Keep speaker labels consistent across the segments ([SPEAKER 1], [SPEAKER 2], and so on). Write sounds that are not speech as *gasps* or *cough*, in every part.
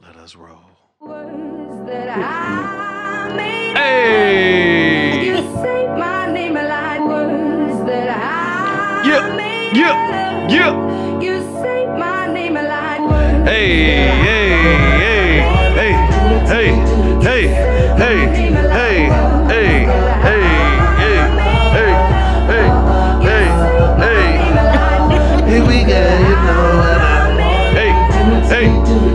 [SPEAKER 1] Let us roll.
[SPEAKER 2] Words that I made. You
[SPEAKER 1] Hey!
[SPEAKER 2] say my name a lot. Words that I
[SPEAKER 1] Yeah,
[SPEAKER 2] made.
[SPEAKER 1] yeah, yeah.
[SPEAKER 2] You say my name a lot. Words
[SPEAKER 1] Hey, hey, hey, hey, hey, hey, hey, hey, hey, hey, hey, hey, hey.
[SPEAKER 2] a lot.
[SPEAKER 1] Here we go, you know what I Hey, hey,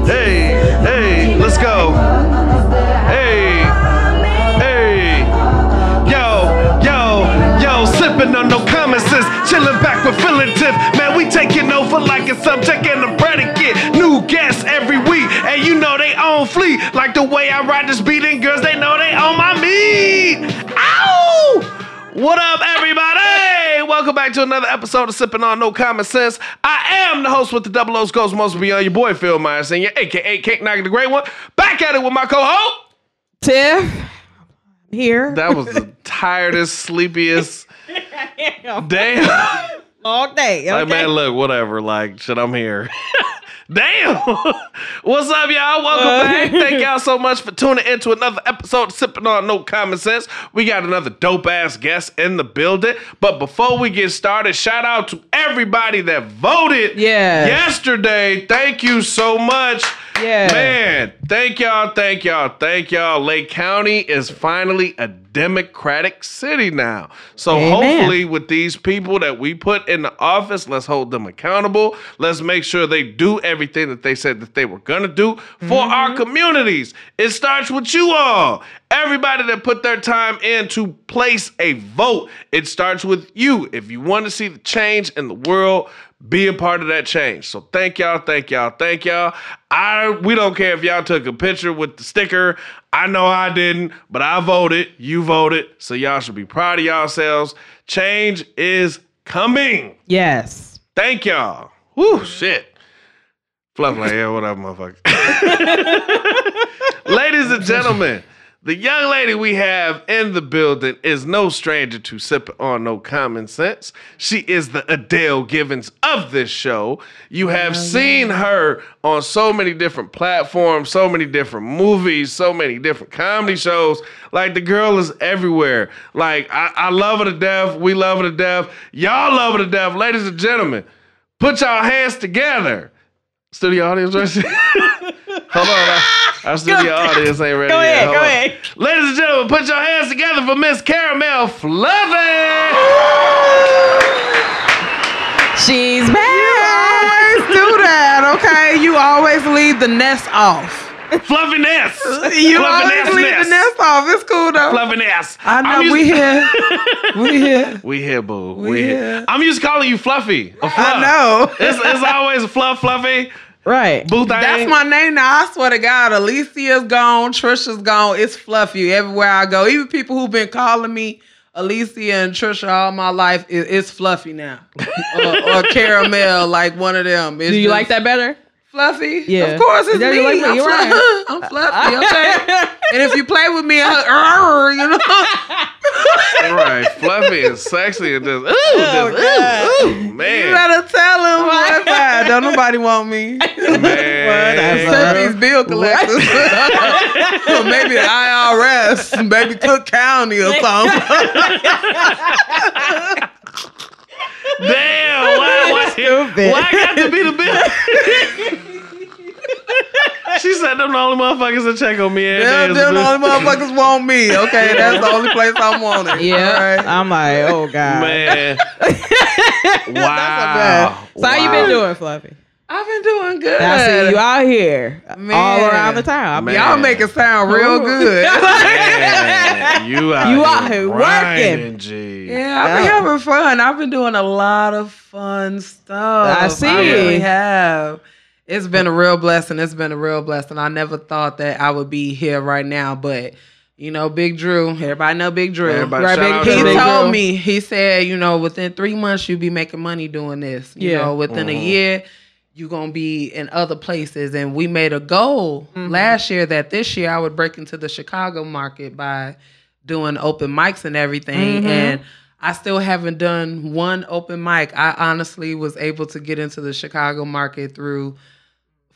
[SPEAKER 1] hey, hey, let's go. Hey, hey, yo, yo, yo, sipping on no common sense, chilling back with feeling tiff. Man, we taking over like it's subject and a predicate. New guests every week, and you know they on fleet. Like the way I ride this beat, and girls, they know they on my meat. Ow! What up, everybody? Welcome back to another episode of Sipping on No Common Sense. I am the host with the Double O's Ghost Most Beyond, your boy Phil Meyer Senior, aka Cake Knocking the Great One. Back at it with my co-host.
[SPEAKER 3] Tiff here.
[SPEAKER 1] That was
[SPEAKER 3] *laughs*
[SPEAKER 1] the tiredest, sleepiest
[SPEAKER 3] Damn.
[SPEAKER 1] damn.
[SPEAKER 3] All day.
[SPEAKER 1] Like, man,
[SPEAKER 3] okay?
[SPEAKER 1] look, whatever. Like, shit, I'm here. *laughs* Damn. What's up, y'all? Welcome
[SPEAKER 3] What?
[SPEAKER 1] back.
[SPEAKER 3] *laughs*
[SPEAKER 1] Thank y'all so much for tuning in to another episode of Sipping on No Common Sense. We got another dope ass guest in the building. But before we get started, shout out to everybody that voted
[SPEAKER 3] Yeah.
[SPEAKER 1] yesterday. Thank you so much.
[SPEAKER 3] Yeah.
[SPEAKER 1] Man, thank y'all, thank y'all, thank y'all. Lake County is finally a Democratic city now. So
[SPEAKER 3] Amen.
[SPEAKER 1] hopefully, with these people that we put in the office, let's hold them accountable. Let's make sure they do everything that they said that they were gonna do for our communities. It starts with you all. Everybody that put their time in to place a vote, it starts with you. If you want to see the change in the world, be a part of that change. So thank y'all, thank y'all, thank y'all. I we don't care if y'all took a picture with the sticker. I know I didn't, but I voted, you voted, so y'all should be proud of yourselves. Change is coming.
[SPEAKER 3] yes.
[SPEAKER 1] Thank y'all. Woo, shit. Fluff like, yeah, what up, motherfucker? Ladies and gentlemen, the young lady we have in the building is no stranger to sipping on no common sense. She is the Adele Givens of this show. You have seen her on so many different platforms, so many different movies, so many different comedy shows. Like the girl is everywhere. Like I, I love her to death. We love her to death. Y'all love her to death. Ladies and gentlemen, put y'all hands together. Studio audience, right? *laughs* Hold on. Our, our studio audience ain't ready.
[SPEAKER 3] Go
[SPEAKER 1] yet.
[SPEAKER 3] ahead,
[SPEAKER 1] Hold
[SPEAKER 3] go
[SPEAKER 1] on.
[SPEAKER 3] ahead.
[SPEAKER 1] Ladies and gentlemen, put your hands together for Miss Caramel Fluffy.
[SPEAKER 3] She's back. You always do that, okay? You always leave the nest off.
[SPEAKER 1] Fluffiness.
[SPEAKER 3] *laughs* You always leave the nest off. It's cool though.
[SPEAKER 1] Fluffiness.
[SPEAKER 3] I know
[SPEAKER 1] I'm used-
[SPEAKER 3] we *laughs* here. we here.
[SPEAKER 1] We here, boo. We,
[SPEAKER 3] We
[SPEAKER 1] here.
[SPEAKER 3] here.
[SPEAKER 1] I'm used to calling you Fluffy. Or fluff.
[SPEAKER 3] I know.
[SPEAKER 1] It's, it's always Fluff, Fluffy.
[SPEAKER 3] Right.
[SPEAKER 1] Boo thing.
[SPEAKER 3] That's my name now. I swear to God, Alicia's gone, Trisha's gone. It's Fluffy everywhere I go. Even people who've been calling me Alicia and Trisha all my life, it, it's Fluffy now, or,
[SPEAKER 4] *laughs*
[SPEAKER 3] or Caramel, like one of them. It's
[SPEAKER 4] Do you
[SPEAKER 3] just
[SPEAKER 4] like that better?
[SPEAKER 3] Fluffy?
[SPEAKER 4] Yeah.
[SPEAKER 3] Of course, it's
[SPEAKER 4] Yeah,
[SPEAKER 3] me.
[SPEAKER 4] you like me.
[SPEAKER 3] I'm,
[SPEAKER 4] You're
[SPEAKER 3] flu-
[SPEAKER 4] right.
[SPEAKER 3] I'm Fluffy.
[SPEAKER 4] *laughs*
[SPEAKER 3] Okay. and if you play with me, I, *laughs* you know.
[SPEAKER 1] right. Fluffy and sexy and
[SPEAKER 3] *laughs*
[SPEAKER 1] just, ooh, just, ooh, ooh,
[SPEAKER 3] Oh, You
[SPEAKER 1] man.
[SPEAKER 3] better tell him what I don't nobody want me.
[SPEAKER 4] *laughs*
[SPEAKER 3] Except
[SPEAKER 1] man.
[SPEAKER 3] these bill collectors. or maybe the IRS, maybe Cook County or something. *laughs*
[SPEAKER 1] Damn, why, why, why I got to be the bill? she said them the only motherfuckers that check on me every day
[SPEAKER 3] Them,
[SPEAKER 1] is
[SPEAKER 3] them the
[SPEAKER 1] bill."
[SPEAKER 3] only motherfuckers want me. Okay, that's the only place I want it.
[SPEAKER 4] Yeah.
[SPEAKER 3] All right.
[SPEAKER 4] I'm like, oh god. *laughs*
[SPEAKER 1] Man. wow.
[SPEAKER 4] So how you been doing, Fluffy?
[SPEAKER 3] I've been doing good.
[SPEAKER 4] I see you out here all
[SPEAKER 3] Man.
[SPEAKER 4] around the town.
[SPEAKER 1] Man.
[SPEAKER 3] Y'all make it sound real good.
[SPEAKER 4] *laughs*
[SPEAKER 1] Man, you out
[SPEAKER 4] You out here working.
[SPEAKER 1] grinding, G.
[SPEAKER 3] Yeah, I've been
[SPEAKER 4] Yeah.
[SPEAKER 3] having fun. I've been doing a lot of fun stuff.
[SPEAKER 4] I see.
[SPEAKER 3] really have. It's been a real blessing. It's been a real blessing. I never thought that I would be here right now, but you know, Big Drew. Everybody know Big Drew.
[SPEAKER 1] Everybody
[SPEAKER 4] Right,
[SPEAKER 1] shout
[SPEAKER 4] baby,
[SPEAKER 1] out
[SPEAKER 4] keep
[SPEAKER 1] to
[SPEAKER 3] He
[SPEAKER 4] Big
[SPEAKER 1] Drew.
[SPEAKER 3] told
[SPEAKER 4] Drew.
[SPEAKER 3] me. He said, you know, within three months you be making money doing this. You
[SPEAKER 4] Yeah.
[SPEAKER 3] know, within
[SPEAKER 1] Mhm.
[SPEAKER 3] a year you gonna be in other places. And we made a goal last year that this year I would break into the Chicago market by doing open mics and everything.
[SPEAKER 4] Mhm.
[SPEAKER 3] And I still haven't done one open mic. I honestly was able to get into the Chicago market through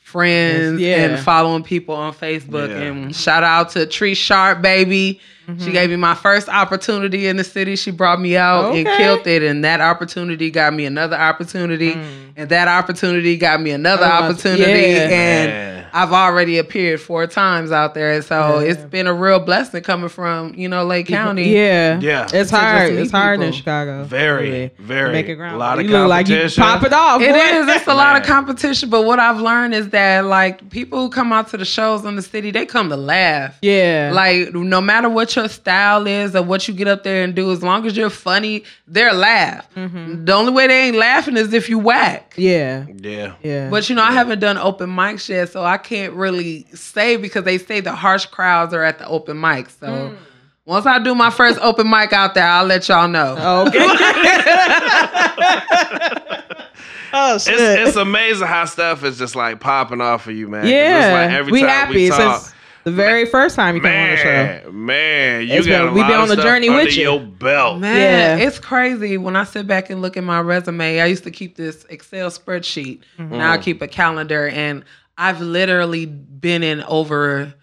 [SPEAKER 3] friends
[SPEAKER 4] Yes, yeah.
[SPEAKER 3] and following people on Facebook.
[SPEAKER 1] Yeah.
[SPEAKER 3] And shout out to Tree Sharp, baby.
[SPEAKER 4] Mm-hmm.
[SPEAKER 3] She gave me my first opportunity in the city. She brought me out and
[SPEAKER 4] Okay.
[SPEAKER 3] killed it. And that opportunity got me another opportunity. And that opportunity got me another
[SPEAKER 4] Mm. Oh, my-
[SPEAKER 3] opportunity.
[SPEAKER 4] yeah.
[SPEAKER 3] And
[SPEAKER 1] Man.
[SPEAKER 3] I've already appeared four times out there. So
[SPEAKER 4] Yeah.
[SPEAKER 3] it's been a real blessing coming from, you know, Lake County.
[SPEAKER 4] Yeah.
[SPEAKER 1] Yeah.
[SPEAKER 4] It's
[SPEAKER 3] To just
[SPEAKER 4] hard.
[SPEAKER 3] meet
[SPEAKER 4] It's hard in
[SPEAKER 3] people.
[SPEAKER 4] Chicago.
[SPEAKER 1] Very,
[SPEAKER 4] Really.
[SPEAKER 1] very.
[SPEAKER 4] Make it ground.
[SPEAKER 1] lot of
[SPEAKER 4] you look like you
[SPEAKER 1] competition.
[SPEAKER 4] pop it off. Oh,
[SPEAKER 3] It
[SPEAKER 4] boy.
[SPEAKER 3] is. It's a lot of
[SPEAKER 1] Man.
[SPEAKER 3] competition, but what I've learned is that like people who come out to the shows in the city, they come to laugh.
[SPEAKER 4] *laughs* Yeah.
[SPEAKER 3] Like no matter what your style is or what you get up there and do, as long as you're funny, they're laugh. The only way they ain't laughing is if you whack.
[SPEAKER 4] Mm-hmm. yeah.
[SPEAKER 1] Yeah.
[SPEAKER 4] Yeah.
[SPEAKER 3] But you know, I haven't done open mics yet, so I can't really say because they say the harsh crowds are at the open mic. So
[SPEAKER 4] Mm.
[SPEAKER 3] once I do my first open mic out there, I'll let y'all know.
[SPEAKER 4] Oh,
[SPEAKER 1] *laughs*
[SPEAKER 4] okay. *laughs* oh shit. *laughs*
[SPEAKER 1] It's, it's amazing how stuff is just like popping off for you, man. 'Cause it's
[SPEAKER 4] yeah.
[SPEAKER 1] like every
[SPEAKER 4] we
[SPEAKER 1] time
[SPEAKER 4] happy
[SPEAKER 1] we talk,
[SPEAKER 4] since the very first time you came on the show.
[SPEAKER 1] man, man, you
[SPEAKER 4] It's
[SPEAKER 1] got
[SPEAKER 4] been-
[SPEAKER 1] a
[SPEAKER 4] we
[SPEAKER 1] lot
[SPEAKER 4] been
[SPEAKER 1] of
[SPEAKER 4] on the
[SPEAKER 1] stuff
[SPEAKER 4] journey with
[SPEAKER 1] under
[SPEAKER 4] you.
[SPEAKER 1] your belt.
[SPEAKER 3] Man,
[SPEAKER 4] Yeah.
[SPEAKER 3] it's crazy. When I sit back and look at my resume, I used to keep this Excel spreadsheet.
[SPEAKER 4] Mm-hmm.
[SPEAKER 3] Now I keep a calendar, and I've literally been in over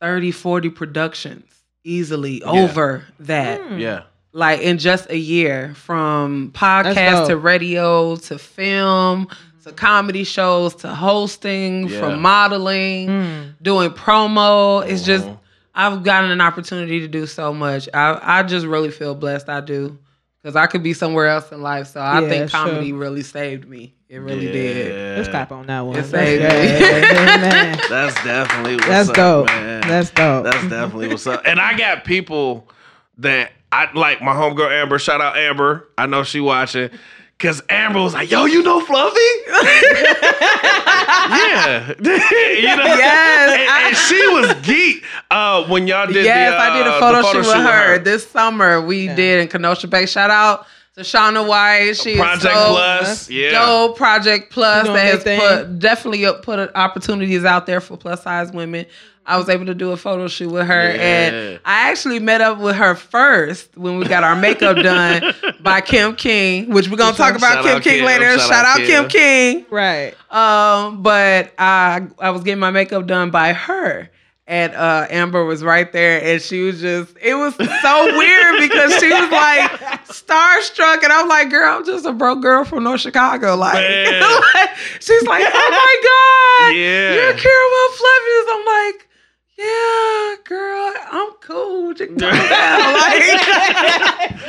[SPEAKER 3] 30, 40 productions easily over that.
[SPEAKER 4] Hmm.
[SPEAKER 1] Yeah.
[SPEAKER 3] Like in just a year from
[SPEAKER 4] That's
[SPEAKER 3] podcast
[SPEAKER 4] dope. Mm-hmm.
[SPEAKER 3] to radio to film to comedy shows to hosting,
[SPEAKER 1] Yeah.
[SPEAKER 3] from modeling, doing promo. It's just, I've gotten an opportunity to do so much. I, I just really feel blessed I do because I could be somewhere else in life. So I
[SPEAKER 4] Yeah,
[SPEAKER 3] think
[SPEAKER 4] sure.
[SPEAKER 3] comedy really saved me. It really did.
[SPEAKER 4] Let's clap on that one.
[SPEAKER 3] It's
[SPEAKER 4] That's
[SPEAKER 3] a-
[SPEAKER 4] good. Amen.
[SPEAKER 1] That's definitely what's
[SPEAKER 4] That's
[SPEAKER 1] up,
[SPEAKER 4] dope.
[SPEAKER 1] man.
[SPEAKER 4] That's dope.
[SPEAKER 1] That's definitely what's up. And I got people that I like my homegirl Amber. Shout out Amber. I know she watching. Cause Amber was like, yo, you know
[SPEAKER 3] *laughs*
[SPEAKER 1] Fluffy? yeah. *laughs* you know? *laughs* And,
[SPEAKER 3] Yes,
[SPEAKER 1] and she was geek uh, when y'all did
[SPEAKER 3] yes,
[SPEAKER 1] the,
[SPEAKER 3] I did
[SPEAKER 1] uh,
[SPEAKER 3] a photo,
[SPEAKER 1] the
[SPEAKER 3] shoot with her. this summer. We
[SPEAKER 4] Yeah.
[SPEAKER 3] did in Kenosha Bay. Shout out to Shauna White. She
[SPEAKER 1] Project
[SPEAKER 3] is so
[SPEAKER 1] Plus. Yeah.
[SPEAKER 3] dope. Project Plus
[SPEAKER 4] She doing
[SPEAKER 3] that
[SPEAKER 4] her
[SPEAKER 3] has
[SPEAKER 4] thing.
[SPEAKER 3] put definitely up- put opportunities out there for plus size women. I was able to do a photo shoot with her,
[SPEAKER 1] Yeah.
[SPEAKER 3] and I actually met up with her first when we got our
[SPEAKER 1] *laughs*
[SPEAKER 3] makeup done by Kim King, which we're gonna talk about
[SPEAKER 1] Shout
[SPEAKER 3] Kim
[SPEAKER 1] out
[SPEAKER 3] King
[SPEAKER 1] Kim.
[SPEAKER 3] later.
[SPEAKER 1] Shout
[SPEAKER 3] Shout,
[SPEAKER 1] out
[SPEAKER 3] out Kim
[SPEAKER 1] Kim.
[SPEAKER 3] King.
[SPEAKER 4] *laughs* Right.
[SPEAKER 3] Um, but I I was getting my makeup done by her. And uh, Amber was right there, and she was just, it was so
[SPEAKER 1] *laughs*
[SPEAKER 3] weird because she was like starstruck. And I'm like, girl, I'm just a broke girl from North Chicago. Like,
[SPEAKER 1] Man.
[SPEAKER 3] *laughs* she's like, oh my God,
[SPEAKER 1] Yeah.
[SPEAKER 3] you're Caramel Fluffies. I'm like, yeah, girl, I'm cool. Just
[SPEAKER 1] *laughs*
[SPEAKER 3] calm down.
[SPEAKER 4] *laughs*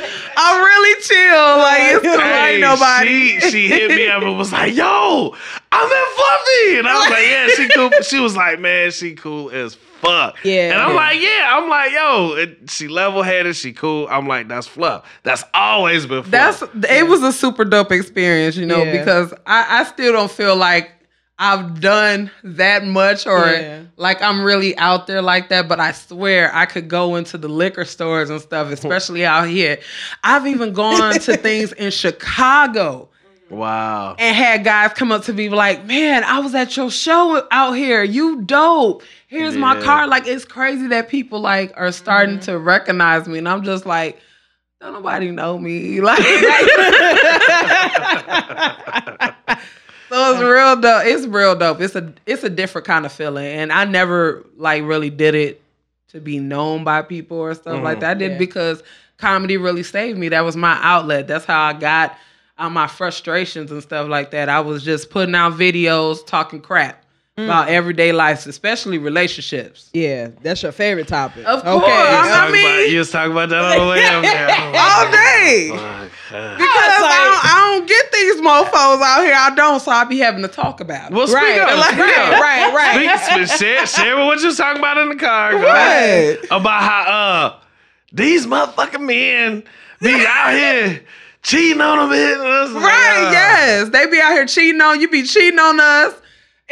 [SPEAKER 3] Like, I'm really chill. Like, it's cool. I
[SPEAKER 1] Hey,
[SPEAKER 3] ain't nobody.
[SPEAKER 1] She, she hit me up and was like, "Yo, I'm at Fluffy," and I was like, "Yeah, she
[SPEAKER 4] *laughs*
[SPEAKER 1] cool." She was like, "Man, she cool as fuck."
[SPEAKER 4] Yeah.
[SPEAKER 1] and I'm like, "Yeah," I'm like, "Yo," and she level headed, she cool. I'm like, "That's Fluff. That's always been Fluff."
[SPEAKER 3] That's it was a super dope experience, you know,
[SPEAKER 4] Yeah.
[SPEAKER 3] because I, I still don't feel like I've done that much or
[SPEAKER 4] Yeah.
[SPEAKER 3] like I'm really out there like that. But I swear I could go into the liquor stores and
[SPEAKER 4] *laughs*
[SPEAKER 3] stuff, especially out here. I've even gone to things in Chicago
[SPEAKER 4] *laughs*
[SPEAKER 1] wow.
[SPEAKER 3] and had guys come up to me like, "Man, I was at your show out here. You dope. Here's my
[SPEAKER 1] Yeah.
[SPEAKER 3] car." Like it's crazy that people like are starting to recognize me, and I'm just like, "Don't nobody know me." *laughs*
[SPEAKER 4] *laughs*
[SPEAKER 3] Like, so it's real dope. It's real dope. It's a it's a different kind of feeling, and I never like really did it to be known by people or stuff like that. I did
[SPEAKER 4] Yeah.
[SPEAKER 3] because comedy really saved me. That was my outlet. That's how I got out my frustrations and stuff like that. I was just putting out videos, talking crap about everyday life, especially relationships.
[SPEAKER 4] Yeah. That's your favorite topic.
[SPEAKER 3] Of
[SPEAKER 4] Okay.
[SPEAKER 3] course, I'm-
[SPEAKER 1] Talk
[SPEAKER 3] I mean-
[SPEAKER 1] about- you was talking about that all the way up there.
[SPEAKER 3] All day.
[SPEAKER 1] day.
[SPEAKER 3] Because
[SPEAKER 4] I was like-
[SPEAKER 3] I, don't, I don't get these mofos out here. I don't, so I be having to talk about it.
[SPEAKER 1] Well, speak
[SPEAKER 4] Right,
[SPEAKER 1] up.
[SPEAKER 4] like,
[SPEAKER 1] speak up.
[SPEAKER 4] right, right, right.
[SPEAKER 1] Speak, sp- share, share what you was talking about in the car. girl.
[SPEAKER 4] Right.
[SPEAKER 1] About how uh these motherfucking men
[SPEAKER 3] *laughs*
[SPEAKER 1] be out here cheating on them. and it's like,
[SPEAKER 3] Right,
[SPEAKER 1] uh,
[SPEAKER 3] yes. They be out here cheating on you, be cheating on us.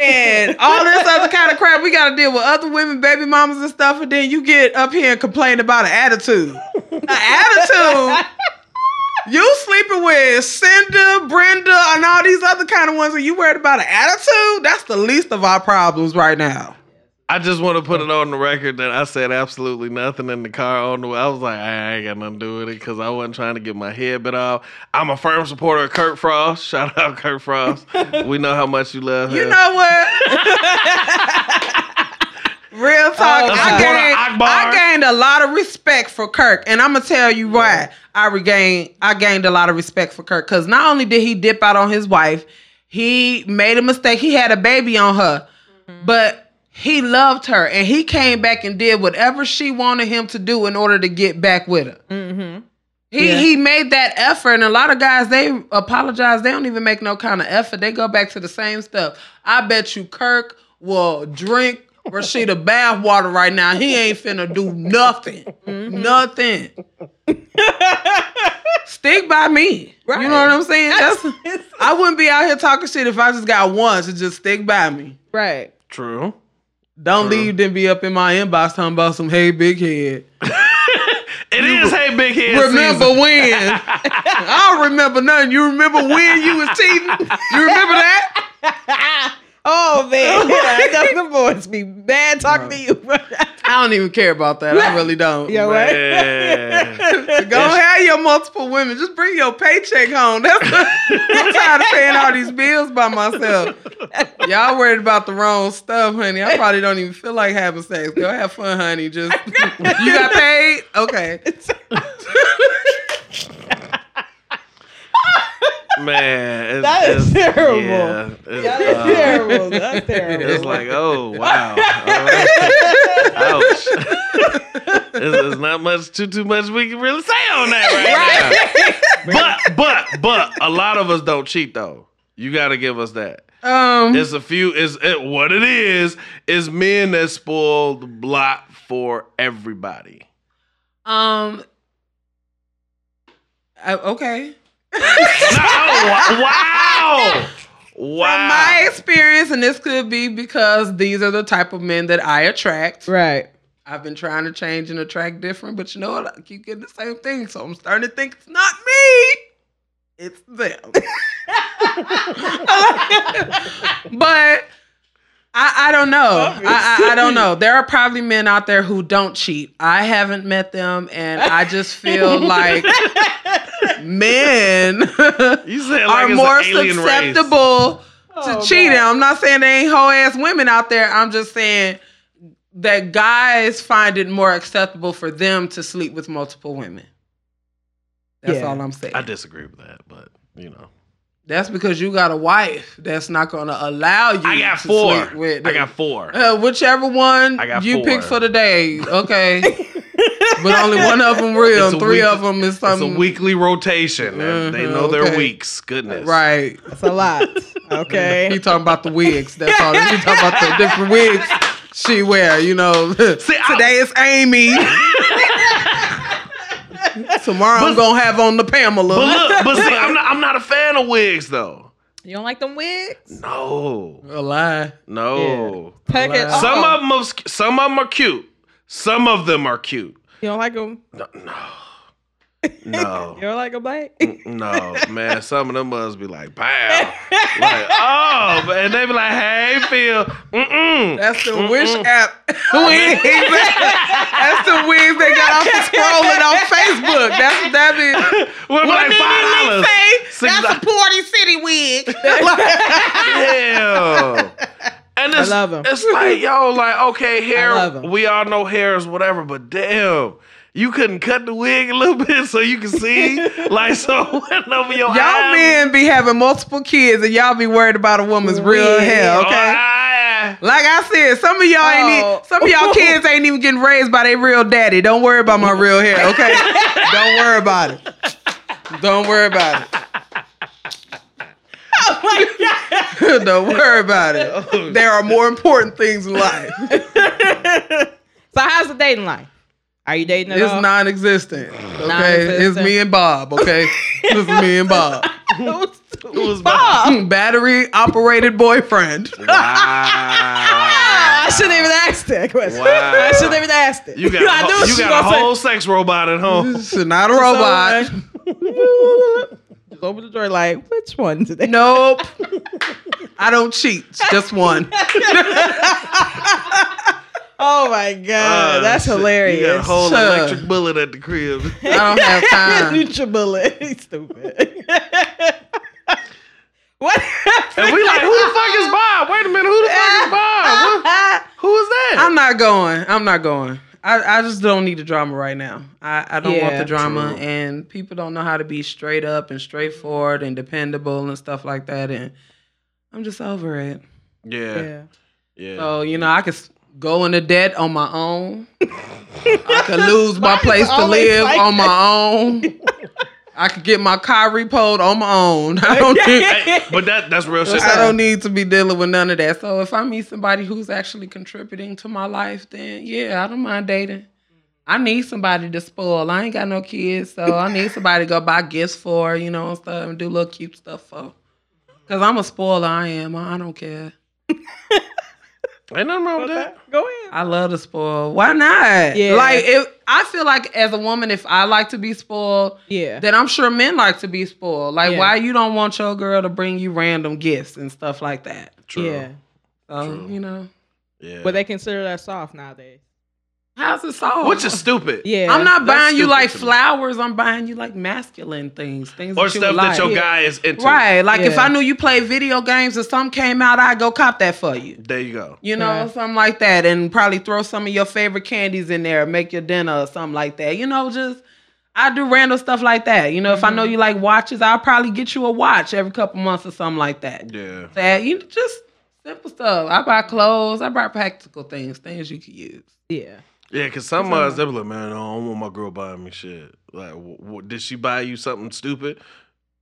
[SPEAKER 3] And all this other kind of crap we gotta deal with other women, baby mamas and stuff, and then you get up here and complain about an attitude. An attitude you sleeping with Cinder, Brenda, and all these other kind of ones, and you worried about an attitude? That's the least of our problems right now.
[SPEAKER 1] I just want to put it on the record that I said absolutely nothing in the car on the way. I was like, I ain't got nothing to do with it because I wasn't trying to get my head bit off. I'm a firm supporter of Kurt Frost. *laughs* Shout out Kurt Frost. we know how much you love him.
[SPEAKER 3] You know what? *laughs* Real talk.
[SPEAKER 4] Oh,
[SPEAKER 3] I,
[SPEAKER 4] God.
[SPEAKER 3] gained,
[SPEAKER 1] Akbar.
[SPEAKER 3] I gained a lot of respect for Kirk. And I'm gonna tell you why I regained I gained a lot of respect for Kirk. Cause not only did he dip out on his wife, he made a mistake. He had a baby on her. Mm-hmm. But he loved her and he came back and did whatever she wanted him to do in order to get back with her.
[SPEAKER 4] Mm-hmm.
[SPEAKER 3] He
[SPEAKER 4] Yeah.
[SPEAKER 3] he made that effort, and a lot of guys they apologize. They don't even make no kind of effort. They go back to the same stuff. I bet you Kirk will drink Rashida bath water right now. He ain't finna do nothing,
[SPEAKER 4] Mm-hmm.
[SPEAKER 3] nothing. Stick by me.
[SPEAKER 4] Right.
[SPEAKER 3] You know what I'm saying? That's, I wouldn't be out here talking shit if I just got one to just stick by me.
[SPEAKER 4] Right.
[SPEAKER 1] True.
[SPEAKER 3] Don't
[SPEAKER 1] True.
[SPEAKER 3] leave then be up in my inbox talking about some hey big head.
[SPEAKER 1] It is. Hey, big head.
[SPEAKER 3] remember
[SPEAKER 1] season.
[SPEAKER 3] when. *laughs* I don't remember nothing. You remember when you was cheating? You remember that?
[SPEAKER 4] Oh man, *laughs* Those- them boys be bad talking to you.
[SPEAKER 3] I don't even care about that. I really
[SPEAKER 4] *laughs*
[SPEAKER 3] don't.
[SPEAKER 4] Yo, what? *laughs*
[SPEAKER 1] Man.
[SPEAKER 3] Go have your multiple women. Just bring your paycheck home. That's I'm tired of paying all these bills by myself. Y'all worried about the wrong stuff, honey. I probably don't even feel like having sex. Go have fun, honey. Just you got paid? Okay.
[SPEAKER 1] Man, it's-
[SPEAKER 4] That is
[SPEAKER 1] it's-
[SPEAKER 4] terrible.
[SPEAKER 1] yeah, it's,
[SPEAKER 4] That's
[SPEAKER 1] uh,
[SPEAKER 4] terrible. That's terrible.
[SPEAKER 1] It's like, oh wow, Uh, ouch. *laughs* There's not much, too, too much we can really say on that right, now. But, but, but, a lot of us don't cheat though. You got to give us that.
[SPEAKER 3] Um
[SPEAKER 1] It's a few. It's it, what it is. Is men that spoil the block for everybody.
[SPEAKER 3] um I- okay.
[SPEAKER 1] No, oh, wow,
[SPEAKER 3] From
[SPEAKER 1] wow.
[SPEAKER 3] my experience, and this could be because these are the type of men that I attract.
[SPEAKER 4] right.
[SPEAKER 3] I've been trying to change and attract different, but you know what? I keep getting the same thing. So I'm starting to think it's not me, it's them. *laughs* but I, I don't know. I, I, I don't know. There are probably men out there who don't cheat. I haven't met them, and I just feel like men *laughs*
[SPEAKER 1] you said like
[SPEAKER 3] are
[SPEAKER 1] it's
[SPEAKER 3] more
[SPEAKER 1] an alien race.
[SPEAKER 3] susceptible to
[SPEAKER 4] Oh,
[SPEAKER 3] cheating.
[SPEAKER 4] God.
[SPEAKER 3] I'm not saying there ain't hoe ass women out there. I'm just saying that guys find it more acceptable for them to sleep with multiple women. That's
[SPEAKER 4] Yeah.
[SPEAKER 3] all I'm saying.
[SPEAKER 1] I disagree with that, but you know.
[SPEAKER 3] That's because you got a wife that's not going to allow you.
[SPEAKER 1] I got
[SPEAKER 3] to
[SPEAKER 1] four.
[SPEAKER 3] Sleep with
[SPEAKER 1] I got four.
[SPEAKER 3] Uh, whichever one
[SPEAKER 1] I got
[SPEAKER 3] you
[SPEAKER 1] four.
[SPEAKER 3] pick for the
[SPEAKER 4] *laughs*
[SPEAKER 3] day, okay. but only one of them real,
[SPEAKER 1] It's a
[SPEAKER 3] and three
[SPEAKER 1] week-
[SPEAKER 3] of them is
[SPEAKER 1] It's a
[SPEAKER 3] something
[SPEAKER 1] weekly rotation. and They
[SPEAKER 3] Mhm,
[SPEAKER 1] know their
[SPEAKER 3] Um, okay.
[SPEAKER 1] weeks. Goodness.
[SPEAKER 3] right.
[SPEAKER 4] That's a lot. Okay.
[SPEAKER 1] *laughs*
[SPEAKER 3] He talking about the wigs. That's all. He talking about the different wigs she wear. You know, *laughs*
[SPEAKER 1] I-
[SPEAKER 3] today it's
[SPEAKER 1] *laughs*
[SPEAKER 3] Amy. Tomorrow I'm
[SPEAKER 1] But-
[SPEAKER 3] gonna have on the Pamela.
[SPEAKER 1] But look,
[SPEAKER 3] *laughs*
[SPEAKER 1] but see, I'm not, I'm not a fan of wigs though.
[SPEAKER 4] You don't like them wigs?
[SPEAKER 1] No,
[SPEAKER 3] a lie.
[SPEAKER 1] no.
[SPEAKER 4] Peck it.
[SPEAKER 3] Wow.
[SPEAKER 1] Some
[SPEAKER 4] off.
[SPEAKER 1] of them, are, sk- some of them are cute. Some of them are cute.
[SPEAKER 4] You don't like them.
[SPEAKER 1] No, no,
[SPEAKER 3] *laughs*
[SPEAKER 4] You
[SPEAKER 1] no,
[SPEAKER 4] don't like
[SPEAKER 1] *laughs*
[SPEAKER 4] them, Mike.
[SPEAKER 1] no, man. Some of them must be like, pow, like, oh, man, and they be like, hey, Phil, mm
[SPEAKER 3] That's the Wish app. *laughs* wigs. That's the wigs they got off the scrolling on Facebook. That's what that
[SPEAKER 1] *laughs*
[SPEAKER 3] is.
[SPEAKER 1] We're like five dollars. Six dollars.
[SPEAKER 3] Party City
[SPEAKER 1] *laughs*
[SPEAKER 4] *laughs*
[SPEAKER 3] wig.
[SPEAKER 1] Damn. And it's,
[SPEAKER 4] love 'em.
[SPEAKER 1] it's like, yo, like, okay, hair,
[SPEAKER 4] I love 'em.
[SPEAKER 1] we all know hair is whatever, but damn, you couldn't cut the wig a little *laughs* bit so you can
[SPEAKER 4] *laughs*
[SPEAKER 1] see? like, so it went over your
[SPEAKER 3] y'all men be having multiple kids and y'all be worried about a woman's real
[SPEAKER 4] Wig.
[SPEAKER 3] hair.
[SPEAKER 1] okay.
[SPEAKER 3] Okay. Like I said, some of y'all ain't
[SPEAKER 4] Oh.
[SPEAKER 3] ain't some of y'all kids ain't even getting raised by their real daddy. Don't worry about my real hair,
[SPEAKER 4] *laughs*
[SPEAKER 3] okay? Don't worry about it. Don't worry about it. *laughs* Don't worry about it. There are more important things in
[SPEAKER 4] *laughs*
[SPEAKER 3] life.
[SPEAKER 4] *laughs* So how's the dating life? Are you dating at
[SPEAKER 3] It's
[SPEAKER 4] all?
[SPEAKER 3] non-existent. Okay, it's
[SPEAKER 4] Non-existent.
[SPEAKER 3] me and
[SPEAKER 4] *laughs*
[SPEAKER 3] Bob. Okay, it's me and Bob. *laughs*
[SPEAKER 1] It was
[SPEAKER 4] *laughs* Bob.
[SPEAKER 3] Battery operated boyfriend.
[SPEAKER 1] Wow.
[SPEAKER 4] Ah, I shouldn't even ask that question.
[SPEAKER 1] Wow.
[SPEAKER 4] I shouldn't even ask it.
[SPEAKER 1] You got,
[SPEAKER 4] *laughs* I
[SPEAKER 1] a,
[SPEAKER 4] knew
[SPEAKER 1] whole- you
[SPEAKER 4] she
[SPEAKER 1] got a
[SPEAKER 4] gonna say-
[SPEAKER 1] whole sex robot at
[SPEAKER 4] *laughs*
[SPEAKER 1] home.
[SPEAKER 3] She's not a robot.
[SPEAKER 4] Just open the door, like which one today?
[SPEAKER 3] Nope. I don't cheat. It's Just one.
[SPEAKER 4] *laughs* Oh my god,
[SPEAKER 1] Uh,
[SPEAKER 2] Ah,
[SPEAKER 4] that's
[SPEAKER 2] shit.
[SPEAKER 4] hilarious.
[SPEAKER 2] You got a
[SPEAKER 4] *laughs*
[SPEAKER 2] whole
[SPEAKER 3] Sure.
[SPEAKER 2] electric bullet at the crib.
[SPEAKER 3] I don't have time.
[SPEAKER 4] Nutribullet. *laughs* He's stupid. what? *laughs*
[SPEAKER 2] And we like, who the fuck is Bob? Wait a minute, who the fuck is Bob? What- Who is that?
[SPEAKER 3] I'm not going. I'm not going. I, I just don't need the drama right now. I, I don't want
[SPEAKER 4] Yeah.
[SPEAKER 3] the drama.
[SPEAKER 2] True.
[SPEAKER 3] And people don't know how to be straight up and straightforward and dependable and stuff like that. And I'm just over it.
[SPEAKER 2] yeah,
[SPEAKER 4] yeah.
[SPEAKER 2] yeah.
[SPEAKER 3] So, you know, I could s- go into debt on my own. I
[SPEAKER 4] *laughs*
[SPEAKER 3] could lose my
[SPEAKER 4] Mine's
[SPEAKER 3] place to
[SPEAKER 4] always
[SPEAKER 3] live
[SPEAKER 4] like
[SPEAKER 3] on my own. I could get my car repoed on my own. *laughs* I
[SPEAKER 4] *laughs*
[SPEAKER 3] don't need,
[SPEAKER 2] Hey, but that that's real shit.
[SPEAKER 3] I don't need to be dealing with none of that. So if I meet somebody who's actually contributing to my life, then yeah, I don't mind dating. I need somebody to spoil. I ain't got no kids, so I need somebody to go buy gifts for, you know, and stuff, and do little cute stuff for. Cause I'm a spoiler. I am. I I don't care.
[SPEAKER 2] Ain't nothing wrong with that.
[SPEAKER 4] Go ahead.
[SPEAKER 3] I love to spoil. Why not?
[SPEAKER 4] Yeah.
[SPEAKER 3] Like if I feel like as a woman, if I like to be spoiled,
[SPEAKER 4] Yeah.
[SPEAKER 3] then I'm sure men like to be spoiled. Like
[SPEAKER 4] Yeah.
[SPEAKER 3] why you don't want your girl to bring you random gifts and stuff like that.
[SPEAKER 2] True.
[SPEAKER 4] Yeah.
[SPEAKER 3] So
[SPEAKER 2] True.
[SPEAKER 3] you know,
[SPEAKER 2] Yeah.
[SPEAKER 4] But they consider that soft nowadays.
[SPEAKER 3] how's it solved?
[SPEAKER 2] which is stupid.
[SPEAKER 4] Yeah.
[SPEAKER 3] I'm not
[SPEAKER 2] That's
[SPEAKER 3] buying you
[SPEAKER 2] stupid
[SPEAKER 3] like
[SPEAKER 2] to me.
[SPEAKER 3] flowers. I'm buying you like masculine things, things
[SPEAKER 2] Or
[SPEAKER 3] that you
[SPEAKER 2] stuff
[SPEAKER 3] like.
[SPEAKER 2] that your
[SPEAKER 3] Yeah.
[SPEAKER 2] guy is into.
[SPEAKER 3] Right, like if
[SPEAKER 4] Yeah.
[SPEAKER 3] I knew you played video games or something came out, I'd go cop that for you.
[SPEAKER 2] There you go.
[SPEAKER 3] you know,
[SPEAKER 4] Right.
[SPEAKER 3] something like that, and probably throw some of your favorite candies in there, make your dinner or something like that. You know, just I do random stuff like that. You know, if I know
[SPEAKER 2] Mm-hmm.
[SPEAKER 3] you like watches, I'll probably get you a watch every couple months or something like that.
[SPEAKER 2] Yeah.
[SPEAKER 3] That you know, just simple stuff. I buy clothes. I buy practical things, things you can use.
[SPEAKER 4] Yeah.
[SPEAKER 2] Yeah, because some moms, they be like, man, I don't want my girl buying me shit. Like, w- w- did she buy you something stupid?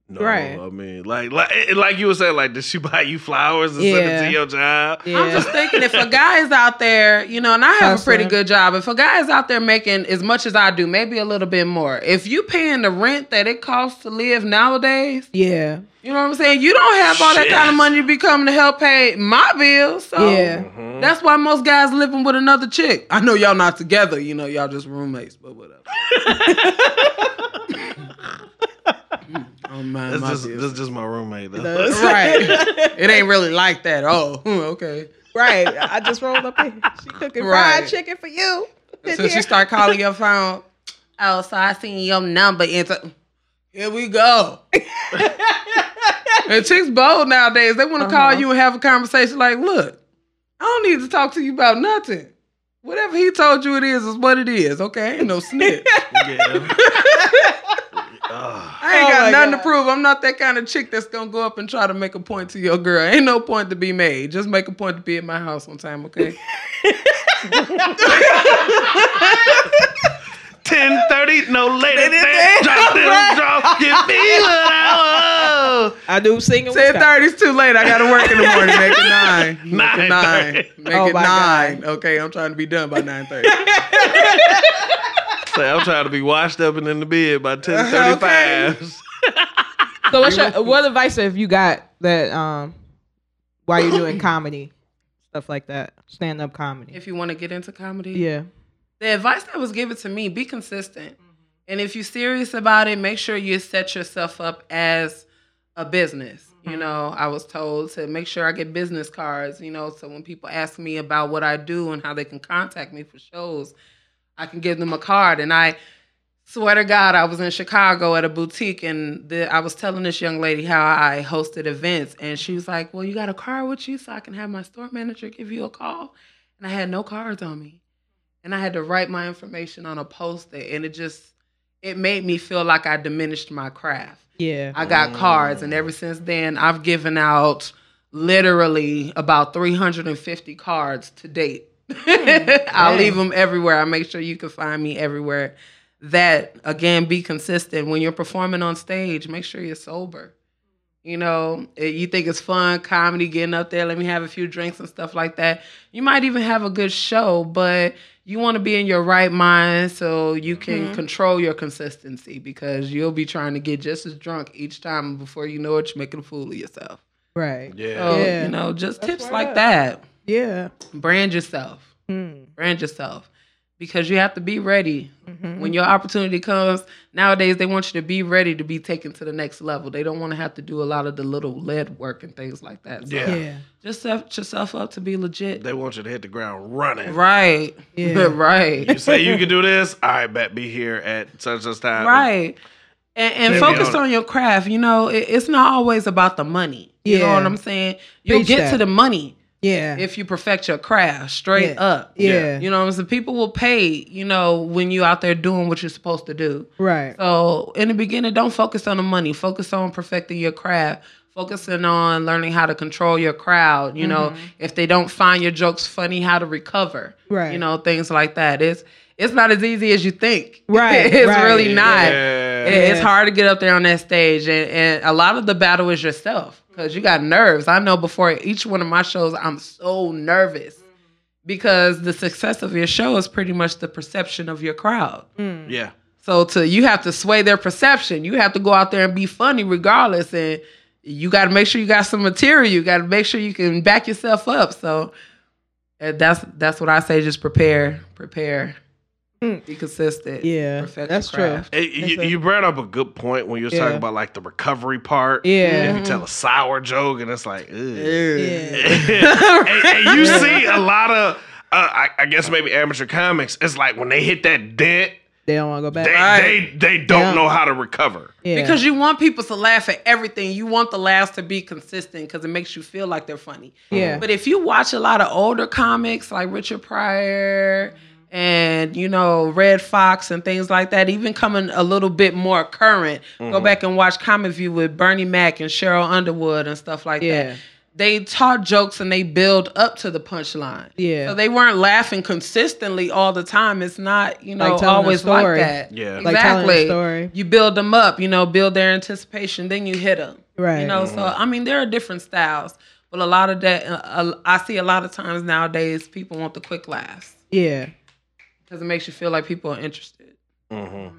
[SPEAKER 2] No,
[SPEAKER 4] Right.
[SPEAKER 2] I mean, like, like, eh, like you were saying, like, did she *laughs* buy you flowers and send it
[SPEAKER 4] Yeah.
[SPEAKER 2] to your job?
[SPEAKER 4] Yeah.
[SPEAKER 3] I'm just thinking if a guy is out there, you know, and I have a pretty
[SPEAKER 4] Hustling.
[SPEAKER 3] good job. If a guy is out there making as much as I do, maybe a little bit more. If you paying the rent that it costs to live nowadays.
[SPEAKER 4] Yeah.
[SPEAKER 3] You know what I'm saying? You don't have all that
[SPEAKER 2] Shit.
[SPEAKER 3] kind of money to be coming to help pay my bills. So
[SPEAKER 4] Yeah.
[SPEAKER 2] Mhm.
[SPEAKER 3] that's why most guys living with another chick. I know y'all not together, you know, y'all just roommates,
[SPEAKER 4] *laughs*
[SPEAKER 3] but whatever. Mm, I don't mind
[SPEAKER 2] That's
[SPEAKER 3] my
[SPEAKER 2] just,
[SPEAKER 3] bills.
[SPEAKER 2] that's just my roommate. though.
[SPEAKER 4] *laughs*
[SPEAKER 2] *laughs*
[SPEAKER 4] Does.
[SPEAKER 3] Right. It ain't really like that. Oh, hmm, *laughs* okay.
[SPEAKER 4] *laughs* right. I just rolled up in. She cooking
[SPEAKER 3] Right.
[SPEAKER 4] fried chicken for you. Sit
[SPEAKER 3] So she
[SPEAKER 4] here.
[SPEAKER 3] start calling your phone. Oh, so I seen your number. It's a- here we go. *laughs* and chicks bold nowadays. They want to call
[SPEAKER 4] Uh-huh.
[SPEAKER 3] you and have a conversation like, look, I don't need to talk to you about nothing. Whatever he told you it is is what it is. Okay, ain't no snitch. *laughs*
[SPEAKER 2] Yeah. Ah,
[SPEAKER 3] I ain't
[SPEAKER 4] Oh
[SPEAKER 3] got
[SPEAKER 4] my
[SPEAKER 3] nothing to
[SPEAKER 4] God.
[SPEAKER 3] prove. I'm not that kind of chick that's gonna go up and try to make a point to your girl. Ain't no point to be made. Just make a point to be at my house on time. Okay.
[SPEAKER 2] 10:30, no later.
[SPEAKER 4] Later
[SPEAKER 2] than-
[SPEAKER 4] than-
[SPEAKER 2] Drop this drop. Give me what I want.
[SPEAKER 4] I do sing in
[SPEAKER 3] Ten
[SPEAKER 4] Wisconsin.
[SPEAKER 3] thirty is too late. I gotta work in the morning. Make it *laughs* nine. Make
[SPEAKER 2] 9:30.
[SPEAKER 3] it nine. Make
[SPEAKER 4] Oh
[SPEAKER 3] it
[SPEAKER 4] my
[SPEAKER 3] nine. Okay, I'm trying to be done by nine thirty.
[SPEAKER 2] Say, I'm trying to be washed up and in the bed by 10:35.
[SPEAKER 4] So what's your, what advice have you got that um while you're
[SPEAKER 3] *coughs*
[SPEAKER 4] doing comedy stuff like that stand up comedy?
[SPEAKER 3] if you want to get into comedy,
[SPEAKER 4] yeah.
[SPEAKER 3] the advice that was given to me: be consistent. Mm-hmm. And if you're serious about it, make sure you set yourself up as a business. You know, I was told to make sure I get business cards. You know, so when people ask me about what I do and how they can contact me for shows, I can give them a card. And I swear to God, I was in Chicago at a boutique and the, I was telling this young lady how I hosted events. And she was like, Well, you got a card with you so I can have my store manager give you a call. And I had no cards on me. And I had to write my information on a post it. And it just, it made me feel like I diminished my craft.
[SPEAKER 4] Yeah.
[SPEAKER 3] I got cards, and ever since then, I've given out literally about 350 cards to date. *laughs* I
[SPEAKER 4] Dang.
[SPEAKER 3] leave them everywhere. I make sure you can find me everywhere. That again, be consistent when you're performing on stage. Make sure you're sober. You know, eh, you think it's fun, comedy, getting up there, let me have a few drinks and stuff like that. You might even have a good show, but you want to be in your right mind so you can control your consistency because you'll be trying to get just as drunk each time and before you know it, you're making a fool of yourself.
[SPEAKER 4] Right.
[SPEAKER 2] Yeah.
[SPEAKER 3] So,
[SPEAKER 4] Yeah.
[SPEAKER 3] you know, just tips
[SPEAKER 4] right
[SPEAKER 3] like
[SPEAKER 4] up.
[SPEAKER 3] that.
[SPEAKER 4] Yeah.
[SPEAKER 3] Brand yourself.
[SPEAKER 4] Hmm.
[SPEAKER 3] Brand yourself. because you have to be ready
[SPEAKER 4] Mm-hmm.
[SPEAKER 3] when your opportunity comes. Nowadays, they want you to be ready to be taken to the next level. They don't want to have to do a lot of the little lead work and things like that. So
[SPEAKER 1] Yeah.
[SPEAKER 4] Yeah.
[SPEAKER 3] just set yourself up to be legit.
[SPEAKER 1] They want you to hit the ground running.
[SPEAKER 3] Right.
[SPEAKER 4] Yeah.
[SPEAKER 1] You
[SPEAKER 3] *laughs* right.
[SPEAKER 1] say you can do this. I bet be here at such and such time.
[SPEAKER 3] Right. And, and
[SPEAKER 1] Maybe
[SPEAKER 3] focus
[SPEAKER 1] on it.
[SPEAKER 3] on your craft. You know, it, it's not always about the money. You know
[SPEAKER 4] Yeah.
[SPEAKER 3] what I'm saying? You'll
[SPEAKER 4] Preach
[SPEAKER 3] get
[SPEAKER 4] that.
[SPEAKER 3] to the money
[SPEAKER 4] Yeah.
[SPEAKER 3] if you perfect your craft straight
[SPEAKER 4] Yeah.
[SPEAKER 3] up.
[SPEAKER 4] yeah.
[SPEAKER 3] You know what I'm saying? People will pay, you know, when you out there doing what you're supposed to do.
[SPEAKER 4] Right.
[SPEAKER 3] So in the beginning, don't focus on the money. Focus on perfecting your craft. Focusing on learning how to control your crowd. You know,
[SPEAKER 4] Mm-hmm.
[SPEAKER 3] if they don't find your jokes funny, how to recover.
[SPEAKER 4] Right.
[SPEAKER 3] You know, things like that. It's it's not as easy as you think. *laughs*
[SPEAKER 4] Right,
[SPEAKER 3] it's
[SPEAKER 4] right.
[SPEAKER 3] really not. It-
[SPEAKER 1] Yeah.
[SPEAKER 3] It's
[SPEAKER 4] Yeah.
[SPEAKER 3] hard to get up there on that stage, and, and a lot of the battle is yourself because you got nerves. I know before each one of my shows, I'm so nervous
[SPEAKER 4] Mm-hmm.
[SPEAKER 3] because the success of your show is pretty much the perception of your crowd.
[SPEAKER 1] Yeah.
[SPEAKER 3] So to you have to sway their perception. You have to go out there and be funny regardless, and you got to make sure you got some material. You got to make sure you can back yourself up. So uh, that's that's what I say. Just prepare, prepare,
[SPEAKER 4] Mm.
[SPEAKER 3] be consistent.
[SPEAKER 4] Yeah,
[SPEAKER 3] perfect
[SPEAKER 4] that's
[SPEAKER 3] your
[SPEAKER 4] true.
[SPEAKER 3] craft.
[SPEAKER 1] Hey, you,
[SPEAKER 4] That's a-
[SPEAKER 1] you brought up a good point when you was
[SPEAKER 4] Yeah.
[SPEAKER 1] talking about like the recovery part.
[SPEAKER 4] Yeah. Mm-hmm.
[SPEAKER 1] If you tell a sour joke and it's like, ugh. *laughs*
[SPEAKER 4] Yeah. *laughs*
[SPEAKER 1] and, and you see a lot of, uh, I, I guess maybe amateur comics. It's like when they hit that dent,
[SPEAKER 4] They don't want to go back.
[SPEAKER 1] they they, they don't
[SPEAKER 4] Yeah.
[SPEAKER 1] know how to recover.
[SPEAKER 4] yeah.
[SPEAKER 3] Because you want people to laugh at everything. You want the laughs to be consistent because it makes you feel like they're funny.
[SPEAKER 4] Yeah.
[SPEAKER 3] But if you watch a lot of older comics like Richard Pryor and, you know, Red Fox and things like that, even coming a little bit more current, go back and watch Comic View with Bernie Mac and Cheryl Underwood and stuff like
[SPEAKER 4] Yeah.
[SPEAKER 3] that. They taught jokes and they build up to the punchline.
[SPEAKER 4] Yeah.
[SPEAKER 3] So they weren't laughing consistently all the time. It's not, you know,
[SPEAKER 4] Like telling a
[SPEAKER 3] always like
[SPEAKER 4] story.
[SPEAKER 3] that.
[SPEAKER 1] Yeah.
[SPEAKER 4] Like telling a story.
[SPEAKER 3] You build them up, you know, build their anticipation, then you hit them.
[SPEAKER 4] Right.
[SPEAKER 3] You know, so I mean, there are different styles, but a lot of that, uh, uh, I see a lot of times nowadays, people want the quick laughs
[SPEAKER 4] yeah.
[SPEAKER 3] because it makes you feel like people are interested.
[SPEAKER 1] Mm-hmm.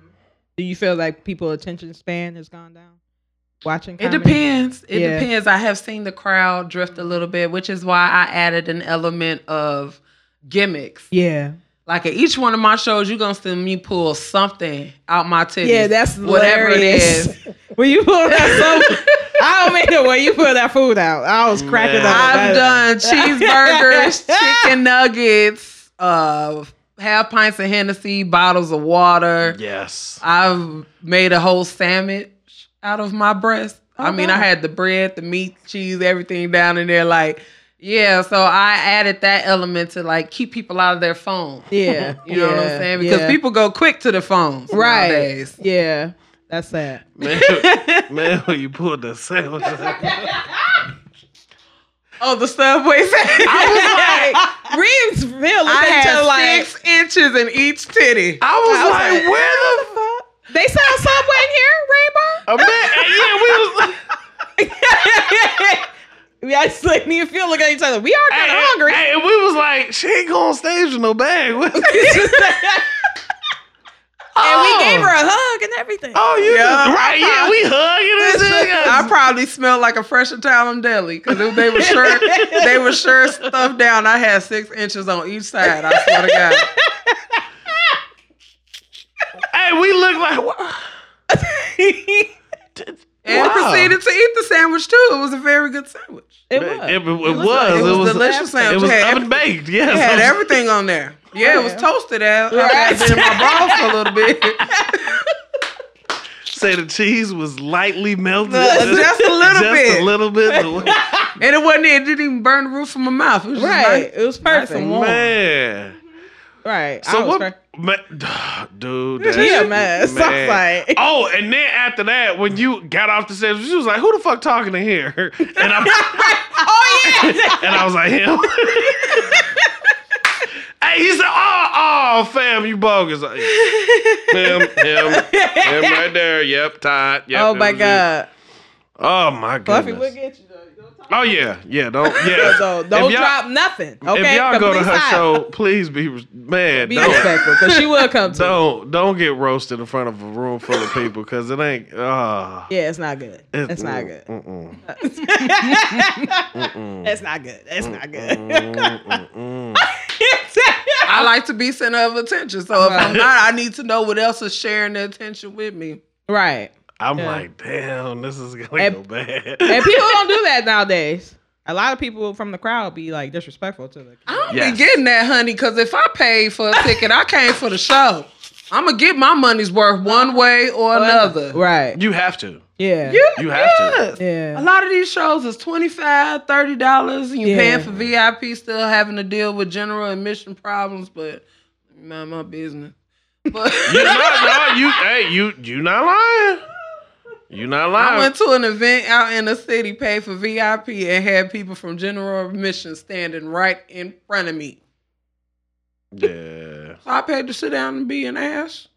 [SPEAKER 4] Do you feel like people attention span has gone down? Watching
[SPEAKER 3] It
[SPEAKER 4] comedy?
[SPEAKER 3] depends. It
[SPEAKER 4] Yeah.
[SPEAKER 3] depends. I have seen the crowd drift a little bit, which is why I added an element of gimmicks.
[SPEAKER 4] Yeah.
[SPEAKER 3] Like at each one of my shows, you're gonna see me pull something out my titties.
[SPEAKER 4] Yeah, that's
[SPEAKER 3] whatever
[SPEAKER 4] hilarious.
[SPEAKER 3] it is.
[SPEAKER 4] *laughs* when you pull
[SPEAKER 3] *laughs*
[SPEAKER 4] that so I don't mean the way you pull that food out. I was cracking
[SPEAKER 1] Man.
[SPEAKER 4] up. That-
[SPEAKER 3] I've done cheeseburgers, chicken nuggets, uh, half pints of Hennessy, bottles of water.
[SPEAKER 4] *laughs*
[SPEAKER 1] Yes.
[SPEAKER 3] I've made a whole sandwich out of my breast. I mean, I
[SPEAKER 4] wow.
[SPEAKER 3] had the bread, the meat, cheese, everything down in there. Like, yeah. So I added that element to like keep people out of their phone.
[SPEAKER 4] Yeah.
[SPEAKER 3] You know what I'm
[SPEAKER 4] yeah,
[SPEAKER 3] saying? Because
[SPEAKER 4] yeah.
[SPEAKER 3] people go quick to the phones
[SPEAKER 4] Right.
[SPEAKER 3] nowadays.
[SPEAKER 4] Yeah. That's sad.
[SPEAKER 1] Man, man, when you pulled the sandwich. out.
[SPEAKER 3] Oh, the subway sandwich.
[SPEAKER 4] *laughs* I was like, Reeves Mill
[SPEAKER 3] I had
[SPEAKER 4] like
[SPEAKER 3] six inches in each titty.
[SPEAKER 1] I was,
[SPEAKER 4] I was
[SPEAKER 1] like,
[SPEAKER 4] like,
[SPEAKER 1] where the fuck?
[SPEAKER 4] they sell Subway in here, Rainbow.
[SPEAKER 1] A man, and yeah, we was
[SPEAKER 4] *laughs*
[SPEAKER 1] like,
[SPEAKER 4] we actually me and Phil look at each other. We are kind
[SPEAKER 1] hey,
[SPEAKER 4] of hungry.
[SPEAKER 1] hey, and we was like, she ain't going on stage with no bag. and we
[SPEAKER 4] *laughs* and we gave her a hug and everything.
[SPEAKER 1] Oh, you
[SPEAKER 3] Yeah.
[SPEAKER 1] right? Yeah, we hugging and shit.
[SPEAKER 3] I probably smelled like a fresh Italian deli because they were sure they were sure stuffed down. I had six inches on each side. I swear to God.
[SPEAKER 1] Hey, we look like what?
[SPEAKER 4] *laughs* it
[SPEAKER 3] And
[SPEAKER 1] Wow.
[SPEAKER 3] proceeded to eat the sandwich too. It was a very good sandwich.
[SPEAKER 4] was.
[SPEAKER 1] It, it, was.
[SPEAKER 4] looked like-
[SPEAKER 3] It was
[SPEAKER 1] It was.
[SPEAKER 3] delicious sandwich.
[SPEAKER 1] It was
[SPEAKER 3] had,
[SPEAKER 1] oven baked. Yes.
[SPEAKER 3] every- had
[SPEAKER 1] I was- *laughs*
[SPEAKER 3] everything on there. Yeah, it was
[SPEAKER 4] Yeah.
[SPEAKER 3] toasted out. I had it in my balls for a little bit.
[SPEAKER 1] Say the cheese was lightly melted.
[SPEAKER 3] Just a little
[SPEAKER 1] Just
[SPEAKER 3] bit.
[SPEAKER 1] a little
[SPEAKER 3] *laughs*
[SPEAKER 1] bit.
[SPEAKER 3] And it wasn't it didn't even burn the roof of my mouth. It was just
[SPEAKER 4] Right.
[SPEAKER 3] right.
[SPEAKER 4] It was perfect.
[SPEAKER 3] and
[SPEAKER 1] man.
[SPEAKER 4] Right. I
[SPEAKER 1] So
[SPEAKER 4] was
[SPEAKER 1] what?
[SPEAKER 4] cra-
[SPEAKER 1] ma- *sighs* dude, that
[SPEAKER 4] She a
[SPEAKER 1] shit-
[SPEAKER 3] *laughs*
[SPEAKER 4] mess. I was like-
[SPEAKER 1] oh, and then after that, when you got off the stage, she was like, "Who the fuck talking to here?" *laughs* And I,
[SPEAKER 4] *laughs* Oh
[SPEAKER 1] *laughs*
[SPEAKER 4] yeah.
[SPEAKER 1] and I was like, "Him." hey, he said, "Oh, oh, fam, you bogus." Like, him, him,
[SPEAKER 4] *laughs*
[SPEAKER 1] him, right there. Yep, Todd. Yep.
[SPEAKER 4] oh
[SPEAKER 1] it
[SPEAKER 4] my
[SPEAKER 1] was you.
[SPEAKER 4] god.
[SPEAKER 1] Oh my
[SPEAKER 4] Fluffy, look
[SPEAKER 1] god.
[SPEAKER 4] at you. though. Don't talk-
[SPEAKER 1] Oh yeah, yeah.
[SPEAKER 4] *laughs*
[SPEAKER 1] Don't yeah.
[SPEAKER 4] So
[SPEAKER 1] If
[SPEAKER 4] don't
[SPEAKER 1] y'all-
[SPEAKER 4] drop nothing. Okay.
[SPEAKER 1] If y'all go to
[SPEAKER 4] Complete
[SPEAKER 1] her
[SPEAKER 4] silence.
[SPEAKER 1] show, please be res- man.
[SPEAKER 4] be
[SPEAKER 1] don't,
[SPEAKER 4] respectful because she
[SPEAKER 1] *laughs*
[SPEAKER 4] will come to. you.
[SPEAKER 1] Don't don't get roasted in front of a room full of people because it ain't. Uh,
[SPEAKER 4] Yeah, it's not good.
[SPEAKER 1] it- mm,
[SPEAKER 4] It's, not good.
[SPEAKER 1] Mm-mm,
[SPEAKER 4] That's not good. That's not good.
[SPEAKER 1] mm-mm, mm-mm. I
[SPEAKER 3] I like to be center of attention. So if I'm
[SPEAKER 4] Right.
[SPEAKER 3] not, I need to know what else is sharing the attention with me.
[SPEAKER 4] *laughs* right.
[SPEAKER 2] I'm
[SPEAKER 4] Yeah.
[SPEAKER 2] like, damn, this is gonna
[SPEAKER 4] And-
[SPEAKER 2] go bad.
[SPEAKER 4] And
[SPEAKER 1] *laughs*
[SPEAKER 4] people don't do that nowadays. A lot of people from the crowd be like disrespectful to the.
[SPEAKER 3] I don't
[SPEAKER 2] Yes.
[SPEAKER 3] be getting that, honey, because if I paid for a ticket, I came for the show. I'm gonna get my money's worth one way or another.
[SPEAKER 4] *laughs* Right.
[SPEAKER 2] you have to.
[SPEAKER 4] Yeah.
[SPEAKER 3] Yeah,
[SPEAKER 2] You have to.
[SPEAKER 3] yes.
[SPEAKER 4] Yeah.
[SPEAKER 3] A lot of these shows is 25 $30. And you
[SPEAKER 4] Yeah.
[SPEAKER 3] paying for VIP, still having to deal with general admission problems, but mind my business.
[SPEAKER 2] *laughs*
[SPEAKER 3] But *laughs*
[SPEAKER 2] You not, no, you hey, you you not lying. You not lying.
[SPEAKER 3] I went to an event out in the city, paid for VIP, and had people from general admission standing right in front of me.
[SPEAKER 2] yeah.
[SPEAKER 3] So I paid to sit down and be an ass.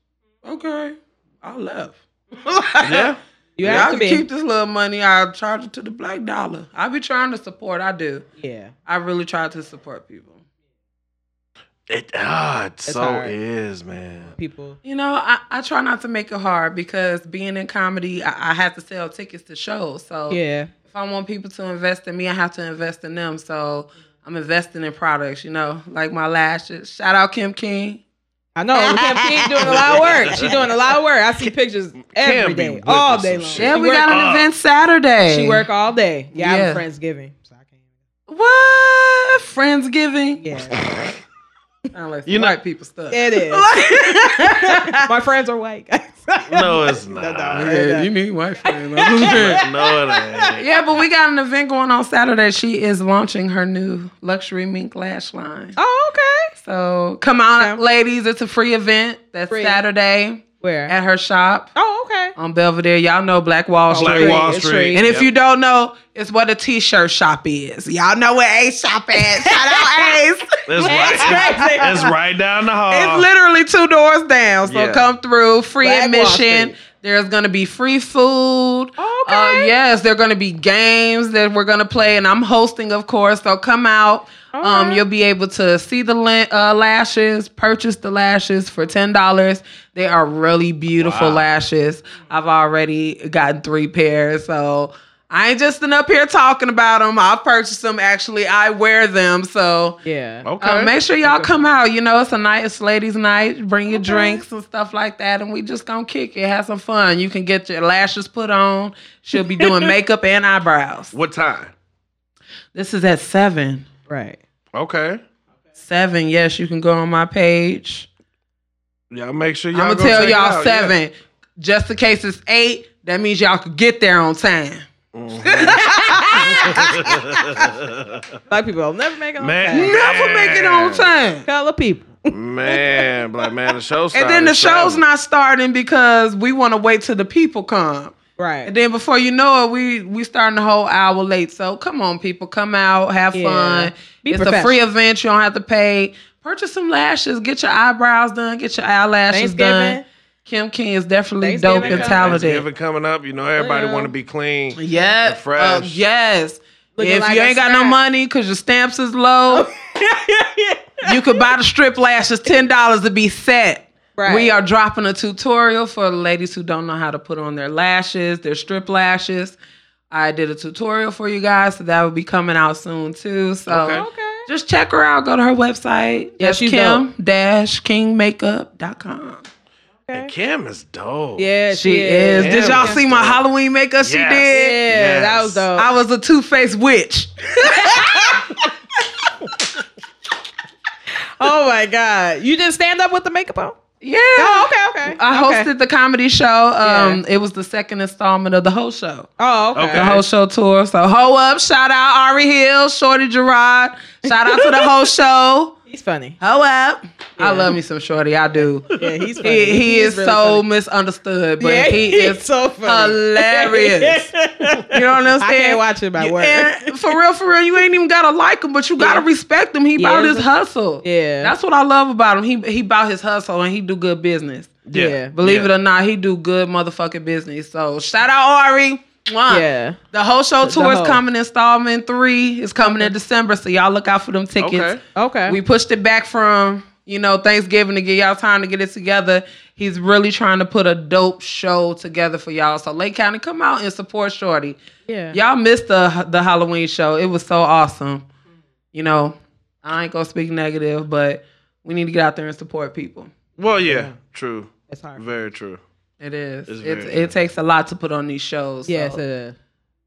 [SPEAKER 3] Okay, I left.
[SPEAKER 2] Yeah.
[SPEAKER 4] *laughs* You
[SPEAKER 3] Yeah,
[SPEAKER 4] have
[SPEAKER 3] I
[SPEAKER 4] to
[SPEAKER 3] can
[SPEAKER 4] be.
[SPEAKER 3] keep this little money. I charge it to the black dollar. I be trying to support. I do.
[SPEAKER 4] yeah.
[SPEAKER 3] I really try to support people.
[SPEAKER 2] It ah, it so
[SPEAKER 4] hard.
[SPEAKER 2] is, man.
[SPEAKER 4] People.
[SPEAKER 3] You know, I, I try not to make it hard because being in comedy, I, I have to sell tickets to shows. So
[SPEAKER 4] Yeah.
[SPEAKER 3] if I want people to invest in me, I have to invest in them. So I'm investing in products, you know, like my lashes. Shout out Kim King.
[SPEAKER 4] I know. Kim King doing a lot of work. She's doing a lot of work. I see pictures
[SPEAKER 2] be
[SPEAKER 4] every day,
[SPEAKER 2] whipping
[SPEAKER 4] all
[SPEAKER 2] some
[SPEAKER 4] day long.
[SPEAKER 2] shit.
[SPEAKER 3] Yeah,
[SPEAKER 4] She
[SPEAKER 3] we
[SPEAKER 4] work-
[SPEAKER 3] got an
[SPEAKER 2] uh,
[SPEAKER 3] event Saturday.
[SPEAKER 4] She work all day. Yeah,
[SPEAKER 3] Yeah.
[SPEAKER 4] I'm Friendsgiving. So I can't.
[SPEAKER 3] What? Friendsgiving?
[SPEAKER 4] Yeah.
[SPEAKER 3] Unless
[SPEAKER 2] You
[SPEAKER 3] you
[SPEAKER 2] know-
[SPEAKER 3] white people stuff.
[SPEAKER 4] It is. *laughs* My friends are white.
[SPEAKER 2] No, it's not.
[SPEAKER 3] *laughs*
[SPEAKER 4] Yeah, you
[SPEAKER 3] need white friends.
[SPEAKER 2] No, it ain't.
[SPEAKER 3] yeah, but we got an event going on Saturday. She is launching her new luxury mink lash line.
[SPEAKER 4] *laughs* oh, okay.
[SPEAKER 3] So come on,
[SPEAKER 4] Okay.
[SPEAKER 3] ladies. It's a free event. That's
[SPEAKER 4] Free.
[SPEAKER 3] Saturday
[SPEAKER 4] Where?
[SPEAKER 3] at her shop
[SPEAKER 4] oh, okay.
[SPEAKER 3] on Belvedere. Y'all know Black Wall Street.
[SPEAKER 2] Black
[SPEAKER 4] Street,
[SPEAKER 2] Wall
[SPEAKER 4] it's
[SPEAKER 2] Street.
[SPEAKER 4] Street.
[SPEAKER 3] And if
[SPEAKER 2] Yep.
[SPEAKER 3] you don't know, it's what a t-shirt shop is. Y'all know where Ace shop is. Shout out Ace.
[SPEAKER 2] it's right, *laughs* it's, it's right down the hall.
[SPEAKER 3] It's literally two doors down. So
[SPEAKER 2] Uh, Yeah.
[SPEAKER 3] come through, free
[SPEAKER 4] Black Wall
[SPEAKER 3] admission.
[SPEAKER 4] Street.
[SPEAKER 3] There's gonna be free food.
[SPEAKER 4] Okay.
[SPEAKER 3] Uh, yes, there are gonna be games that we're gonna play, and I'm hosting, of course. So come out. Um,
[SPEAKER 4] Okay.
[SPEAKER 3] you'll be able to see the la- uh, lashes, purchase the lashes for ten dollars. They are really beautiful
[SPEAKER 2] Wow.
[SPEAKER 3] lashes. I've already gotten three pairs, so I ain't just sitting up here talking about them. I purchased them. Actually, I wear them. So
[SPEAKER 4] Yeah.
[SPEAKER 1] Oh.
[SPEAKER 2] okay.
[SPEAKER 3] uh, make sure y'all come out. You know, it's a night, it's ladies' night. Bring your drinks and stuff like that, and we just gonna kick it, have some fun. You can get your lashes put on. She'll
[SPEAKER 2] *laughs*
[SPEAKER 3] be doing makeup and eyebrows.
[SPEAKER 2] what time?
[SPEAKER 3] This is at seven.
[SPEAKER 4] Right.
[SPEAKER 2] Okay.
[SPEAKER 3] Seven, yes, you can go on my page.
[SPEAKER 2] Y'all make sure y'all.
[SPEAKER 3] I'm
[SPEAKER 2] go
[SPEAKER 3] gonna tell
[SPEAKER 2] check it
[SPEAKER 3] y'all
[SPEAKER 2] out, yeah.
[SPEAKER 3] seven. Just in case it's eight, that means y'all could get there on time.
[SPEAKER 4] Black people will never make it.
[SPEAKER 2] Man.
[SPEAKER 4] Man.
[SPEAKER 3] Never make it on time.
[SPEAKER 4] Color people.
[SPEAKER 2] Man, black man, the show
[SPEAKER 3] *laughs* And
[SPEAKER 2] started
[SPEAKER 3] then the
[SPEAKER 2] at
[SPEAKER 3] show's
[SPEAKER 2] seven.
[SPEAKER 3] not starting because we want to wait till the people come.
[SPEAKER 4] Right.
[SPEAKER 3] And then before you know it, we we starting the whole hour late. So come on, people, come out, have
[SPEAKER 4] Yeah.
[SPEAKER 3] fun.
[SPEAKER 4] Be
[SPEAKER 3] it's a free event. You don't have to pay. Purchase some lashes. Get your eyebrows done. Get your eyelashes done.
[SPEAKER 4] Thanksgiving.
[SPEAKER 3] Kim King is definitely dope
[SPEAKER 4] Thanksgiving
[SPEAKER 3] and
[SPEAKER 4] coming.
[SPEAKER 3] talented.
[SPEAKER 2] Thanksgiving coming up, you know everybody
[SPEAKER 4] Yeah.
[SPEAKER 2] want to be clean.
[SPEAKER 3] Yes,
[SPEAKER 2] Fresh.
[SPEAKER 3] Uh, yes.
[SPEAKER 4] Looking
[SPEAKER 3] if
[SPEAKER 4] like
[SPEAKER 3] you
[SPEAKER 4] a
[SPEAKER 3] ain't got no
[SPEAKER 4] snack. Oh.
[SPEAKER 3] money because your stamps is low, you could buy the strip lashes ten dollars to be set.
[SPEAKER 4] Right.
[SPEAKER 3] We are dropping a tutorial for the ladies who don't know how to put on their lashes, their strip lashes. I did a tutorial for you guys, so that will be coming out soon too. So
[SPEAKER 2] Okay.
[SPEAKER 4] *laughs* Okay.
[SPEAKER 3] just check her out. Go to her website.
[SPEAKER 4] Yeah,
[SPEAKER 3] That's
[SPEAKER 4] she's
[SPEAKER 3] Kim dash kingmakeup.com.
[SPEAKER 2] And Kim is dope.
[SPEAKER 4] Yeah,
[SPEAKER 3] She, is. Did y'all see my Halloween makeup she
[SPEAKER 2] Yes.
[SPEAKER 4] Yeah,
[SPEAKER 3] did?
[SPEAKER 4] that
[SPEAKER 2] Yes.
[SPEAKER 4] was dope.
[SPEAKER 3] I was a two faced witch.
[SPEAKER 4] oh my god, you didn't stand up with the makeup on.
[SPEAKER 3] Yeah.
[SPEAKER 4] Oh, okay, okay.
[SPEAKER 3] I
[SPEAKER 4] Okay.
[SPEAKER 3] hosted the comedy show. Um,
[SPEAKER 4] Yeah.
[SPEAKER 3] It was the second installment of the whole show.
[SPEAKER 4] Oh, okay.
[SPEAKER 2] Okay.
[SPEAKER 3] the whole show tour. So ho up, shout out Ari Hill, Shorty Gerard, shout out to
[SPEAKER 4] *laughs*
[SPEAKER 3] the whole show.
[SPEAKER 4] He's funny.
[SPEAKER 3] Ho up.
[SPEAKER 4] Yeah.
[SPEAKER 3] I love me some Shorty. I do.
[SPEAKER 4] Yeah, he's funny.
[SPEAKER 3] He, he is
[SPEAKER 4] really
[SPEAKER 3] so
[SPEAKER 4] funny.
[SPEAKER 3] misunderstood, but
[SPEAKER 4] Yeah,
[SPEAKER 3] he
[SPEAKER 4] he's
[SPEAKER 3] is
[SPEAKER 4] so funny.
[SPEAKER 3] hilarious. You know what I'm saying?
[SPEAKER 4] I can't watch it by
[SPEAKER 3] You-
[SPEAKER 4] work.
[SPEAKER 3] and *laughs* for real, for real, you ain't even gotta like him, but you gotta
[SPEAKER 4] Yeah.
[SPEAKER 3] respect him. He about
[SPEAKER 4] Yeah.
[SPEAKER 3] his hustle.
[SPEAKER 4] Yeah.
[SPEAKER 3] that's what I love about him. He he about his hustle and he do good business.
[SPEAKER 2] Yeah.
[SPEAKER 4] *laughs* Yeah.
[SPEAKER 3] Believe it or not, he do good motherfucking business. So shout out Ari. Mwah.
[SPEAKER 4] yeah.
[SPEAKER 3] The whole show
[SPEAKER 4] The
[SPEAKER 3] tour is
[SPEAKER 4] whole.
[SPEAKER 3] coming installment three. It's coming in December, so y'all look out for them tickets.
[SPEAKER 2] Okay.
[SPEAKER 4] Okay.
[SPEAKER 3] We pushed it back from you know Thanksgiving to give y'all time to get it together. He's really trying to put a dope show together for y'all. So Lake County, come out and support Shorty.
[SPEAKER 4] yeah.
[SPEAKER 3] Y'all missed the the Halloween show. It was so awesome. You know, I ain't gonna speak negative, but we need to get out there and support people.
[SPEAKER 1] Well, yeah, true,
[SPEAKER 4] It's hard.
[SPEAKER 1] very true.
[SPEAKER 3] It is.
[SPEAKER 1] It's
[SPEAKER 3] It,
[SPEAKER 1] very
[SPEAKER 3] it takes a lot to put on these shows. so
[SPEAKER 1] uh,
[SPEAKER 4] Yes, it is.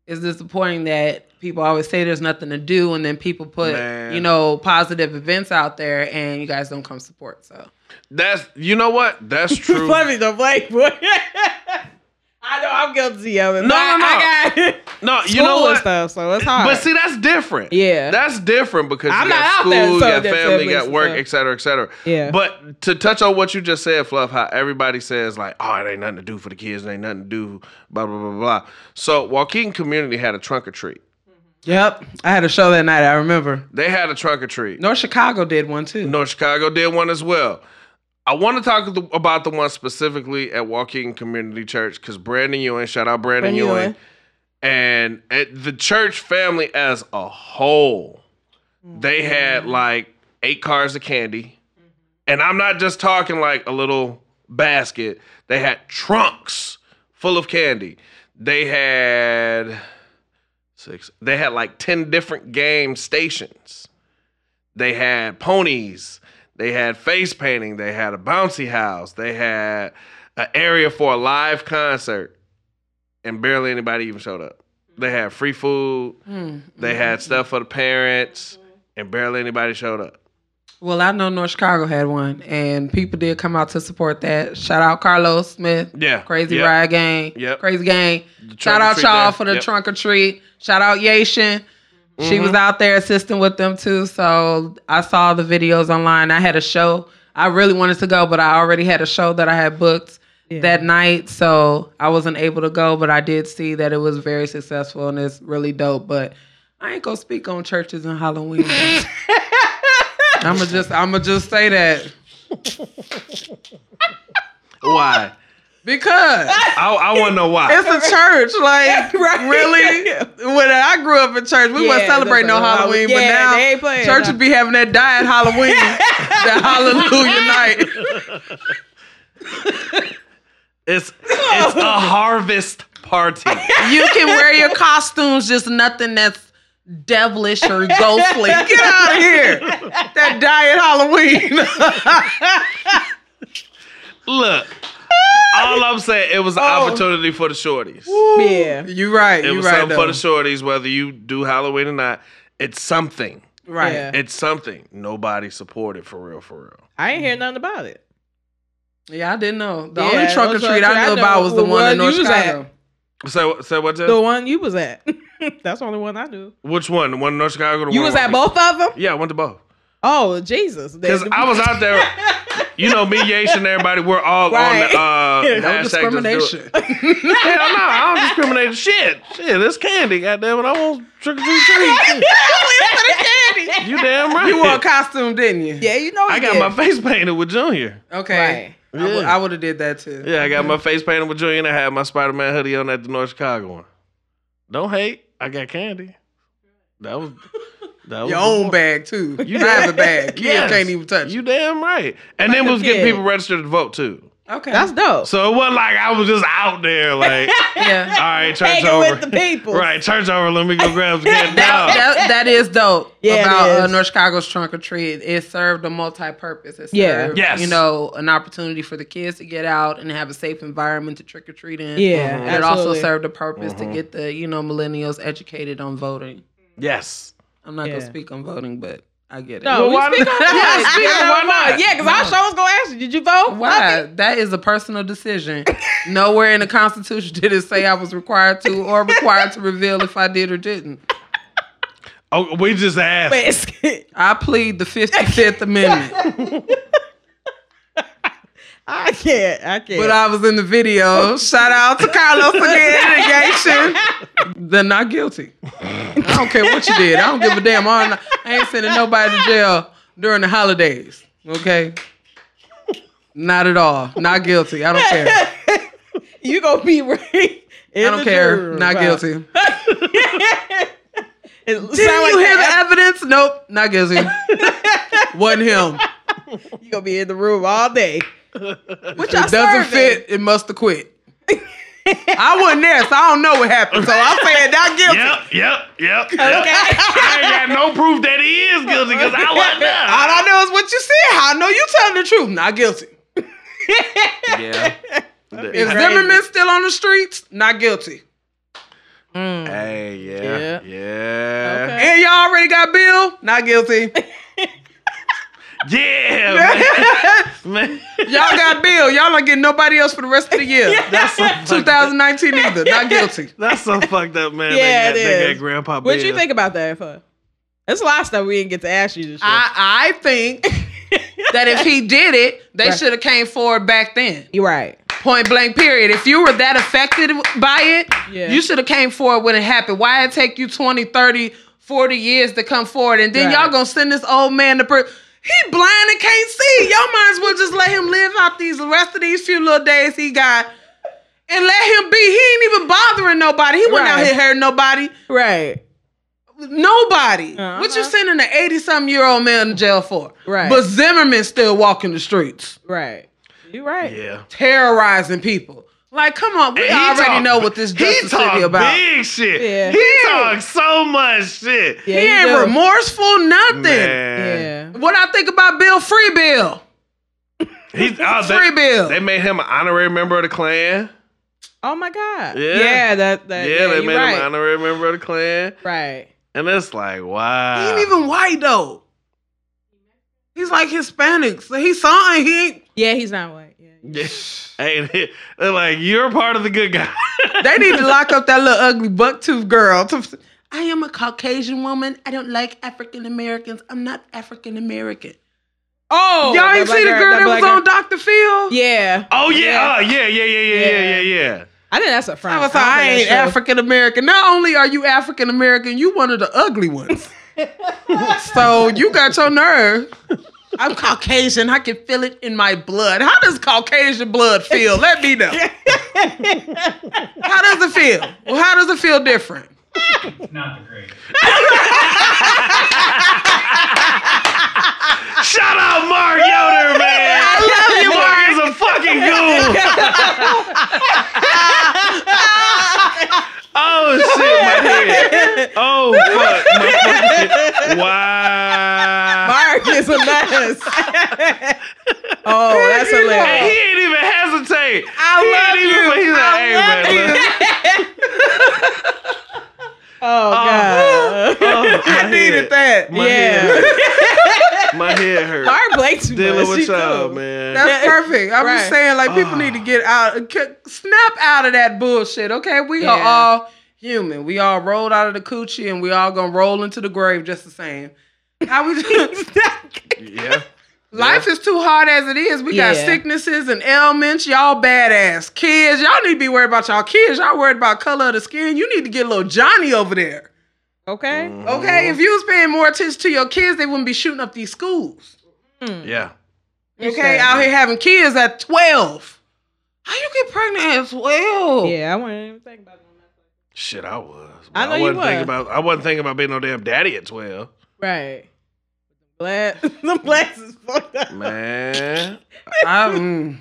[SPEAKER 3] it's disappointing that people always say there's nothing to do, and then people put
[SPEAKER 1] Man.
[SPEAKER 3] you know positive events out there, and you guys don't come support. So
[SPEAKER 1] That's you know what?
[SPEAKER 3] *laughs*
[SPEAKER 1] That's *laughs* true.
[SPEAKER 4] Fluffy's a black boy. *laughs* I know I'm guilty of it.
[SPEAKER 1] No,
[SPEAKER 4] but I,
[SPEAKER 1] no, no.
[SPEAKER 4] I got *laughs*
[SPEAKER 1] No, you
[SPEAKER 4] school
[SPEAKER 1] know
[SPEAKER 4] and
[SPEAKER 1] what?
[SPEAKER 4] stuff, so it's hard.
[SPEAKER 1] But see, that's different.
[SPEAKER 4] Yeah.
[SPEAKER 1] that's different because
[SPEAKER 4] I'm
[SPEAKER 1] you got
[SPEAKER 4] not out
[SPEAKER 1] school,
[SPEAKER 4] there,
[SPEAKER 1] you
[SPEAKER 4] so
[SPEAKER 1] got
[SPEAKER 4] that's
[SPEAKER 1] family, you
[SPEAKER 4] at
[SPEAKER 1] got
[SPEAKER 4] least,
[SPEAKER 1] work,
[SPEAKER 4] so-
[SPEAKER 1] et cetera, et cetera.
[SPEAKER 4] Yeah.
[SPEAKER 1] But to touch on what you just said, Fluff, how everybody says like, "Oh, it ain't nothing to do for the kids, it ain't nothing to do," blah blah blah blah. So, Waukegan community had a trunk or treat.
[SPEAKER 3] yep, I had a show that night. I remember.
[SPEAKER 1] They had a trunk or treat.
[SPEAKER 3] North Chicago did one too.
[SPEAKER 1] North Chicago did one as well. I want to talk th- about the one specifically at Waukegan Community Church because Brandon Ewing, shout out Brandon,
[SPEAKER 4] Brandon
[SPEAKER 1] Ewing,
[SPEAKER 4] Ewing.
[SPEAKER 1] and at the church family as a whole, they had like eight cars of candy, and I'm not just talking like a little basket. They had trunks full of candy. They had six. They had like ten different game stations. They had ponies. They had face painting. They had a bouncy house. They had an area for a live concert, and barely anybody even showed up. They had free food.
[SPEAKER 3] Hmm. Mm-hmm.
[SPEAKER 1] They had stuff for the parents, and barely anybody showed up.
[SPEAKER 3] Well, I know North Chicago had one, and people did come out to support that. Shout out Carlos Smith.
[SPEAKER 1] Yeah.
[SPEAKER 3] Crazy
[SPEAKER 1] Yep.
[SPEAKER 3] Ride Gang.
[SPEAKER 1] Yep.
[SPEAKER 3] Crazy Gang. Shout
[SPEAKER 1] trunk or
[SPEAKER 3] out
[SPEAKER 1] treat
[SPEAKER 3] y'all
[SPEAKER 1] there.
[SPEAKER 3] for the
[SPEAKER 1] Yep. Mm-hmm.
[SPEAKER 3] trunk or treat. Shout out Yation. She was out there assisting with them too. So I saw the videos online. I had a show. I really wanted to go, but I already had a show that I had booked that night. So I wasn't able to go, but I did see that it was very successful and it's really dope. But I ain't gonna speak on churches and Halloween. I'ma just I'ma just say that.
[SPEAKER 1] Why?
[SPEAKER 3] Because
[SPEAKER 1] I, I want to know why.
[SPEAKER 3] it's a church. Like
[SPEAKER 4] *laughs* Right. *laughs*
[SPEAKER 3] really, when I grew up in church, we
[SPEAKER 4] Yeah,
[SPEAKER 3] wasn't celebrating no
[SPEAKER 4] that's a-
[SPEAKER 3] Halloween.
[SPEAKER 4] yeah, they ain't
[SPEAKER 3] but now
[SPEAKER 4] playing
[SPEAKER 3] church
[SPEAKER 4] that.
[SPEAKER 3] would be having that
[SPEAKER 4] *laughs*
[SPEAKER 3] diet Halloween, that Hallelujah night.
[SPEAKER 1] It's
[SPEAKER 3] *laughs*
[SPEAKER 1] it's a harvest party.
[SPEAKER 3] You can wear your costumes, just nothing that's devilish or ghostly. *laughs* Get out of here. That diet Halloween.
[SPEAKER 1] Look, all I'm saying, it was an
[SPEAKER 3] Oh.
[SPEAKER 1] opportunity for the shorties.
[SPEAKER 4] yeah.
[SPEAKER 3] *laughs* you right.
[SPEAKER 1] It
[SPEAKER 3] You
[SPEAKER 1] was
[SPEAKER 3] right.
[SPEAKER 1] something
[SPEAKER 3] though.
[SPEAKER 1] for the shorties, whether you do Halloween or not. It's something.
[SPEAKER 3] Right.
[SPEAKER 4] Yeah.
[SPEAKER 1] It's something. Nobody supported for real, for real.
[SPEAKER 4] I ain't hear nothing about it.
[SPEAKER 3] Yeah, I didn't know. The
[SPEAKER 4] Yeah,
[SPEAKER 3] only trunk or
[SPEAKER 4] those
[SPEAKER 3] treat
[SPEAKER 4] trunk-
[SPEAKER 3] I
[SPEAKER 4] I
[SPEAKER 3] knew
[SPEAKER 4] know
[SPEAKER 3] about was the one
[SPEAKER 4] where
[SPEAKER 3] in North
[SPEAKER 4] you was at.
[SPEAKER 3] Chicago.
[SPEAKER 1] So, so what's that?
[SPEAKER 4] The one you was at. *laughs* That's the only one I knew.
[SPEAKER 1] Which one? The one in North Chicago? Or the
[SPEAKER 4] You
[SPEAKER 1] one
[SPEAKER 4] was
[SPEAKER 1] in
[SPEAKER 4] at
[SPEAKER 1] Waukegan?
[SPEAKER 4] both of them?
[SPEAKER 1] Yeah, I went to
[SPEAKER 3] *laughs*
[SPEAKER 1] both.
[SPEAKER 4] Oh, Jesus.
[SPEAKER 1] Because I was out there. You know, me, Yash, and everybody, we're all on the uh,
[SPEAKER 3] *laughs* No
[SPEAKER 1] hashtag just do it. *laughs*
[SPEAKER 3] discrimination.
[SPEAKER 1] Hell no, I don't discriminate. Shit, shit, it's candy. Goddamn it, I want trick or treat. treat.
[SPEAKER 4] *laughs*
[SPEAKER 1] You damn right.
[SPEAKER 3] *laughs* *laughs* you wore a costume, didn't you?
[SPEAKER 4] yeah, you know
[SPEAKER 1] I
[SPEAKER 4] you
[SPEAKER 1] got
[SPEAKER 4] did.
[SPEAKER 1] my face painted with Junior.
[SPEAKER 3] Okay.
[SPEAKER 1] Right.
[SPEAKER 3] I, would,
[SPEAKER 1] Yeah.
[SPEAKER 3] I would have did that too.
[SPEAKER 1] Yeah, I got my face painted with Junior, and I had my Spider Man hoodie on at the North Chicago one. Don't hate. I got candy. That was that was
[SPEAKER 3] Your
[SPEAKER 1] the
[SPEAKER 3] own
[SPEAKER 1] one.
[SPEAKER 3] bag too. You have a bag. Kids
[SPEAKER 1] Yes.
[SPEAKER 3] can't even touch.
[SPEAKER 1] You damn right. And then we was
[SPEAKER 4] the
[SPEAKER 1] getting
[SPEAKER 4] kid.
[SPEAKER 1] people registered to vote too.
[SPEAKER 3] Okay.
[SPEAKER 4] That's dope.
[SPEAKER 1] So it wasn't like I was just out there like, all
[SPEAKER 4] *laughs*
[SPEAKER 3] yeah.
[SPEAKER 1] right, church
[SPEAKER 4] Hanging
[SPEAKER 1] over.
[SPEAKER 4] with the people.
[SPEAKER 1] Right, church over. Let me go grab some
[SPEAKER 3] *laughs*
[SPEAKER 1] candy. No.
[SPEAKER 3] That, that is dope
[SPEAKER 4] Yeah, it
[SPEAKER 3] about Uh,
[SPEAKER 4] is.
[SPEAKER 3] North Chicago's trunk or treat. It served a multi-purpose. It served,
[SPEAKER 4] Yeah.
[SPEAKER 1] Yes.
[SPEAKER 3] you know, an opportunity for the kids to get out and have a safe environment to trick or treat in.
[SPEAKER 4] Yeah,
[SPEAKER 3] and it also
[SPEAKER 4] absolutely.
[SPEAKER 3] served a purpose to get the you know millennials educated on voting.
[SPEAKER 1] Yes.
[SPEAKER 3] I'm not gonna
[SPEAKER 4] Yeah.
[SPEAKER 3] speak on voting, but I get it.
[SPEAKER 4] No,
[SPEAKER 1] Well,
[SPEAKER 4] we
[SPEAKER 1] why
[SPEAKER 4] speak
[SPEAKER 1] not? *laughs*
[SPEAKER 4] on
[SPEAKER 1] Yeah,
[SPEAKER 4] that.
[SPEAKER 1] speak on- why not?
[SPEAKER 4] *laughs* Yeah, because our show was going to ask you, did you vote? I
[SPEAKER 3] Why? That is a personal decision. Nowhere in the Constitution did it say I was required to or required to reveal if I did or didn't.
[SPEAKER 1] Oh, we just asked. *laughs*
[SPEAKER 4] think *laughs* it's-
[SPEAKER 3] I plead the 55th Amendment,
[SPEAKER 4] I can't. I can't. *laughs*
[SPEAKER 3] but I was in the video. Shout out to Carlos again, negation. They're not guilty. I don't care what you did. I don't give a damn. I'm not- I ain't sending nobody to jail during the holidays. Okay? Not at all. Not guilty. I don't care. I
[SPEAKER 4] you going to be right. I
[SPEAKER 3] don't care. Not
[SPEAKER 4] *laughs*
[SPEAKER 3] guilty.
[SPEAKER 4] Did you
[SPEAKER 3] Didn't you hear the evidence? Nope, not guilty. Wasn't him.
[SPEAKER 4] *laughs* You gonna be in the room all day. What y'all
[SPEAKER 3] It doesn't
[SPEAKER 4] serving?
[SPEAKER 3] fit. It must have quit. I wasn't there, so I don't know what happened. So
[SPEAKER 4] Oh,
[SPEAKER 3] I'm saying not
[SPEAKER 4] *laughs*
[SPEAKER 3] guilty.
[SPEAKER 1] Yep, yep, yep. yep. I ain't got no proof that he is guilty because I wasn't there.
[SPEAKER 3] *laughs* All I know is what you said. How I know the truth. Not guilty.
[SPEAKER 1] Yeah. *laughs*
[SPEAKER 3] Is
[SPEAKER 4] Crazy.
[SPEAKER 3] Zimmerman still on the streets? Not guilty.
[SPEAKER 1] Hey, yeah. Yeah.
[SPEAKER 4] Yeah.
[SPEAKER 1] Yeah,
[SPEAKER 4] Okay.
[SPEAKER 3] And y'all already got Bill? Not guilty.
[SPEAKER 4] *laughs*
[SPEAKER 3] *laughs*
[SPEAKER 1] man. man.
[SPEAKER 3] Y'all got Bill. Y'all not getting nobody else for the rest of the year.
[SPEAKER 1] That's so fucked up.
[SPEAKER 3] 2019 either. Not guilty.
[SPEAKER 1] That's so fucked up, man.
[SPEAKER 4] Yeah,
[SPEAKER 1] they,
[SPEAKER 4] it
[SPEAKER 1] got, they
[SPEAKER 4] is.
[SPEAKER 1] got Grandpa
[SPEAKER 4] What you
[SPEAKER 1] Bill.
[SPEAKER 4] think about that? For there's a lot of stuff we didn't get to ask you. This year. *laughs*
[SPEAKER 3] I, I think that if he did it, they
[SPEAKER 4] Right.
[SPEAKER 3] should have came forward back then.
[SPEAKER 4] You're right.
[SPEAKER 3] Point blank, period. If you were that affected by it,
[SPEAKER 4] Yeah.
[SPEAKER 3] you should have came forward when it happened. Why it take you 20, 30, 40 years to come forward? And then
[SPEAKER 4] Right.
[SPEAKER 3] y'all gonna send this old man to per- He blind and can't see. Y'all might as well just let him live out these rest of these few little days he got and let him be. He ain't even bothering nobody. He went out
[SPEAKER 4] Right.
[SPEAKER 3] here hurting nobody.
[SPEAKER 4] Right.
[SPEAKER 3] Nobody.
[SPEAKER 4] Uh-huh.
[SPEAKER 3] What you sending an 80 something year old man to jail for?
[SPEAKER 4] Right.
[SPEAKER 3] But Zimmerman still walking the streets,
[SPEAKER 4] Right. You're right.
[SPEAKER 1] Yeah.
[SPEAKER 3] terrorizing people. Like, come on, we
[SPEAKER 1] He
[SPEAKER 3] already
[SPEAKER 1] talk-
[SPEAKER 3] know what this
[SPEAKER 1] He
[SPEAKER 3] justice
[SPEAKER 1] talk
[SPEAKER 3] city about.
[SPEAKER 1] big shit.
[SPEAKER 4] Yeah.
[SPEAKER 1] He talks so much shit.
[SPEAKER 4] Yeah,
[SPEAKER 3] he
[SPEAKER 4] you
[SPEAKER 3] ain't
[SPEAKER 4] do.
[SPEAKER 3] remorseful, nothing.
[SPEAKER 1] Man.
[SPEAKER 4] Yeah.
[SPEAKER 3] What I think about Bill Free Bill.
[SPEAKER 1] He's, oh,
[SPEAKER 3] Free
[SPEAKER 1] they,
[SPEAKER 3] Bill.
[SPEAKER 1] they made him an honorary member of the Klan.
[SPEAKER 4] Oh my God.
[SPEAKER 1] Yeah.
[SPEAKER 4] That.
[SPEAKER 1] Yeah,
[SPEAKER 4] that yeah.
[SPEAKER 1] they
[SPEAKER 4] you're
[SPEAKER 1] made him an
[SPEAKER 4] right.
[SPEAKER 1] honorary member of the Klan.
[SPEAKER 4] Right.
[SPEAKER 1] And it's like, wow.
[SPEAKER 3] he ain't even white though. He's like Hispanic. So he's something. He ain't
[SPEAKER 4] Yeah. He's not white. Yeah.
[SPEAKER 1] *laughs* Yeah. Hey, they- they're like, you're part of the good guy.
[SPEAKER 3] they need to lock up that little ugly bucktooth girl. To- I am a Caucasian woman. I don't like African Americans. I'm not African American.
[SPEAKER 4] Oh.
[SPEAKER 3] Y'all
[SPEAKER 4] that
[SPEAKER 3] ain't
[SPEAKER 4] black
[SPEAKER 3] see the girl that
[SPEAKER 4] black
[SPEAKER 3] was on Dr. Phil?
[SPEAKER 4] Yeah.
[SPEAKER 1] *laughs* oh, yeah. Yeah. yeah, yeah, yeah, yeah, yeah, yeah,
[SPEAKER 4] Yeah.
[SPEAKER 1] yeah.
[SPEAKER 4] I think that's a front.
[SPEAKER 3] I was like,
[SPEAKER 4] don't
[SPEAKER 3] I
[SPEAKER 4] think
[SPEAKER 3] ain't
[SPEAKER 4] that's true.
[SPEAKER 3] African American. Not only are you African American, you one of the ugly *laughs* ones. so you got your nerve. I'm Caucasian. I can feel it in my blood. How does Caucasian blood feel? Let me *laughs* know. how does it feel? Well, how does it feel different?
[SPEAKER 5] Not the greatest.
[SPEAKER 1] Shout out Mark Yoder, man. I love you, Mark. is a fucking goon. oh shit, my head. Oh fuck, my fucking head. Wow.
[SPEAKER 4] *laughs* Mark is a mess.
[SPEAKER 3] *laughs*
[SPEAKER 4] oh, that's
[SPEAKER 1] And he
[SPEAKER 4] hilarious.
[SPEAKER 1] ain't even hesitate.
[SPEAKER 4] I
[SPEAKER 1] he
[SPEAKER 4] love
[SPEAKER 1] ain't even.
[SPEAKER 4] you.
[SPEAKER 1] He's like,
[SPEAKER 4] I
[SPEAKER 1] hey
[SPEAKER 4] love
[SPEAKER 1] man. look."
[SPEAKER 4] Oh
[SPEAKER 3] Uh-huh.
[SPEAKER 4] God. *laughs*
[SPEAKER 1] Oh, my
[SPEAKER 3] I
[SPEAKER 1] head.
[SPEAKER 3] needed that.
[SPEAKER 1] My
[SPEAKER 4] yeah.
[SPEAKER 1] head.
[SPEAKER 4] *laughs*
[SPEAKER 1] My head hurt.
[SPEAKER 4] Mark Blake too
[SPEAKER 1] Dealing
[SPEAKER 4] much.
[SPEAKER 1] with
[SPEAKER 4] She
[SPEAKER 1] y'all,
[SPEAKER 4] cool.
[SPEAKER 1] man.
[SPEAKER 3] That's
[SPEAKER 4] Yeah.
[SPEAKER 3] perfect. I'm just
[SPEAKER 4] Right.
[SPEAKER 3] saying, like, people
[SPEAKER 1] Ah.
[SPEAKER 3] need to get out, c- snap out of that bullshit, okay? We are
[SPEAKER 4] Yeah.
[SPEAKER 3] all human. We all rolled out of the coochie and we all gonna roll into the grave just the same. How
[SPEAKER 4] *laughs*
[SPEAKER 3] we
[SPEAKER 1] yeah.
[SPEAKER 3] Life is too hard as it is. We got
[SPEAKER 4] Yeah.
[SPEAKER 3] sicknesses and ailments. Y'all badass kids. Y'all need to be worried about y'all kids. Y'all worried about color of the skin. You need to get a little Johnny over there.
[SPEAKER 4] Okay.
[SPEAKER 3] Okay? If you was paying more attention to your kids, they wouldn't be shooting up these schools.
[SPEAKER 4] Mm.
[SPEAKER 1] Yeah.
[SPEAKER 3] Okay, out here having kids at 12. How you get pregnant at 12?
[SPEAKER 4] Yeah, I wouldn't even think about that.
[SPEAKER 1] Shit, I was.
[SPEAKER 4] I know you
[SPEAKER 1] wasn't thinking
[SPEAKER 4] were.
[SPEAKER 1] about. I wasn't thinking about being no damn daddy at twelve.
[SPEAKER 4] Right. Black. *laughs* the blacks is fucked up.
[SPEAKER 1] Man,
[SPEAKER 3] I- *laughs* mm,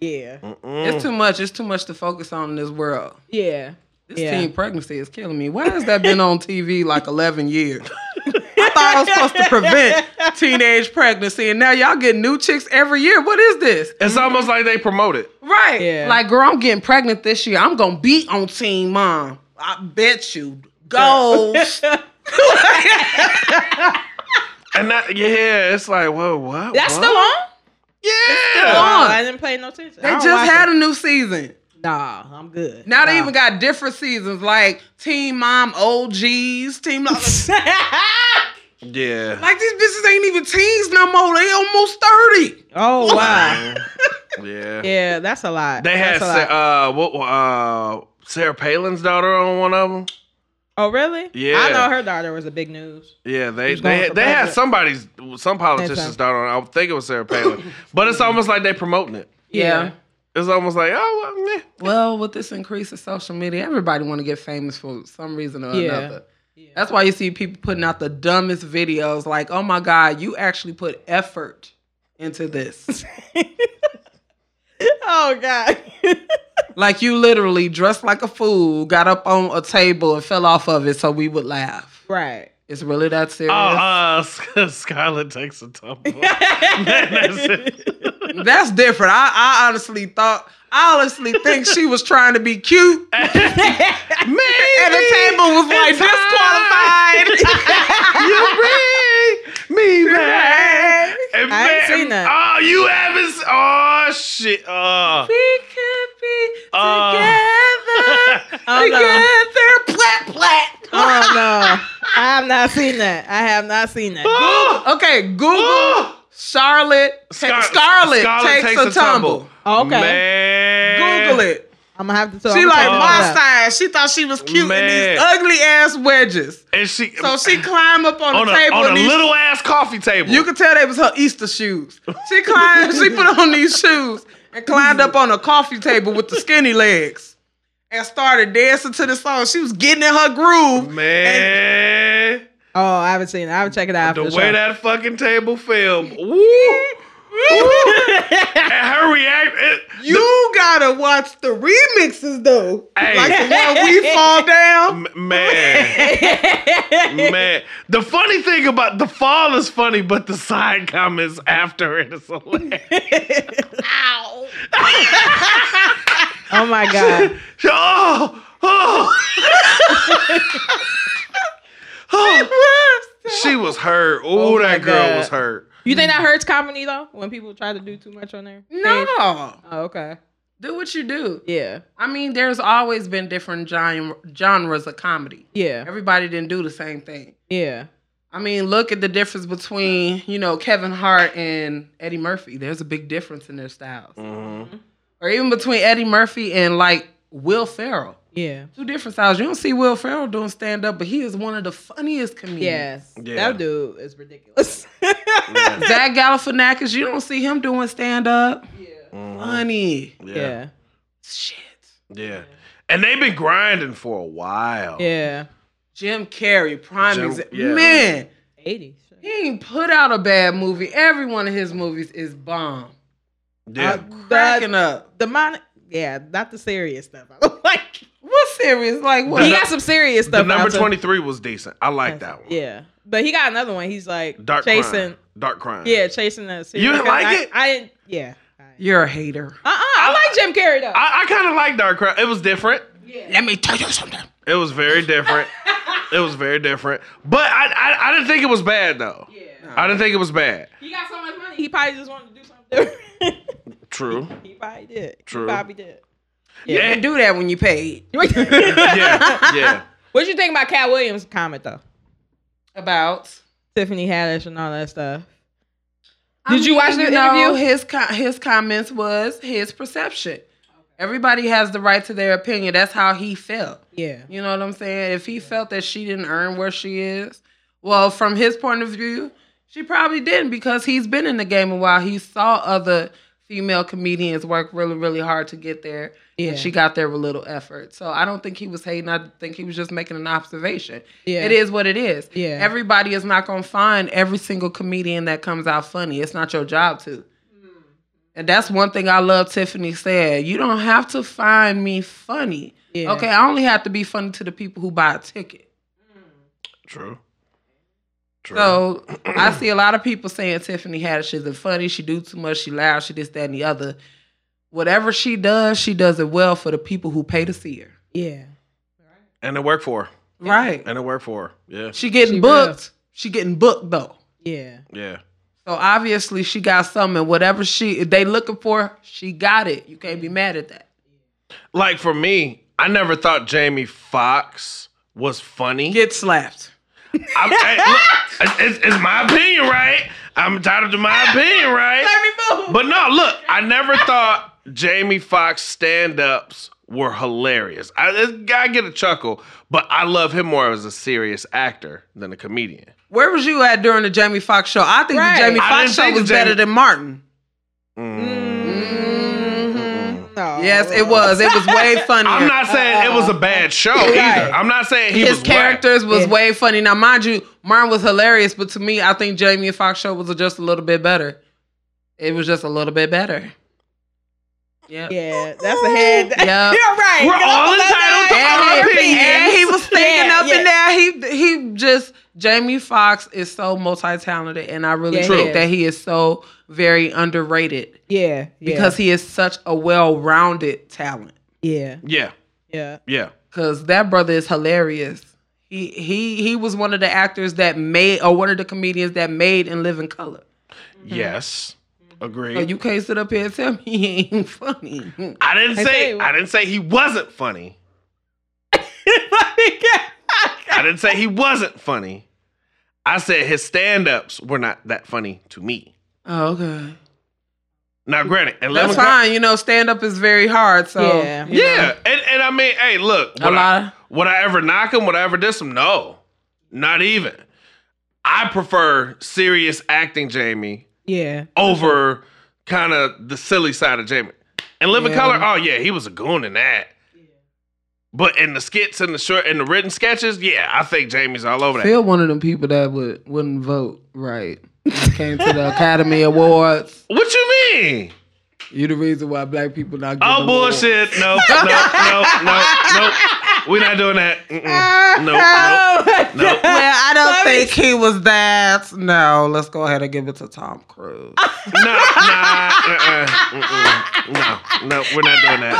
[SPEAKER 4] Yeah.
[SPEAKER 1] Mm-mm.
[SPEAKER 3] it's too much. It's too much to focus on in this world.
[SPEAKER 4] Yeah.
[SPEAKER 3] This
[SPEAKER 4] Yeah.
[SPEAKER 3] teen pregnancy is killing me. Why has that been on TV like 11 years? *laughs* I thought I was supposed
[SPEAKER 4] *laughs*
[SPEAKER 3] to prevent teenage pregnancy, and now y'all get new chicks every year. What is this?
[SPEAKER 1] It's
[SPEAKER 4] Mm-hmm.
[SPEAKER 1] almost like they promote it.
[SPEAKER 3] Right.
[SPEAKER 4] Yeah.
[SPEAKER 3] Like, girl, I'm getting pregnant this year. I'm going to be on Teen Mom. I bet you.
[SPEAKER 4] Oh, *laughs*
[SPEAKER 3] *laughs* Goals.
[SPEAKER 1] And that, yeah, it's like, whoa, what?
[SPEAKER 4] That's
[SPEAKER 1] what?
[SPEAKER 4] still on?
[SPEAKER 1] Yeah.
[SPEAKER 4] Oh, I didn't pay no attention.
[SPEAKER 3] Oh, They just had a new season.
[SPEAKER 4] Nah, I'm good.
[SPEAKER 3] Now they
[SPEAKER 4] Nah.
[SPEAKER 3] even got different seasons like Team Mom OGs, Team *laughs* Mom.
[SPEAKER 4] *laughs*
[SPEAKER 1] Yeah.
[SPEAKER 3] like these bitches ain't even teens no more. They almost 30.
[SPEAKER 4] oh wow. *laughs*
[SPEAKER 1] yeah.
[SPEAKER 4] Yeah, that's a lot.
[SPEAKER 1] They had
[SPEAKER 4] that's a lot.
[SPEAKER 1] Sa- uh, what? Uh, Sarah Palin's daughter on one of them.
[SPEAKER 4] oh really?
[SPEAKER 1] Yeah.
[SPEAKER 4] I know her daughter was a big news.
[SPEAKER 1] Yeah, they
[SPEAKER 4] Who's going
[SPEAKER 1] they
[SPEAKER 4] for
[SPEAKER 1] they had
[SPEAKER 4] president?
[SPEAKER 1] somebody's some politician's
[SPEAKER 4] That's
[SPEAKER 1] daughter. On, I think it was Sarah
[SPEAKER 4] *laughs*
[SPEAKER 1] Palin, but it's almost like they promoting it.
[SPEAKER 3] Yeah.
[SPEAKER 1] It's almost like, oh, well, meh.
[SPEAKER 3] Well, with this increase of social media, everybody want to get famous for some reason or
[SPEAKER 4] Yeah.
[SPEAKER 3] another. That's why you see people putting out the dumbest videos like, oh my God, you actually put effort into *laughs* this.
[SPEAKER 4] *laughs* Oh god.
[SPEAKER 3] like you literally dressed like a fool, got up on a table and fell off of it so we would laugh.
[SPEAKER 4] *laughs* right.
[SPEAKER 3] It's really that serious.
[SPEAKER 1] Oh, uh, *laughs* Sc- Scarlett takes a
[SPEAKER 4] *laughs*
[SPEAKER 1] tumble. *laughs* That's it.
[SPEAKER 3] That's different. I, I honestly thought, I honestly think she was trying to
[SPEAKER 1] *laughs*
[SPEAKER 3] be cute. and the table was like
[SPEAKER 1] It's high.
[SPEAKER 3] *laughs* disqualified.
[SPEAKER 1] you bring me back. And
[SPEAKER 4] I ain't seen that.
[SPEAKER 1] Oh, you haven't. s- Oh shit. Oh.
[SPEAKER 3] we could be
[SPEAKER 1] Uh. *laughs*
[SPEAKER 3] together.
[SPEAKER 4] Oh, no.
[SPEAKER 3] Together, plat plat.
[SPEAKER 4] Oh no, I have not seen that. I have not seen that.
[SPEAKER 1] *gasps* Oh,
[SPEAKER 3] Okay, Google
[SPEAKER 1] *gasps* oh.
[SPEAKER 3] Charlotte.
[SPEAKER 1] Scar-
[SPEAKER 3] Scarlet, takes, a, tumble.
[SPEAKER 4] Okay,
[SPEAKER 1] Man.
[SPEAKER 3] Oh, Google it.
[SPEAKER 4] I'm gonna have to tell.
[SPEAKER 3] She
[SPEAKER 4] I'm
[SPEAKER 3] like
[SPEAKER 4] gonna
[SPEAKER 3] my
[SPEAKER 4] look it up.
[SPEAKER 3] size. She thought she was cute in
[SPEAKER 1] Man.
[SPEAKER 3] these ugly ass wedges.
[SPEAKER 1] And she
[SPEAKER 3] So she climbed up on,
[SPEAKER 1] on
[SPEAKER 3] the
[SPEAKER 1] a,
[SPEAKER 3] table.
[SPEAKER 1] on
[SPEAKER 3] in
[SPEAKER 1] a
[SPEAKER 3] these,
[SPEAKER 1] little ass coffee table.
[SPEAKER 3] you could tell they was her Easter shoes. She climbed. she put on these shoes and climbed up on a coffee table with the skinny legs and started dancing to the song. She was getting in her groove.
[SPEAKER 1] man.
[SPEAKER 4] Oh, I haven't seen it. I haven't checked it out.
[SPEAKER 1] The
[SPEAKER 4] After
[SPEAKER 1] way
[SPEAKER 4] the show.
[SPEAKER 1] that fucking table fell.
[SPEAKER 3] *laughs*
[SPEAKER 1] Woo. and her react. It,
[SPEAKER 3] You gotta watch the remixes though.
[SPEAKER 1] Hey.
[SPEAKER 3] Like the one we fall down.
[SPEAKER 1] *laughs* M-
[SPEAKER 3] *laughs*
[SPEAKER 1] man, man. The funny thing about the fall is funny, but the side comments after it is
[SPEAKER 3] *laughs*
[SPEAKER 1] hilarious.
[SPEAKER 4] *laughs* oh my
[SPEAKER 3] *laughs*
[SPEAKER 4] god,
[SPEAKER 1] Oh, oh. *laughs* Oh. She was hurt. Ooh,
[SPEAKER 4] Oh my
[SPEAKER 1] that girl
[SPEAKER 4] God.
[SPEAKER 1] was hurt.
[SPEAKER 4] you think that hurts comedy though? When people try to do too much on there?
[SPEAKER 3] No.
[SPEAKER 4] Oh, okay.
[SPEAKER 3] Do what you do.
[SPEAKER 4] Yeah.
[SPEAKER 3] I mean, there's always been different gen- genres of comedy.
[SPEAKER 4] Yeah.
[SPEAKER 3] Everybody didn't do the same thing.
[SPEAKER 4] Yeah.
[SPEAKER 3] I mean, look at the difference between, you know, Kevin Hart and Eddie Murphy. There's a big difference in their styles.
[SPEAKER 1] Mm-hmm.
[SPEAKER 3] Or even between Eddie Murphy and like Will Ferrell.
[SPEAKER 4] Yeah.
[SPEAKER 3] Two different styles. You don't see Will Ferrell doing stand up, but he is one of the funniest comedians.
[SPEAKER 4] Yes.
[SPEAKER 1] Yeah.
[SPEAKER 4] That dude is ridiculous. *laughs*
[SPEAKER 3] *laughs* Zach Galifianakis, you don't see him doing stand up.
[SPEAKER 1] Mm-hmm.
[SPEAKER 3] Funny.
[SPEAKER 1] Yeah.
[SPEAKER 4] yeah.
[SPEAKER 3] Shit.
[SPEAKER 1] Yeah. And they've been grinding for a while.
[SPEAKER 4] Yeah.
[SPEAKER 3] Jim Carrey, prime
[SPEAKER 1] Jim-
[SPEAKER 3] exa-
[SPEAKER 1] yeah.
[SPEAKER 3] Man,
[SPEAKER 4] 80.
[SPEAKER 3] he ain't put out a bad movie. Every one of his movies is bomb.
[SPEAKER 1] Yeah.
[SPEAKER 3] Cracking up.
[SPEAKER 4] The mon- yeah, not the serious stuff. *laughs* I don't like.
[SPEAKER 3] What's serious? Like what?
[SPEAKER 4] He got some serious
[SPEAKER 1] the
[SPEAKER 4] stuff.
[SPEAKER 1] number
[SPEAKER 4] out there.
[SPEAKER 1] 23 was decent. I like that one.
[SPEAKER 4] Yeah. But he got another one. He's like
[SPEAKER 1] Dark
[SPEAKER 4] chasing.
[SPEAKER 1] crime. Dark crime.
[SPEAKER 4] Yeah, chasing that. serial
[SPEAKER 1] You didn't
[SPEAKER 4] killer.
[SPEAKER 1] like
[SPEAKER 4] I-
[SPEAKER 1] it?
[SPEAKER 4] I didn't. Yeah. Uh uh
[SPEAKER 3] You're a hater.
[SPEAKER 4] I like Jim Carrey though.
[SPEAKER 1] I, I kind of like Dark Crime. It was different.
[SPEAKER 3] Let me tell you something.
[SPEAKER 1] It was very
[SPEAKER 4] *laughs*
[SPEAKER 1] different. it was very different. But I, I I didn't think it was bad though.
[SPEAKER 4] yeah.
[SPEAKER 1] I didn't think it was bad.
[SPEAKER 4] He got so much money. He probably just wanted to do something different. *laughs*
[SPEAKER 1] True.
[SPEAKER 4] he probably did.
[SPEAKER 1] True.
[SPEAKER 4] He probably did. *laughs*
[SPEAKER 3] You can do that when you paid.
[SPEAKER 1] *laughs*
[SPEAKER 4] *laughs*
[SPEAKER 1] yeah. Yeah.
[SPEAKER 4] what you think about Cat Williams' comment though?
[SPEAKER 3] About.
[SPEAKER 4] Tiffany Haddish and all that stuff. Did you watch the
[SPEAKER 3] you know,
[SPEAKER 4] interview?
[SPEAKER 3] His co- his comments was his perception. Everybody has the right to their opinion. That's how he felt.
[SPEAKER 4] Yeah.
[SPEAKER 3] You know what I'm saying? If he felt that she didn't earn where she is, well, from his point of view, she probably didn't because he's been in the game a while. He saw other female comedians work really, really hard to get there.
[SPEAKER 4] Yeah.
[SPEAKER 3] And she got there with little effort. So I don't think he was hating. I think he was just making an observation.
[SPEAKER 4] Yeah.
[SPEAKER 3] It is what it is.
[SPEAKER 4] Yeah.
[SPEAKER 3] Everybody is not going to find every single comedian that comes out funny. It's not your job to.
[SPEAKER 4] Mm-hmm.
[SPEAKER 3] And that's one thing I love Tiffany said. You don't have to find me funny.
[SPEAKER 4] Yeah.
[SPEAKER 3] Okay, I only have to be funny to the people who buy a ticket.
[SPEAKER 1] True. True.
[SPEAKER 3] So I see a lot of people saying Tiffany Haddish isn't funny. She do too much. She loud. She this, that, and the other. Whatever she does, she does it well for the people who pay to see her.
[SPEAKER 4] Yeah.
[SPEAKER 1] and it worked for her.
[SPEAKER 3] Right.
[SPEAKER 1] And it worked for her. Yeah.
[SPEAKER 3] She getting
[SPEAKER 4] She
[SPEAKER 3] booked.
[SPEAKER 4] real.
[SPEAKER 3] She getting booked though.
[SPEAKER 4] Yeah.
[SPEAKER 1] Yeah.
[SPEAKER 3] So obviously she got something. and Whatever she if they looking for, she got it. You can't be mad at that.
[SPEAKER 1] Like for me, I never thought Jamie Foxx was funny.
[SPEAKER 3] Get slapped.
[SPEAKER 1] I'm, hey, look, it's, it's my opinion, right? I'm entitled to my opinion, right? But no, look, I never thought Jamie Foxx stand ups were hilarious. I, it- I get a chuckle, but I love him more as a serious actor than a comedian.
[SPEAKER 3] Where was you at during the Jamie Foxx show? I think
[SPEAKER 4] Right.
[SPEAKER 3] the Jamie
[SPEAKER 1] I
[SPEAKER 3] Foxx
[SPEAKER 1] didn't
[SPEAKER 3] show
[SPEAKER 1] think
[SPEAKER 3] was
[SPEAKER 1] the Jamie-
[SPEAKER 3] better than Martin.
[SPEAKER 1] Mm.
[SPEAKER 3] Mm.
[SPEAKER 4] No.
[SPEAKER 3] Mm-hmm. Yes, it was. It was way
[SPEAKER 1] Mm-hmm. *laughs*
[SPEAKER 3] funnier.
[SPEAKER 1] I'm not saying it was a bad show either. I'm not saying he
[SPEAKER 3] Uh, His
[SPEAKER 1] was whack.
[SPEAKER 3] characters was
[SPEAKER 4] Yeah.
[SPEAKER 3] way funny. Now, mind you, Martin was hilarious, but to me, I think Jamie Foxx show was just a little bit better. It was just a little bit better. Yep.
[SPEAKER 4] Yeah, that's a head.
[SPEAKER 3] Yep.
[SPEAKER 4] *laughs* You're right.
[SPEAKER 1] We're all
[SPEAKER 4] That's
[SPEAKER 1] entitled to
[SPEAKER 4] a-
[SPEAKER 1] our
[SPEAKER 3] And, he-
[SPEAKER 1] opinions.
[SPEAKER 3] and he was thinking
[SPEAKER 4] Yeah,
[SPEAKER 3] up in there. He he just Jamie Foxx is so multi talented, and I really
[SPEAKER 4] Yeah,
[SPEAKER 1] True.
[SPEAKER 3] think that he is so very underrated
[SPEAKER 4] Yeah, yeah.
[SPEAKER 3] because he is such a well rounded talent.
[SPEAKER 4] yeah,
[SPEAKER 1] Yeah,
[SPEAKER 4] yeah,
[SPEAKER 1] yeah.
[SPEAKER 3] Cause that brother is hilarious. He he he was one of the actors that made or one of the comedians that made and live in color.
[SPEAKER 1] Yes. Agreed.
[SPEAKER 3] So Mm-hmm. Oh, you can't sit up here and tell me *laughs* he ain't funny.
[SPEAKER 1] I didn't say
[SPEAKER 4] I say-
[SPEAKER 1] I didn't say he wasn't funny.
[SPEAKER 3] *laughs*
[SPEAKER 1] I didn't say he wasn't funny. I said his stand-ups were not that funny to me.
[SPEAKER 3] Oh, okay.
[SPEAKER 1] Now, granted, and
[SPEAKER 3] That's fine. You know, stand up is very hard. So
[SPEAKER 4] Yeah.
[SPEAKER 3] you know,
[SPEAKER 1] yeah, and, and I mean, hey, look,
[SPEAKER 3] a
[SPEAKER 1] would
[SPEAKER 3] lot.
[SPEAKER 1] I,
[SPEAKER 3] of-
[SPEAKER 1] would I ever knock him? Would I ever diss him? No, not even. I prefer serious acting, Jamie,
[SPEAKER 4] yeah.
[SPEAKER 1] over kind of the silly side of Jamie. And Living
[SPEAKER 3] Yeah.
[SPEAKER 1] Color, oh yeah, he was a goon in that. But in the skits and the short and the written sketches, yeah, I think Jamie's all over that.
[SPEAKER 3] Phil one of them people that would wouldn't vote right. When it came to
[SPEAKER 4] *laughs*
[SPEAKER 3] the Academy Awards.
[SPEAKER 1] what you mean?
[SPEAKER 3] You the reason why black people not. getting
[SPEAKER 1] Oh
[SPEAKER 3] awards.
[SPEAKER 1] bullshit! No, no, no, no, no. We're not doing that. Mm-mm.
[SPEAKER 4] *laughs*
[SPEAKER 1] No, no, no,
[SPEAKER 3] Well, I don't think he was that. No, let's go ahead and give it to Tom Cruise.
[SPEAKER 1] no, nah, nah, uh-uh, mm-mm. no, no. We're not doing that.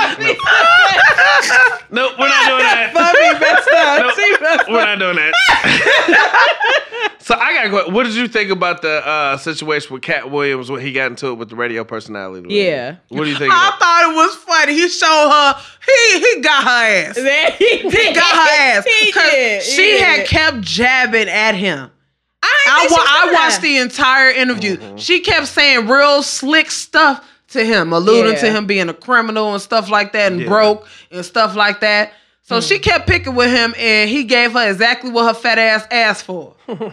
[SPEAKER 1] No, no we're not doing that.
[SPEAKER 4] Bubby messed up. She messed
[SPEAKER 1] We're not doing that. *laughs* so I got. to go. What did you think about the uh, situation with Cat Williams when he got into it with the radio personality? lady?
[SPEAKER 4] Yeah.
[SPEAKER 1] What do you think?
[SPEAKER 4] *laughs*
[SPEAKER 3] I
[SPEAKER 1] About?
[SPEAKER 3] thought it was funny. He showed her. He he got her ass. He
[SPEAKER 4] Then *laughs* he did.
[SPEAKER 3] got her ass.
[SPEAKER 4] He
[SPEAKER 3] 'Cause
[SPEAKER 4] did.
[SPEAKER 3] She
[SPEAKER 4] He
[SPEAKER 3] had
[SPEAKER 4] did.
[SPEAKER 3] kept jabbing at him.
[SPEAKER 4] I,
[SPEAKER 3] I,
[SPEAKER 4] didn't
[SPEAKER 3] wa-
[SPEAKER 4] think she
[SPEAKER 3] I
[SPEAKER 4] was
[SPEAKER 3] watched
[SPEAKER 4] lying.
[SPEAKER 3] the entire interview. She kept saying real slick stuff to him, alluding to
[SPEAKER 4] Yeah.
[SPEAKER 3] him being a criminal and stuff like that, and
[SPEAKER 1] Yeah.
[SPEAKER 3] broke and stuff like that. So
[SPEAKER 4] Hmm.
[SPEAKER 3] she kept picking with him, and he gave her exactly what her fat ass asked for.
[SPEAKER 4] Oh,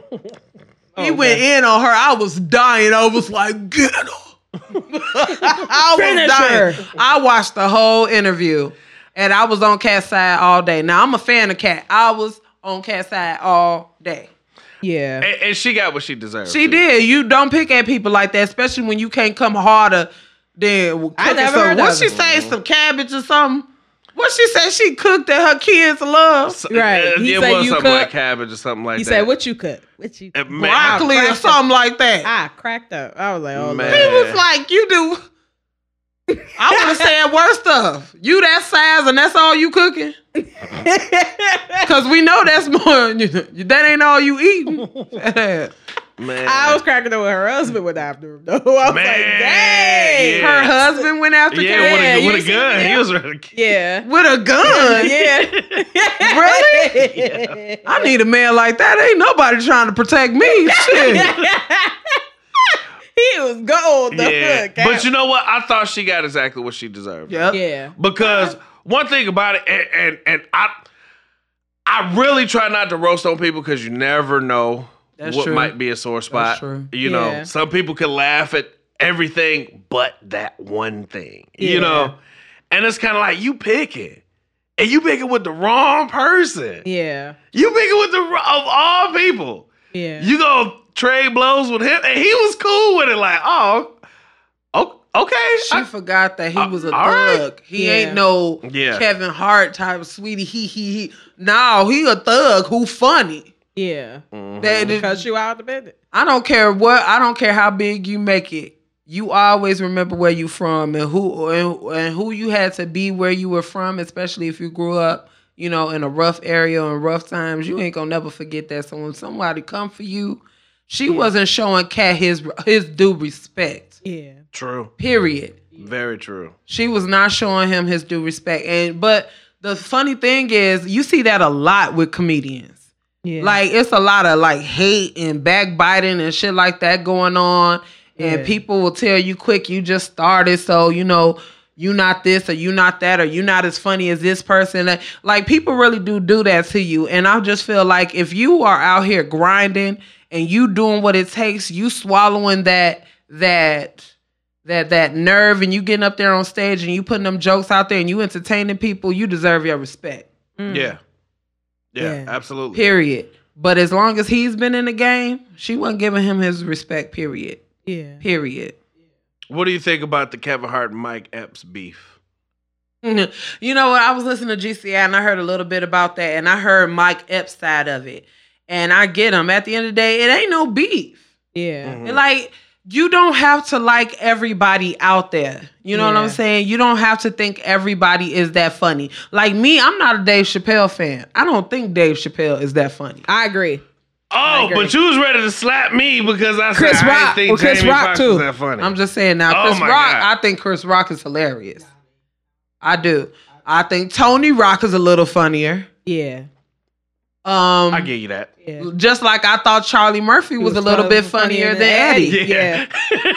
[SPEAKER 3] he went in on her. I was dying. I was like, get
[SPEAKER 4] *laughs*
[SPEAKER 3] her. I
[SPEAKER 4] Finish her.
[SPEAKER 3] was dying. I watched the whole interview, and I was on Cat's side all day. Now I'm a fan of Cat. I was on Cat's side all day.
[SPEAKER 4] Yeah.
[SPEAKER 1] And, and she got what she deserved.
[SPEAKER 3] She
[SPEAKER 1] too.
[SPEAKER 3] did. You don't pick at people like that, especially when you can't come harder than cooking
[SPEAKER 4] I never
[SPEAKER 3] something.
[SPEAKER 4] heard
[SPEAKER 3] What
[SPEAKER 4] of
[SPEAKER 3] she
[SPEAKER 4] it.
[SPEAKER 3] say? Some cabbage or something? What she said? She cooked that her kids love
[SPEAKER 1] So-
[SPEAKER 4] Right.
[SPEAKER 1] It,
[SPEAKER 4] He
[SPEAKER 1] it
[SPEAKER 4] said
[SPEAKER 1] was
[SPEAKER 4] you
[SPEAKER 1] something
[SPEAKER 4] cook-
[SPEAKER 1] like cabbage or something like
[SPEAKER 4] He
[SPEAKER 1] that.
[SPEAKER 4] said, "What you cook? What you?"
[SPEAKER 1] And man, I-
[SPEAKER 3] broccoli or
[SPEAKER 4] cracked up.
[SPEAKER 3] something like that.
[SPEAKER 4] I cracked up. I was like, "Oh
[SPEAKER 1] Man.
[SPEAKER 4] Lord.
[SPEAKER 3] He was like, "You do." I would have said worse stuff. You that size and that's all you cooking? Cause we know that's more. *laughs* That ain't all you eating.
[SPEAKER 1] Man.
[SPEAKER 4] *laughs* I was cracking up when her husband went after him though. *laughs* I was
[SPEAKER 1] Man,
[SPEAKER 4] like, "Dang."
[SPEAKER 1] yeah.
[SPEAKER 3] Her husband went after
[SPEAKER 1] yeah,
[SPEAKER 3] Kevin
[SPEAKER 1] with
[SPEAKER 4] Yeah,
[SPEAKER 1] a,
[SPEAKER 4] you
[SPEAKER 1] with a
[SPEAKER 4] seen
[SPEAKER 1] gun.
[SPEAKER 4] that?
[SPEAKER 1] He was
[SPEAKER 4] *laughs*
[SPEAKER 1] ready to
[SPEAKER 4] Yeah.
[SPEAKER 3] with a gun.
[SPEAKER 4] Yeah. *laughs*
[SPEAKER 3] Really?
[SPEAKER 1] *laughs*
[SPEAKER 3] I need a man like that. Ain't nobody trying to
[SPEAKER 4] *laughs*
[SPEAKER 3] protect me. Shit.
[SPEAKER 4] he was gold though.
[SPEAKER 1] Yeah.
[SPEAKER 4] Look,
[SPEAKER 1] But you know what? I thought she got exactly what she deserved.
[SPEAKER 3] Yep.
[SPEAKER 4] Yeah. Uh-huh.
[SPEAKER 1] Because one thing about it, and and, and I I really try not to roast on people because you never know
[SPEAKER 3] That's
[SPEAKER 1] what
[SPEAKER 3] true.
[SPEAKER 1] might be a sore spot.
[SPEAKER 3] true.
[SPEAKER 1] You
[SPEAKER 4] Yeah.
[SPEAKER 1] know, some people can laugh at everything but that one thing.
[SPEAKER 4] Yeah.
[SPEAKER 1] You know? And it's kind of like you picking. And you picking with the wrong person.
[SPEAKER 4] Yeah.
[SPEAKER 1] You picking with the wr- of all people.
[SPEAKER 4] Yeah.
[SPEAKER 1] You gonna trade blows with him, and he was cool with it. Like, oh, o- okay,
[SPEAKER 3] She
[SPEAKER 1] I-
[SPEAKER 3] forgot that he
[SPEAKER 1] Uh,
[SPEAKER 3] was a
[SPEAKER 1] all right.
[SPEAKER 3] thug. He
[SPEAKER 4] Yeah.
[SPEAKER 3] ain't no
[SPEAKER 1] Yeah.
[SPEAKER 3] Kevin Hart type of sweetie. He he he. No, he a thug who funny.
[SPEAKER 4] yeah.
[SPEAKER 3] That is-
[SPEAKER 4] Because you out the bed.
[SPEAKER 3] I don't care what. I don't care how big you make it. You always remember where you from and who and, and who you had to be where you were from, especially if you grew up, you know, in a rough area and rough times. You ain't gonna never forget that. So when somebody come for you, she wasn't showing Cat his his due respect.
[SPEAKER 4] Yeah.
[SPEAKER 1] true,
[SPEAKER 3] Period.
[SPEAKER 1] very true.
[SPEAKER 3] She was not showing him his due respect. And but the funny thing is, you see that a lot with comedians.
[SPEAKER 4] Yeah.
[SPEAKER 3] Like it's a lot of like hate and backbiting and shit like that going on. And
[SPEAKER 4] Yeah.
[SPEAKER 3] people will tell you quick, you just started, so you know, you not this or you not that or you not as funny as this person. Like- Like people really do do that to you. And I just feel like if you are out here grinding and you doing what it takes, you swallowing that that that that nerve and you getting up there on stage and you putting them jokes out there and you entertaining people, you deserve your respect.
[SPEAKER 1] Yeah. yeah,
[SPEAKER 4] Mm. Yeah.
[SPEAKER 1] absolutely.
[SPEAKER 3] Period. But as long as he's been in the game, she wasn't giving him his respect. Period. *laughs*
[SPEAKER 4] yeah.
[SPEAKER 3] Period.
[SPEAKER 1] What do you think about the Kevin Hart and Mike Epps beef?
[SPEAKER 3] You know what? I was listening to GCI and I heard a little bit about that, and I heard Mike Epps side of it, and I get him. At the end of the day, it ain't no beef.
[SPEAKER 4] Yeah.
[SPEAKER 1] Mhm.
[SPEAKER 3] And, Like you don't have to like everybody out there. You know what I'm
[SPEAKER 4] Yeah.
[SPEAKER 3] saying? You don't have to think everybody is that funny. Like me, I'm not a Dave Chappelle fan. I don't think Dave Chappelle is that funny.
[SPEAKER 4] I agree.
[SPEAKER 1] Oh,
[SPEAKER 4] agree.
[SPEAKER 1] but you was ready to slap me because I
[SPEAKER 4] Chris
[SPEAKER 1] said I
[SPEAKER 4] Rock.
[SPEAKER 1] didn't think
[SPEAKER 4] Well, Chris
[SPEAKER 1] Jamie
[SPEAKER 4] Rock,
[SPEAKER 1] Foxx
[SPEAKER 4] too.
[SPEAKER 1] was that funny.
[SPEAKER 3] I'm just saying now,
[SPEAKER 1] Oh
[SPEAKER 3] Chris
[SPEAKER 1] my
[SPEAKER 3] Rock.
[SPEAKER 1] God.
[SPEAKER 3] I think Chris Rock is hilarious. I do. I think Tony Rock is a little funnier.
[SPEAKER 4] Yeah.
[SPEAKER 3] Um,
[SPEAKER 1] I give you that.
[SPEAKER 4] Yeah.
[SPEAKER 3] just like I thought Charlie Murphy was,
[SPEAKER 4] was
[SPEAKER 3] a little bit
[SPEAKER 4] fun- funnier
[SPEAKER 3] funnier, than
[SPEAKER 4] than
[SPEAKER 3] Eddie.
[SPEAKER 4] Eddie.
[SPEAKER 1] *laughs*
[SPEAKER 4] Yeah.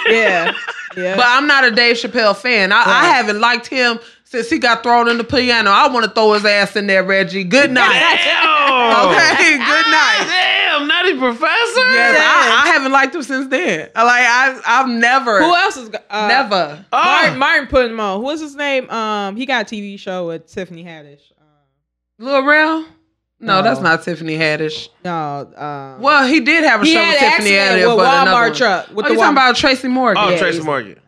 [SPEAKER 4] Yeah. Yeah.
[SPEAKER 3] But I'm not a Dave Chappelle fan. I, I
[SPEAKER 4] Right.
[SPEAKER 3] haven't liked him since he got thrown in the piano. I want to throw his ass in there, Reggie. Good night.
[SPEAKER 1] Damn. Ah,
[SPEAKER 3] okay, good night.
[SPEAKER 1] Damn, Nutty Professor.
[SPEAKER 3] Yes, I, I haven't liked him since then. Like I, I've never,
[SPEAKER 4] Who else is go- uh,
[SPEAKER 3] never.
[SPEAKER 1] Oh.
[SPEAKER 4] Martin, Martin put him on. What's his name? Um, he got a TV show with Tiffany Haddish. Um,
[SPEAKER 3] Lil Rel? No,
[SPEAKER 4] No.
[SPEAKER 3] that's not Tiffany Haddish.
[SPEAKER 4] no, um,
[SPEAKER 3] Well, he did have a
[SPEAKER 4] he
[SPEAKER 3] show
[SPEAKER 4] had
[SPEAKER 3] with
[SPEAKER 4] an accident
[SPEAKER 3] Tiffany Haddish,
[SPEAKER 4] with
[SPEAKER 3] but another one.
[SPEAKER 4] Walmart truck. With
[SPEAKER 3] oh,
[SPEAKER 4] the
[SPEAKER 3] you talking
[SPEAKER 4] Walmart-
[SPEAKER 3] about Tracy Morgan?
[SPEAKER 1] Oh,
[SPEAKER 4] Yeah,
[SPEAKER 1] Tracy
[SPEAKER 4] he's-
[SPEAKER 1] Morgan.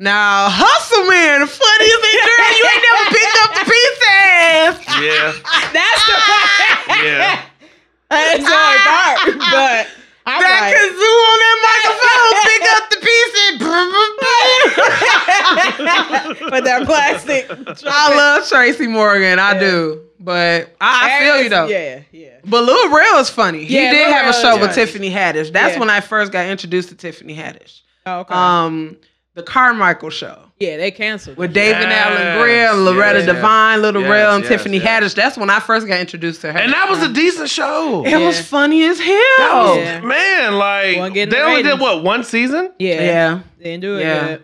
[SPEAKER 3] Now, hustle man, funny as it, girl. You ain't
[SPEAKER 4] *laughs*
[SPEAKER 3] never picked up the pieces.
[SPEAKER 1] Yeah,
[SPEAKER 4] That's
[SPEAKER 3] *laughs*
[SPEAKER 4] the part.
[SPEAKER 1] yeah.
[SPEAKER 4] That's the only part. But *laughs* I'm
[SPEAKER 3] That
[SPEAKER 4] like,
[SPEAKER 3] kazoo on that microphone, pick up
[SPEAKER 4] *laughs*
[SPEAKER 3] the pieces. Brum, brum, brum.
[SPEAKER 4] but that plastic.
[SPEAKER 3] *laughs* I love Tracy Morgan, I do, but I, I feel you though.
[SPEAKER 4] Yeah, yeah.
[SPEAKER 3] But Lil Rel is funny.
[SPEAKER 4] Yeah,
[SPEAKER 3] he did
[SPEAKER 4] Lil
[SPEAKER 3] have
[SPEAKER 4] Rel
[SPEAKER 3] a
[SPEAKER 4] is
[SPEAKER 3] show with
[SPEAKER 4] funny.
[SPEAKER 3] Tiffany Haddish. That's
[SPEAKER 4] Yeah.
[SPEAKER 3] when I first got introduced to Tiffany Haddish.
[SPEAKER 4] Oh, okay.
[SPEAKER 3] Um, the Carmichael show.
[SPEAKER 4] yeah, they canceled.
[SPEAKER 3] with David
[SPEAKER 1] Yes,
[SPEAKER 3] Allen Greer, Loretta
[SPEAKER 1] yes.
[SPEAKER 3] Devine, Little
[SPEAKER 1] Yes,
[SPEAKER 3] Rel, and
[SPEAKER 1] yes,
[SPEAKER 3] Tiffany
[SPEAKER 1] yes.
[SPEAKER 3] Haddish. That's when I first got introduced to
[SPEAKER 1] *laughs*
[SPEAKER 3] her.
[SPEAKER 1] And that was a decent
[SPEAKER 4] *laughs*
[SPEAKER 1] show.
[SPEAKER 3] it was
[SPEAKER 4] Yeah.
[SPEAKER 3] funny as hell.
[SPEAKER 1] That was,
[SPEAKER 4] Yeah.
[SPEAKER 1] Oh, man,
[SPEAKER 4] Wasn't
[SPEAKER 1] like
[SPEAKER 4] getting
[SPEAKER 1] they
[SPEAKER 4] the
[SPEAKER 1] only did
[SPEAKER 4] ratings.
[SPEAKER 1] what one season?
[SPEAKER 4] yeah,
[SPEAKER 3] yeah.
[SPEAKER 4] They didn't do it.
[SPEAKER 3] Yeah.
[SPEAKER 4] Yet.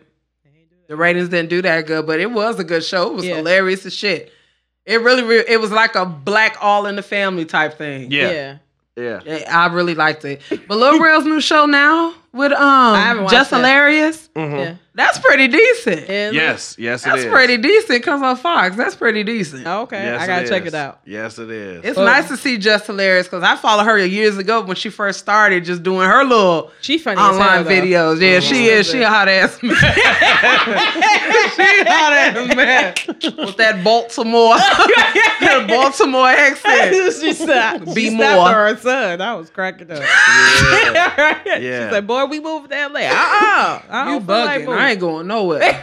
[SPEAKER 3] the ratings didn't do that good, but it was a good show. It was
[SPEAKER 4] Yeah.
[SPEAKER 3] hilarious as shit. It really, re- it was like a black all in the family type thing.
[SPEAKER 1] Yeah.
[SPEAKER 4] yeah.
[SPEAKER 1] Yeah.
[SPEAKER 3] I really liked it. But Lil Rel's new show now with um,
[SPEAKER 4] haven't watched
[SPEAKER 3] just
[SPEAKER 4] that.
[SPEAKER 3] hilarious.
[SPEAKER 1] Mhm.
[SPEAKER 4] yeah.
[SPEAKER 3] That's pretty decent.
[SPEAKER 4] Yeah, look-
[SPEAKER 1] Yes, yes, it
[SPEAKER 3] That's
[SPEAKER 1] is.
[SPEAKER 3] pretty decent. Comes on Fox. That's pretty decent.
[SPEAKER 4] Oh, okay,
[SPEAKER 1] Yes,
[SPEAKER 4] I gotta check
[SPEAKER 1] is.
[SPEAKER 4] it out.
[SPEAKER 1] Yes, it is.
[SPEAKER 3] It's
[SPEAKER 4] Oh.
[SPEAKER 3] nice to see Just Hilarious because I followed her years ago when she first started just doing her little
[SPEAKER 4] She funny as hell,
[SPEAKER 3] online
[SPEAKER 4] though. *laughs*
[SPEAKER 3] videos. Yeah, she is. She a hot *laughs* ass man. she a hot ass man with that Baltimore, *laughs* that Baltimore *laughs* accent.
[SPEAKER 4] *laughs* she stopped.
[SPEAKER 3] Be
[SPEAKER 4] she stopped
[SPEAKER 3] more.
[SPEAKER 4] for her son. I was cracking *laughs* up.
[SPEAKER 1] yeah.
[SPEAKER 4] She said, "Boy, we moved to LA. Uh-uh. I don't
[SPEAKER 3] You
[SPEAKER 4] feel like
[SPEAKER 3] bugging?
[SPEAKER 4] moving."
[SPEAKER 3] I ain't going nowhere.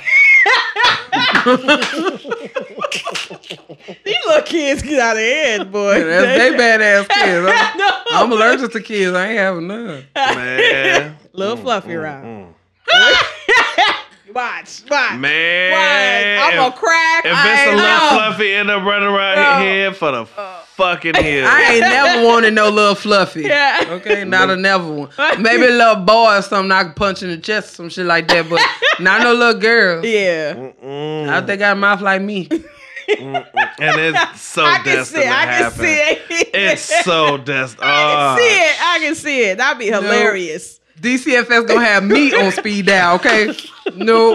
[SPEAKER 4] These little kids get out of
[SPEAKER 1] *laughs*
[SPEAKER 4] hand, boy. *laughs*
[SPEAKER 3] That's *laughs* they *laughs* badass kids. I'm,
[SPEAKER 4] no,
[SPEAKER 3] I'm allergic to kids. I ain't having none.
[SPEAKER 1] Man.
[SPEAKER 4] *laughs* Little fluffy around.
[SPEAKER 1] Mm.
[SPEAKER 4] *laughs* Watch, watch,
[SPEAKER 1] Man.
[SPEAKER 4] watch. I'm gonna
[SPEAKER 1] If-
[SPEAKER 4] crack.
[SPEAKER 1] If
[SPEAKER 4] I
[SPEAKER 1] it's a
[SPEAKER 4] ain't
[SPEAKER 1] little
[SPEAKER 4] know. Uh,
[SPEAKER 1] fluffy end up running around here for the fucking hills.
[SPEAKER 3] *laughs* I ain't never wanted no little fluffy.
[SPEAKER 4] *laughs* Yeah.
[SPEAKER 3] *laughs* Okay, not a never one. Maybe a little boy or something I could punch in the chest or some shit like *laughs* that, but not no little girl.
[SPEAKER 4] Yeah.
[SPEAKER 1] Mm-mm.
[SPEAKER 3] I think I mouth like *laughs* me.
[SPEAKER 1] Mm-mm. and
[SPEAKER 4] *laughs*
[SPEAKER 1] it's so
[SPEAKER 4] I can see
[SPEAKER 1] destined
[SPEAKER 4] it.
[SPEAKER 1] to
[SPEAKER 4] *laughs* I can
[SPEAKER 1] happen.
[SPEAKER 4] see it.
[SPEAKER 1] It's so destined.
[SPEAKER 4] *laughs* I
[SPEAKER 1] Oh,
[SPEAKER 4] can see it. I can see it. That'd be hilarious.
[SPEAKER 3] DCFS gonna have me on speed dial, okay? No.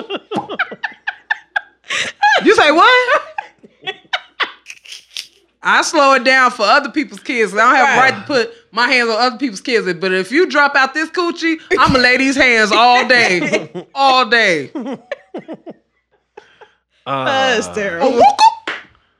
[SPEAKER 3] You say what? I slow it down for other people's kids. I don't have
[SPEAKER 4] Right.
[SPEAKER 3] a right to put my hands on other people's kids. But if you drop out this coochie, I'm gonna lay these hands all day, all day.
[SPEAKER 1] ah.
[SPEAKER 4] That's terrible. *laughs*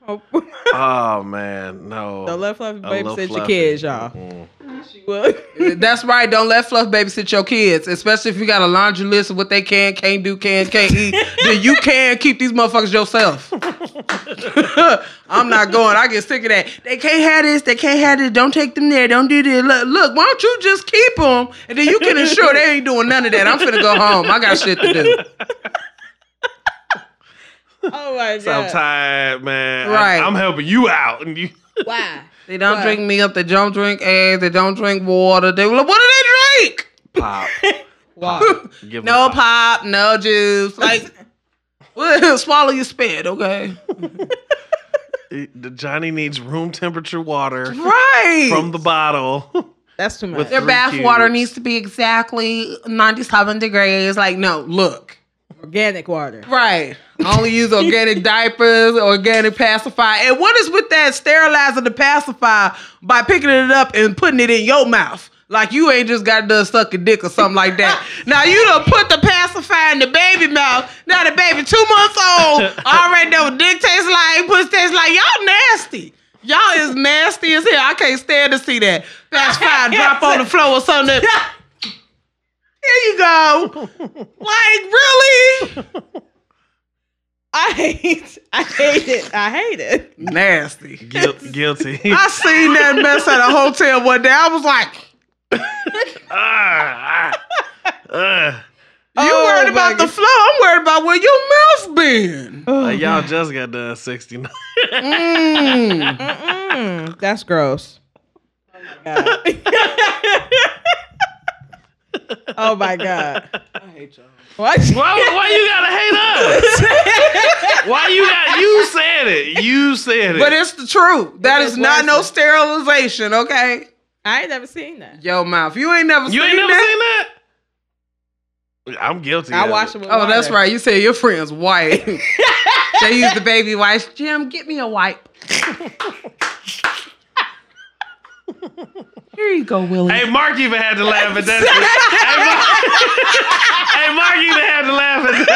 [SPEAKER 1] Oh man, no.
[SPEAKER 4] Don't let fluffy
[SPEAKER 1] A
[SPEAKER 4] babysit
[SPEAKER 1] little
[SPEAKER 4] your
[SPEAKER 1] fluffy.
[SPEAKER 4] kids, y'all.
[SPEAKER 1] Mm-mm.
[SPEAKER 4] She would.
[SPEAKER 3] That's right. Don't let fluff babysit your kids, especially if you got a laundry list of what they can, can't do, can, can't eat. then you can keep these motherfuckers yourself. *laughs* I'm not going. I get sick of that. They can't have this. They can't have this. Don't take them there. Don't do this. Look, look why don't you just keep them? And then you can ensure they ain't doing none of that. I'm finna go home. I got shit to do.
[SPEAKER 4] Oh my
[SPEAKER 1] So I'm
[SPEAKER 4] god.
[SPEAKER 1] tired, man.
[SPEAKER 3] Right.
[SPEAKER 1] I, am helping you out, *laughs* and you.
[SPEAKER 4] Why?
[SPEAKER 3] They don't
[SPEAKER 4] Right.
[SPEAKER 3] drink milk. They don't drink eggs. They don't drink water. They what do they drink?
[SPEAKER 1] Pop.
[SPEAKER 4] Why? *laughs*
[SPEAKER 1] Give
[SPEAKER 3] No
[SPEAKER 1] them
[SPEAKER 3] pop, no juice. Like, *laughs* well, swallow your spit, okay?
[SPEAKER 1] The Johnny needs room temperature water
[SPEAKER 3] Right.
[SPEAKER 1] from the bottle.
[SPEAKER 4] That's too much.
[SPEAKER 1] With
[SPEAKER 3] Their
[SPEAKER 1] Three
[SPEAKER 3] bath water
[SPEAKER 1] cubes.
[SPEAKER 3] needs to be exactly 97 degrees. Like, no, look.
[SPEAKER 4] Organic water.
[SPEAKER 3] Right. Only use organic diapers, organic pacifier. And what is with that sterilizing the pacifier by picking it up and putting it in your mouth? Like you ain't just got done sucking dick or something like that. now you done put the pacifier in the baby mouth. Now the baby two months old already know what dick tastes like, pussy tastes like. Y'all nasty. Y'all is nasty as hell. I can't stand to see that. Pacifier drop on the floor or something. Here you go. Like really
[SPEAKER 4] I hate. I hate it. I hate it.
[SPEAKER 1] *laughs*
[SPEAKER 3] nasty.
[SPEAKER 1] Guil- guilty.
[SPEAKER 3] *laughs* I seen that mess at a hotel one day. I was like,
[SPEAKER 1] Ah, ah, ah.
[SPEAKER 3] You
[SPEAKER 4] Oh,
[SPEAKER 3] worried
[SPEAKER 4] my
[SPEAKER 3] about the flow. I'm worried about where your mouth been.
[SPEAKER 1] Uh, Like, y'all just got done 69.
[SPEAKER 3] *laughs* Mm.
[SPEAKER 4] Mm-mm. That's gross. *laughs* Oh my god. I hate y'all. What?
[SPEAKER 1] *laughs* Why, why you gotta hate us? Why you got you said it. You said it.
[SPEAKER 3] But it's the truth. That
[SPEAKER 4] It
[SPEAKER 3] is
[SPEAKER 4] is
[SPEAKER 3] not no
[SPEAKER 4] worse.
[SPEAKER 3] sterilization, okay?
[SPEAKER 4] I ain't never seen that.
[SPEAKER 3] Yo mouth. You ain't never
[SPEAKER 1] you
[SPEAKER 3] seen
[SPEAKER 1] ain't never
[SPEAKER 3] that.
[SPEAKER 1] seen that? I'm guilty.
[SPEAKER 4] I
[SPEAKER 1] of
[SPEAKER 4] wash
[SPEAKER 1] it.
[SPEAKER 4] it with
[SPEAKER 3] Oh, that's
[SPEAKER 4] water.
[SPEAKER 3] right. You said your friend's white. they use the baby wipes. Jim, get me a wipe. Here you go, Willie.
[SPEAKER 1] Hey, Mark even had to laugh at that. hey, Mark, hey, *laughs* Mark even had to laugh at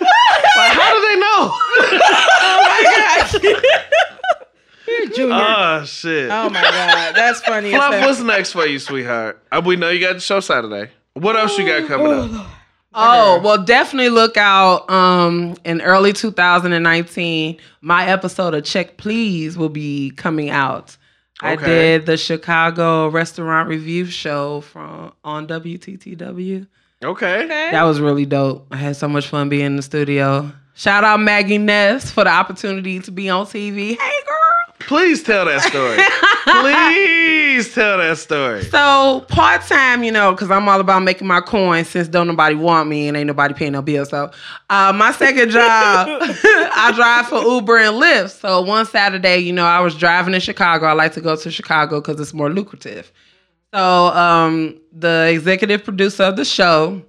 [SPEAKER 1] that. Like, how do they know? oh shit.
[SPEAKER 4] *laughs* Oh my god, that's funny. as
[SPEAKER 1] Fluff,
[SPEAKER 4] hell.
[SPEAKER 1] what's next for you, sweetheart? Uh, we know you got the show Saturday. What else you got coming up?
[SPEAKER 4] *sighs*
[SPEAKER 3] Oh, well, definitely look out um in early 2019. My episode of Check Please will be coming out. I
[SPEAKER 1] Okay.
[SPEAKER 3] did the Chicago restaurant review show from on WTTW.
[SPEAKER 1] Okay.
[SPEAKER 4] Okay.
[SPEAKER 3] That was really dope. I had so much fun being in the studio. Shout out Maggie Ness for the opportunity to be on TV. Hey girl.
[SPEAKER 1] Please tell that
[SPEAKER 4] *laughs*
[SPEAKER 1] story. Please tell that story.
[SPEAKER 3] So part time, you know, because I'm all about making my coin since don't nobody want me and ain't nobody paying no bills. So uh, my second job, *laughs* I drive for Uber and Lyft. So one Saturday, you know, I was driving in Chicago. I like to go to Chicago because it's more lucrative. So um, the executive producer of the show,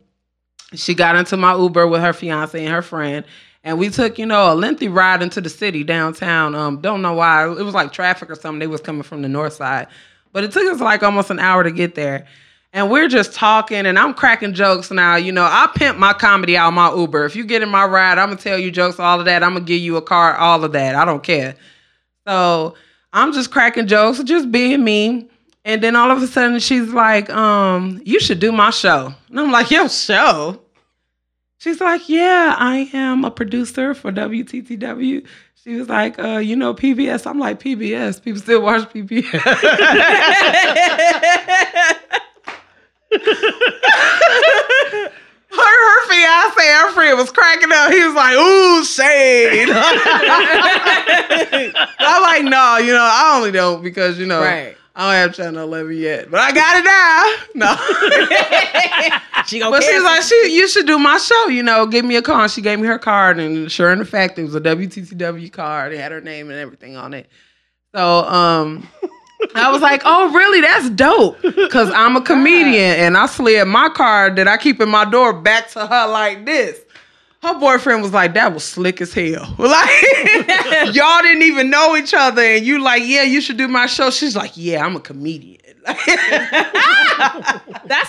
[SPEAKER 3] she got into my Uber with her fiance and her friend. And we took, you know, a lengthy ride into the city downtown. Um, don't know why. It was like traffic or something. They was coming from the north side. But it took us like almost an hour to get there. And we're just talking and I'm cracking jokes now. You know, I pimp my comedy out of my Uber. If you get in my ride, I'm gonna tell you jokes, all of that. I'm gonna give you a car, all of that. I don't care. So I'm just cracking jokes, just being me. And then all of a sudden she's like, um, you should do my show. And I'm like, your show? She's like, yeah, I am a producer for WTTW. She was like, uh, you know, PBS. I'm like, PBS. People still watch *laughs* PBS. her, her fiance, her friend was cracking up. He was like, ooh, shade. *laughs* I'm like, no, you know, I only know because, you know,
[SPEAKER 4] Right.
[SPEAKER 3] I don't have channel 11 yet, but I got it now. *laughs* No.
[SPEAKER 4] *laughs* She gonna
[SPEAKER 3] But she
[SPEAKER 4] cancel.
[SPEAKER 3] was like, she, you should do my show, you know, give me a card. She gave me her card, and sure in the fact, it was a WTTW card. It had her name and everything on it. So
[SPEAKER 4] *laughs*
[SPEAKER 3] um, I was like, oh, really? That's dope. Because
[SPEAKER 4] *laughs*
[SPEAKER 3] I'm a comedian, and I slid my card that I keep in my door back to her like this. Her boyfriend was like, that was slick as hell. *laughs*
[SPEAKER 4] *laughs*
[SPEAKER 3] Like, y'all didn't even know each other, and you like, yeah, you should do my show. She's like, yeah, I'm a comedian. *laughs*
[SPEAKER 4] that's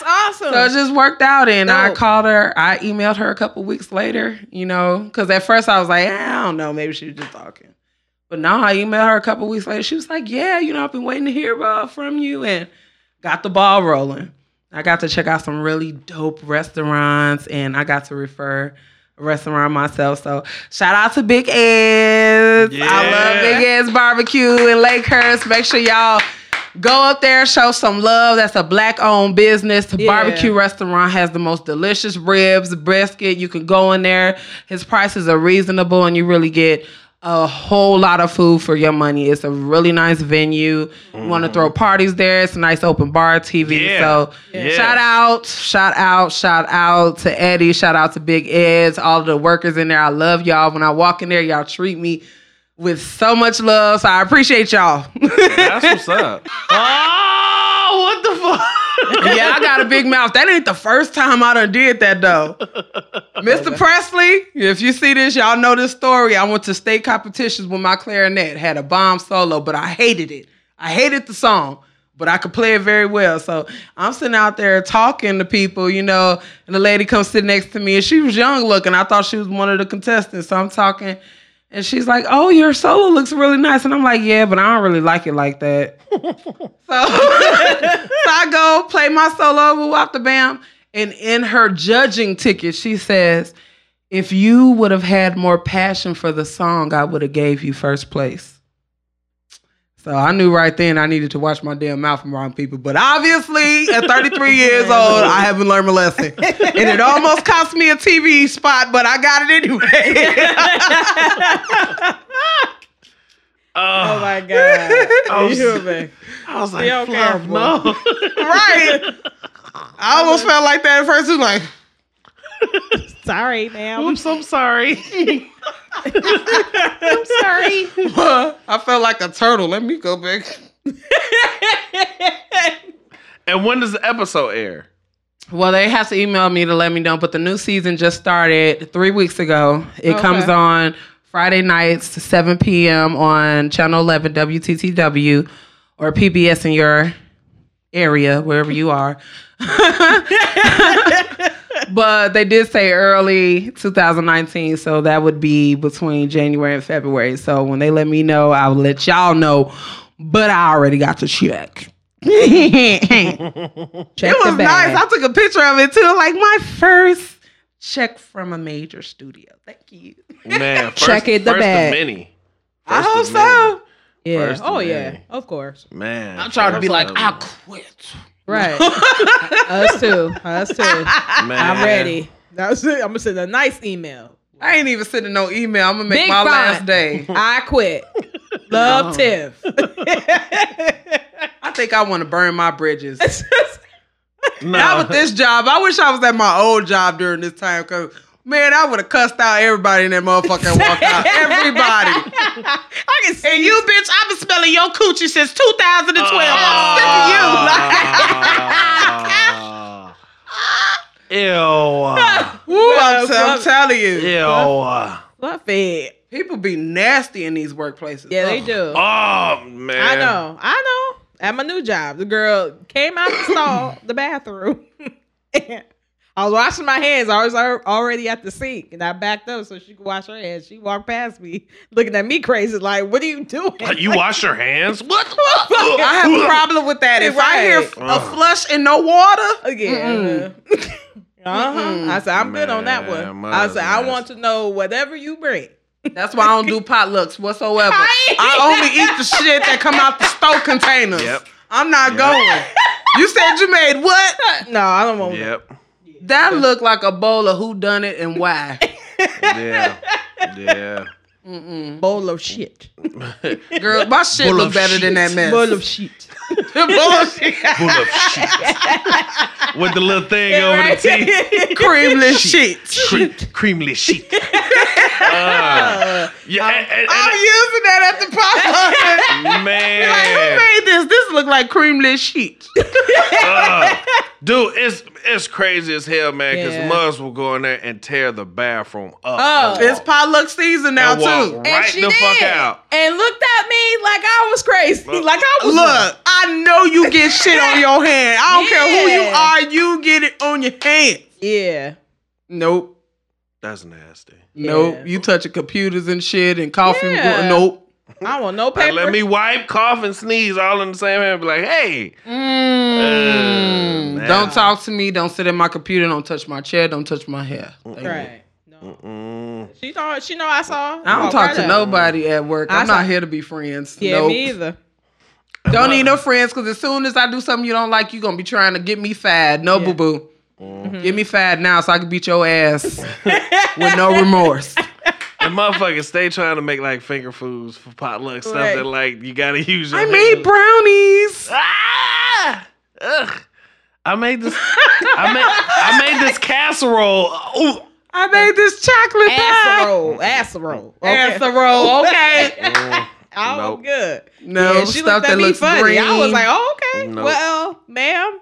[SPEAKER 4] awesome.
[SPEAKER 3] So it just worked out, and I
[SPEAKER 4] Dope.
[SPEAKER 3] called her. I emailed her a couple weeks later, you know, because at first I was like, "Eh, I don't know, maybe she was just talking. But now I emailed her a couple weeks later. She was like, Yeah, you know, I've been waiting to hear uh, from you, and got the ball rolling. I got to check out some really dope restaurants, and I got to refer a restaurant myself. So shout out to Big Ed's. I love
[SPEAKER 1] Yeah.
[SPEAKER 3] Big Ed's Barbecue in Lakehurst. Make sure y'all. Go up there, show some love. That's a black owned business. The
[SPEAKER 4] Yeah.
[SPEAKER 3] barbecue restaurant has the most delicious ribs, brisket. You can go in there. His prices are reasonable and you really get a whole lot of food for your money. It's a really nice venue. You want to throw parties there. It's a nice open bar TV.
[SPEAKER 1] Mm-hmm. Yeah.
[SPEAKER 3] So
[SPEAKER 1] Yeah.
[SPEAKER 3] shout out, shout out, shout out to Eddie. Shout out to Big Ed's, all the workers in there. I love y'all. When I walk in there, y'all treat me with so much love. So I appreciate y'all. *laughs*
[SPEAKER 1] That's what's
[SPEAKER 4] *laughs*
[SPEAKER 1] up. Oh, what the fuck?
[SPEAKER 3] yeah, I got a big mouth. That ain't the first time I done did that though. Mr. Presley, if you see this, y'all know this story. I went to state competitions with my clarinet, had a bomb solo, but I hated it. I hated the song. but I could play it very well. So I'm sitting out there talking to people, you know, and the lady comes sit next to me and she was young looking. I thought she was one of the contestants. So I'm talking and she's like, Oh, your solo looks really nice. And I'm like, Yeah, but I don't really like it like that. so, *laughs* so I go play my solo, woo off the bam. And in her judging ticket, she says, If you would have had more passion for the song, I would have gave you first place. So I knew right then I needed to watch my damn mouth from wrong people. But obviously, at 33 years old, I haven't learned my lesson. And it almost cost me a TV spot, but I got it anyway.
[SPEAKER 4] Oh my
[SPEAKER 3] *laughs*
[SPEAKER 4] god.
[SPEAKER 1] I was,
[SPEAKER 4] Human.
[SPEAKER 1] I was like,
[SPEAKER 4] Be
[SPEAKER 1] Fluff,
[SPEAKER 4] okay,
[SPEAKER 1] no. *laughs*
[SPEAKER 3] right. I almost felt like that at first. It was like,
[SPEAKER 4] Sorry, ma'am.
[SPEAKER 1] Oops, I'm sorry.
[SPEAKER 4] *laughs* I'm sorry. *laughs*
[SPEAKER 3] "Huh?" I felt like *laughs* a turtle. Let me go back.
[SPEAKER 1] and when does the episode air?
[SPEAKER 3] Well, they have to email me to let me know, but the new season just started three weeks ago. It
[SPEAKER 4] Okay.
[SPEAKER 3] comes on Friday nights, 7 p.m. on Channel 11 WTTW or PBS in your area, wherever you are. but they did say early 2019, so that would be between January and February. So when they let me know, I'll let y'all know, but I already got the check. *laughs*
[SPEAKER 4] Check
[SPEAKER 3] It
[SPEAKER 4] the
[SPEAKER 3] was
[SPEAKER 4] bag.
[SPEAKER 3] nice. I took a picture of it too. Like my first check from a major studio. Thank you.
[SPEAKER 1] Man, first,
[SPEAKER 4] Check it, the
[SPEAKER 1] first
[SPEAKER 4] bag.
[SPEAKER 1] Of many.
[SPEAKER 3] I
[SPEAKER 1] First
[SPEAKER 3] hope
[SPEAKER 1] of many.
[SPEAKER 3] so.
[SPEAKER 4] yeah.
[SPEAKER 1] First
[SPEAKER 4] oh
[SPEAKER 1] of
[SPEAKER 4] yeah.
[SPEAKER 1] many.
[SPEAKER 4] Of
[SPEAKER 3] *laughs*
[SPEAKER 4] course.
[SPEAKER 1] Man.
[SPEAKER 3] I'm trying to be
[SPEAKER 1] first
[SPEAKER 3] like,
[SPEAKER 1] of
[SPEAKER 3] I
[SPEAKER 1] many.
[SPEAKER 3] quit.
[SPEAKER 4] Right. Us too. Us too.
[SPEAKER 1] Man.
[SPEAKER 4] I'm ready. That's it. I'm gonna send a nice email.
[SPEAKER 3] I ain't even sending no email. I'm gonna make
[SPEAKER 4] Big
[SPEAKER 3] my
[SPEAKER 4] font. *laughs*
[SPEAKER 3] last day.
[SPEAKER 4] I
[SPEAKER 3] *laughs*
[SPEAKER 4] quit. Love Tiff. *laughs*
[SPEAKER 3] I think I want to burn my bridges.
[SPEAKER 1] No.
[SPEAKER 3] Not with
[SPEAKER 1] *laughs*
[SPEAKER 3] this job. I wish I was at my old job during this time because. Man, I would have cussed out everybody in that motherfucker and
[SPEAKER 4] *laughs*
[SPEAKER 3] walked out. Everybody.
[SPEAKER 4] I can see
[SPEAKER 3] And you, bitch, I've been smelling your coochie since 2012. I'm sick of you. *laughs*
[SPEAKER 1] Ah.
[SPEAKER 3] *laughs*
[SPEAKER 1] Ew.
[SPEAKER 3] Woo, I'm, I'm telling you. *laughs*
[SPEAKER 1] Ew. Oh,
[SPEAKER 4] Fluffy.
[SPEAKER 3] People be nasty in these workplaces.
[SPEAKER 4] Yeah, they
[SPEAKER 3] Ugh.
[SPEAKER 4] do.
[SPEAKER 1] Oh, man.
[SPEAKER 4] I know. I know. At my new job, the girl came out the *laughs* stall, the bathroom. I was washing my hands. I was al- already at the sink, and I backed up so she could wash her hands. She walked past me, looking at me crazy, like, "What are you doing?" *laughs*
[SPEAKER 1] You wash your hands?
[SPEAKER 3] *laughs*
[SPEAKER 1] What?
[SPEAKER 3] I have a problem with that. If I hear f- a
[SPEAKER 1] Ugh.
[SPEAKER 3] flush and
[SPEAKER 4] *laughs*
[SPEAKER 3] no water,
[SPEAKER 4] Again. *laughs* Uh-huh. I said, I'm good on that
[SPEAKER 1] Man,
[SPEAKER 4] one.
[SPEAKER 1] mine
[SPEAKER 4] I
[SPEAKER 1] is
[SPEAKER 4] said, I want to know whatever you bring.
[SPEAKER 3] that's why I don't do potlucks whatsoever. I only eat the shit that come out the store containers.
[SPEAKER 1] Yep.
[SPEAKER 3] I'm not going. You said you made what?
[SPEAKER 4] *laughs* No, I don't want
[SPEAKER 1] Yep.
[SPEAKER 3] That looked like a bowl of who done it and why.
[SPEAKER 1] Yeah.
[SPEAKER 3] *laughs*
[SPEAKER 1] Yeah.
[SPEAKER 4] a bowl of shit.
[SPEAKER 3] Girl, my shit
[SPEAKER 1] Bowl
[SPEAKER 3] look
[SPEAKER 1] of
[SPEAKER 3] better than that mess.
[SPEAKER 4] Bowl *laughs*
[SPEAKER 3] *laughs*
[SPEAKER 4] of shit.
[SPEAKER 3] Bullshit.
[SPEAKER 1] Full of shit.
[SPEAKER 3] *laughs*
[SPEAKER 1] With the little thing over
[SPEAKER 4] Right?
[SPEAKER 1] the teeth.
[SPEAKER 4] *laughs*
[SPEAKER 3] Creamless shit.
[SPEAKER 1] Cre- creamless
[SPEAKER 3] *laughs*
[SPEAKER 1] sheet. Ah.
[SPEAKER 3] Um,
[SPEAKER 1] yeah, and- and-
[SPEAKER 3] I'm
[SPEAKER 1] and-
[SPEAKER 3] using that at the potluck.
[SPEAKER 4] *laughs*
[SPEAKER 3] Who
[SPEAKER 1] man,
[SPEAKER 3] made this? This look like creamless sheet.
[SPEAKER 1] dude, it's it's crazy as hell, man. Because
[SPEAKER 4] Yeah.
[SPEAKER 1] Muzz will go in there and tear the bathroom up.
[SPEAKER 4] Oh.
[SPEAKER 3] It's potluck season now
[SPEAKER 1] And walk
[SPEAKER 3] too.
[SPEAKER 1] right the fuck out.
[SPEAKER 4] And looked at me like I was crazy. Like I was
[SPEAKER 3] Look, I know you get shit on your hand. I don't
[SPEAKER 4] Yeah.
[SPEAKER 3] care who you are, you get it on your hand.
[SPEAKER 4] Yeah.
[SPEAKER 3] Nope.
[SPEAKER 1] That's nasty.
[SPEAKER 3] Nope.
[SPEAKER 4] Yeah.
[SPEAKER 3] You touching computers and shit and coughing.
[SPEAKER 4] Yeah.
[SPEAKER 3] Nope.
[SPEAKER 4] I want no paper.
[SPEAKER 1] Like, let me wipe, cough, and sneeze all in the same hand. Be like, hey, Uh,
[SPEAKER 3] Mm,
[SPEAKER 1] man.
[SPEAKER 3] don't talk to me. Don't sit in my computer. Don't touch my chair. Don't touch my hair. Thank you.
[SPEAKER 4] Right. No.
[SPEAKER 1] mm,
[SPEAKER 4] She know she know I saw.
[SPEAKER 3] I don't
[SPEAKER 4] Walk
[SPEAKER 3] talk
[SPEAKER 4] right
[SPEAKER 3] to
[SPEAKER 4] up.
[SPEAKER 3] nobody at work.
[SPEAKER 4] I
[SPEAKER 3] I'm not
[SPEAKER 4] saw-
[SPEAKER 3] here to be friends.
[SPEAKER 4] Yeah,
[SPEAKER 3] nope.
[SPEAKER 4] me
[SPEAKER 3] *laughs*
[SPEAKER 4] either.
[SPEAKER 3] Don't need no friends because as soon as I do something you don't like, you gonna be trying to get me fad. No
[SPEAKER 4] Yeah.
[SPEAKER 3] boo boo. Get me fad now so I can beat
[SPEAKER 4] *laughs*
[SPEAKER 3] your ass with no remorse.
[SPEAKER 1] and motherfuckers stay trying to make like finger foods for potluck stuff
[SPEAKER 4] Right.
[SPEAKER 1] that like you gotta use. Your
[SPEAKER 4] Mm-hmm.
[SPEAKER 3] I made
[SPEAKER 1] hands.
[SPEAKER 3] brownies.
[SPEAKER 1] Ah! Ugh. I made this. I made. I made this casserole. Ooh.
[SPEAKER 3] I made this chocolate
[SPEAKER 4] Ass
[SPEAKER 3] pie.
[SPEAKER 4] roll. Ass roll. *laughs*
[SPEAKER 3] Casserole, okay.
[SPEAKER 4] I was
[SPEAKER 1] Nope.
[SPEAKER 4] good.
[SPEAKER 3] No
[SPEAKER 4] yeah, she
[SPEAKER 3] stuff
[SPEAKER 4] looked
[SPEAKER 3] that
[SPEAKER 4] at me
[SPEAKER 3] looks
[SPEAKER 4] funny.
[SPEAKER 3] green.
[SPEAKER 4] I was like, oh, okay.
[SPEAKER 1] Nope.
[SPEAKER 4] Well, ma'am.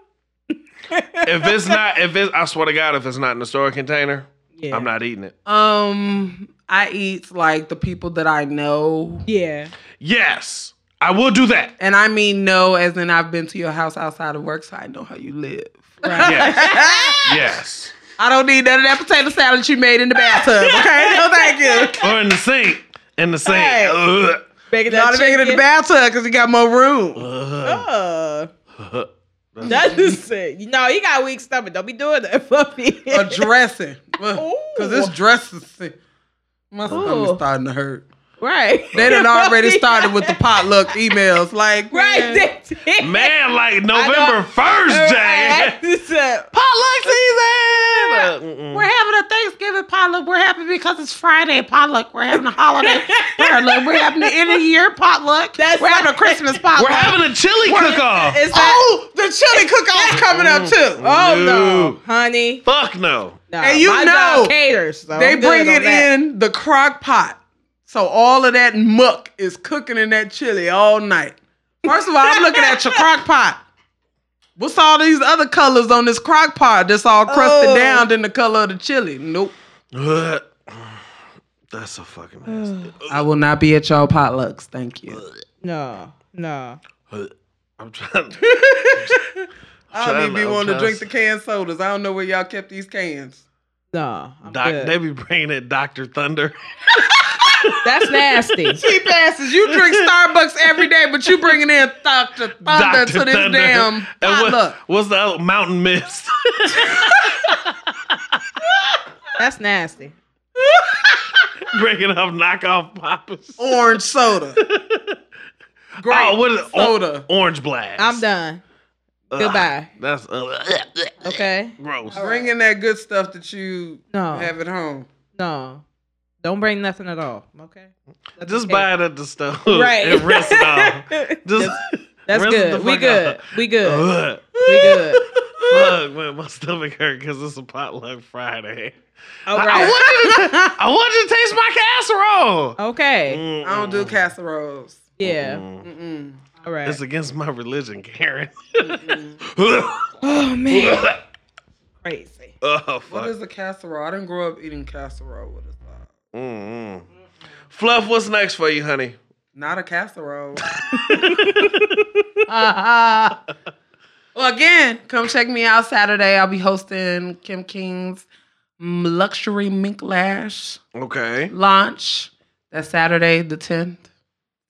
[SPEAKER 1] If it's not, if it's, I swear to God, if it's not in the storage container,
[SPEAKER 4] Yeah.
[SPEAKER 1] I'm not eating it.
[SPEAKER 4] oh.
[SPEAKER 3] um, I eat like the people that I know.
[SPEAKER 4] Yeah.
[SPEAKER 1] Yes, I will do that.
[SPEAKER 3] And I mean no, as in I've been to your house outside of work, so I know how you live.
[SPEAKER 4] *laughs*
[SPEAKER 1] Yes. yes.
[SPEAKER 3] I don't need none of that potato salad you made in the bathtub. Okay, no thank you.
[SPEAKER 1] Or in the sink. In the sink.
[SPEAKER 4] Hey.
[SPEAKER 1] Ugh.
[SPEAKER 4] Baking
[SPEAKER 3] Not bigger than the bathtub because you got more room.
[SPEAKER 1] Ugh.
[SPEAKER 4] Uh, that is it. No, you got a weak stomach. Don't be doing that, Fluffy. *laughs*
[SPEAKER 3] Or dressing, because this dressing, my
[SPEAKER 4] Ooh.
[SPEAKER 3] stomach's starting to hurt.
[SPEAKER 4] right. *laughs*
[SPEAKER 3] They done already
[SPEAKER 4] Fluffy.
[SPEAKER 3] started with the potluck emails. Like,
[SPEAKER 4] Right.
[SPEAKER 3] man,
[SPEAKER 4] They did.
[SPEAKER 1] Man, like November
[SPEAKER 4] don't-
[SPEAKER 1] 1st, Jay.
[SPEAKER 4] *laughs* Right. This is-
[SPEAKER 1] Potluck season.
[SPEAKER 3] We're having a Thanksgiving potluck. We're happy because it's Friday potluck. We're having a holiday potluck. We're having the end of year potluck.
[SPEAKER 4] That's
[SPEAKER 3] We're having a Christmas potluck.
[SPEAKER 1] We're having a chili cook-off.
[SPEAKER 4] Is that?
[SPEAKER 3] oh, the chili cook-off's coming up too.
[SPEAKER 4] Oh,
[SPEAKER 1] no.
[SPEAKER 4] no, honey.
[SPEAKER 1] Fuck no.
[SPEAKER 4] No,
[SPEAKER 3] And you
[SPEAKER 4] my
[SPEAKER 3] know,
[SPEAKER 4] job caters. So
[SPEAKER 3] they
[SPEAKER 4] I'm good
[SPEAKER 3] bring
[SPEAKER 4] on
[SPEAKER 3] it
[SPEAKER 4] that.
[SPEAKER 3] in the crock pot. So all of that muck is cooking in that chili all night. First of all, I'm looking at your crock pot. What's all these other colors on this crock pot that's all crusted
[SPEAKER 4] Oh.
[SPEAKER 3] down than the color of the chili? Nope.
[SPEAKER 1] Ugh. That's so fucking nasty.
[SPEAKER 3] I will not be at y'all potlucks. Thank you.
[SPEAKER 4] No, no.
[SPEAKER 1] Ugh. I'm trying to.
[SPEAKER 3] I don't
[SPEAKER 1] Trying
[SPEAKER 3] even be
[SPEAKER 1] to-
[SPEAKER 3] wanting to
[SPEAKER 1] I'm
[SPEAKER 3] drink the
[SPEAKER 1] trying
[SPEAKER 3] canned sodas. I don't know where y'all kept these cans.
[SPEAKER 4] No, I'm
[SPEAKER 1] Doc,
[SPEAKER 4] good.
[SPEAKER 1] they be bringing it Dr. Thunder.
[SPEAKER 4] that's
[SPEAKER 1] *laughs*
[SPEAKER 4] nasty.
[SPEAKER 3] Cheap asses. You drink Starbucks every day, but you bringing in Dr. Thunder
[SPEAKER 1] Dr.
[SPEAKER 3] to this
[SPEAKER 1] Thunder.
[SPEAKER 3] damn
[SPEAKER 1] *laughs* And what-
[SPEAKER 3] potluck.
[SPEAKER 1] what's the other? Mountain Mist? *laughs*
[SPEAKER 4] That's nasty.
[SPEAKER 1] bringing up knockoff poppers.
[SPEAKER 3] Orange *laughs* soda. Grape
[SPEAKER 1] Oh, what is it? Or-
[SPEAKER 3] soda.
[SPEAKER 1] orange blast.
[SPEAKER 4] I'm done.
[SPEAKER 1] Ugh.
[SPEAKER 4] Goodbye.
[SPEAKER 1] That's uh,
[SPEAKER 4] Okay.
[SPEAKER 1] gross.
[SPEAKER 3] Bring in that good stuff that you
[SPEAKER 4] No.
[SPEAKER 3] have at home.
[SPEAKER 4] No. Don't bring nothing at all. Okay.
[SPEAKER 1] Just buy it at the store.
[SPEAKER 4] Right.
[SPEAKER 1] and rinse it
[SPEAKER 4] *laughs*
[SPEAKER 1] off. Just
[SPEAKER 4] That's
[SPEAKER 1] rinse it the
[SPEAKER 4] good. We
[SPEAKER 1] fuck
[SPEAKER 4] good.
[SPEAKER 1] off.
[SPEAKER 4] we
[SPEAKER 1] *laughs*
[SPEAKER 4] good.
[SPEAKER 1] Ugh.
[SPEAKER 4] We good.
[SPEAKER 1] Fuck, man, my stomach hurt because it's a potluck Friday.
[SPEAKER 4] All
[SPEAKER 1] I, I
[SPEAKER 4] right.
[SPEAKER 1] want
[SPEAKER 4] *laughs*
[SPEAKER 1] you to, I want you to taste my casserole.
[SPEAKER 4] Okay.
[SPEAKER 1] Mm-mm.
[SPEAKER 3] I don't do casseroles.
[SPEAKER 4] Yeah.
[SPEAKER 1] Mm.
[SPEAKER 3] Mm-mm.
[SPEAKER 4] All right.
[SPEAKER 1] It's against my religion, Karen. *laughs*
[SPEAKER 4] Oh man.
[SPEAKER 1] *laughs*
[SPEAKER 4] Crazy. *laughs*
[SPEAKER 1] oh
[SPEAKER 3] What
[SPEAKER 1] fuck.
[SPEAKER 3] is a casserole? I didn't grow up eating casserole. What is that?
[SPEAKER 1] Mm-mm. Fluff, what's next for you,
[SPEAKER 4] *laughs*
[SPEAKER 1] honey?
[SPEAKER 3] Not a casserole. *laughs* Well, again, come check me out Saturday. I'll be hosting Kim King's mm, luxury mink lash
[SPEAKER 1] okay.
[SPEAKER 3] launch. That's Saturday, the 10th,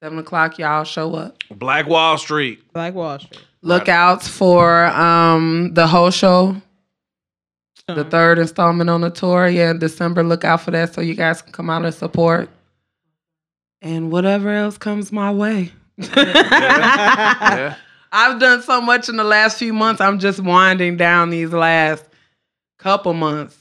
[SPEAKER 3] 7 o'clock. Y'all show up.
[SPEAKER 1] Black Wall Street.
[SPEAKER 4] Black
[SPEAKER 1] *laughs*
[SPEAKER 4] Wall Street.
[SPEAKER 3] Look out for um, the whole show, the third installment on the tour. Yeah, in December. Look out for that so you guys can come out and support. And whatever else comes my way.
[SPEAKER 1] Yeah.
[SPEAKER 3] I've done so much in the last few months. I'm just winding down these last couple months.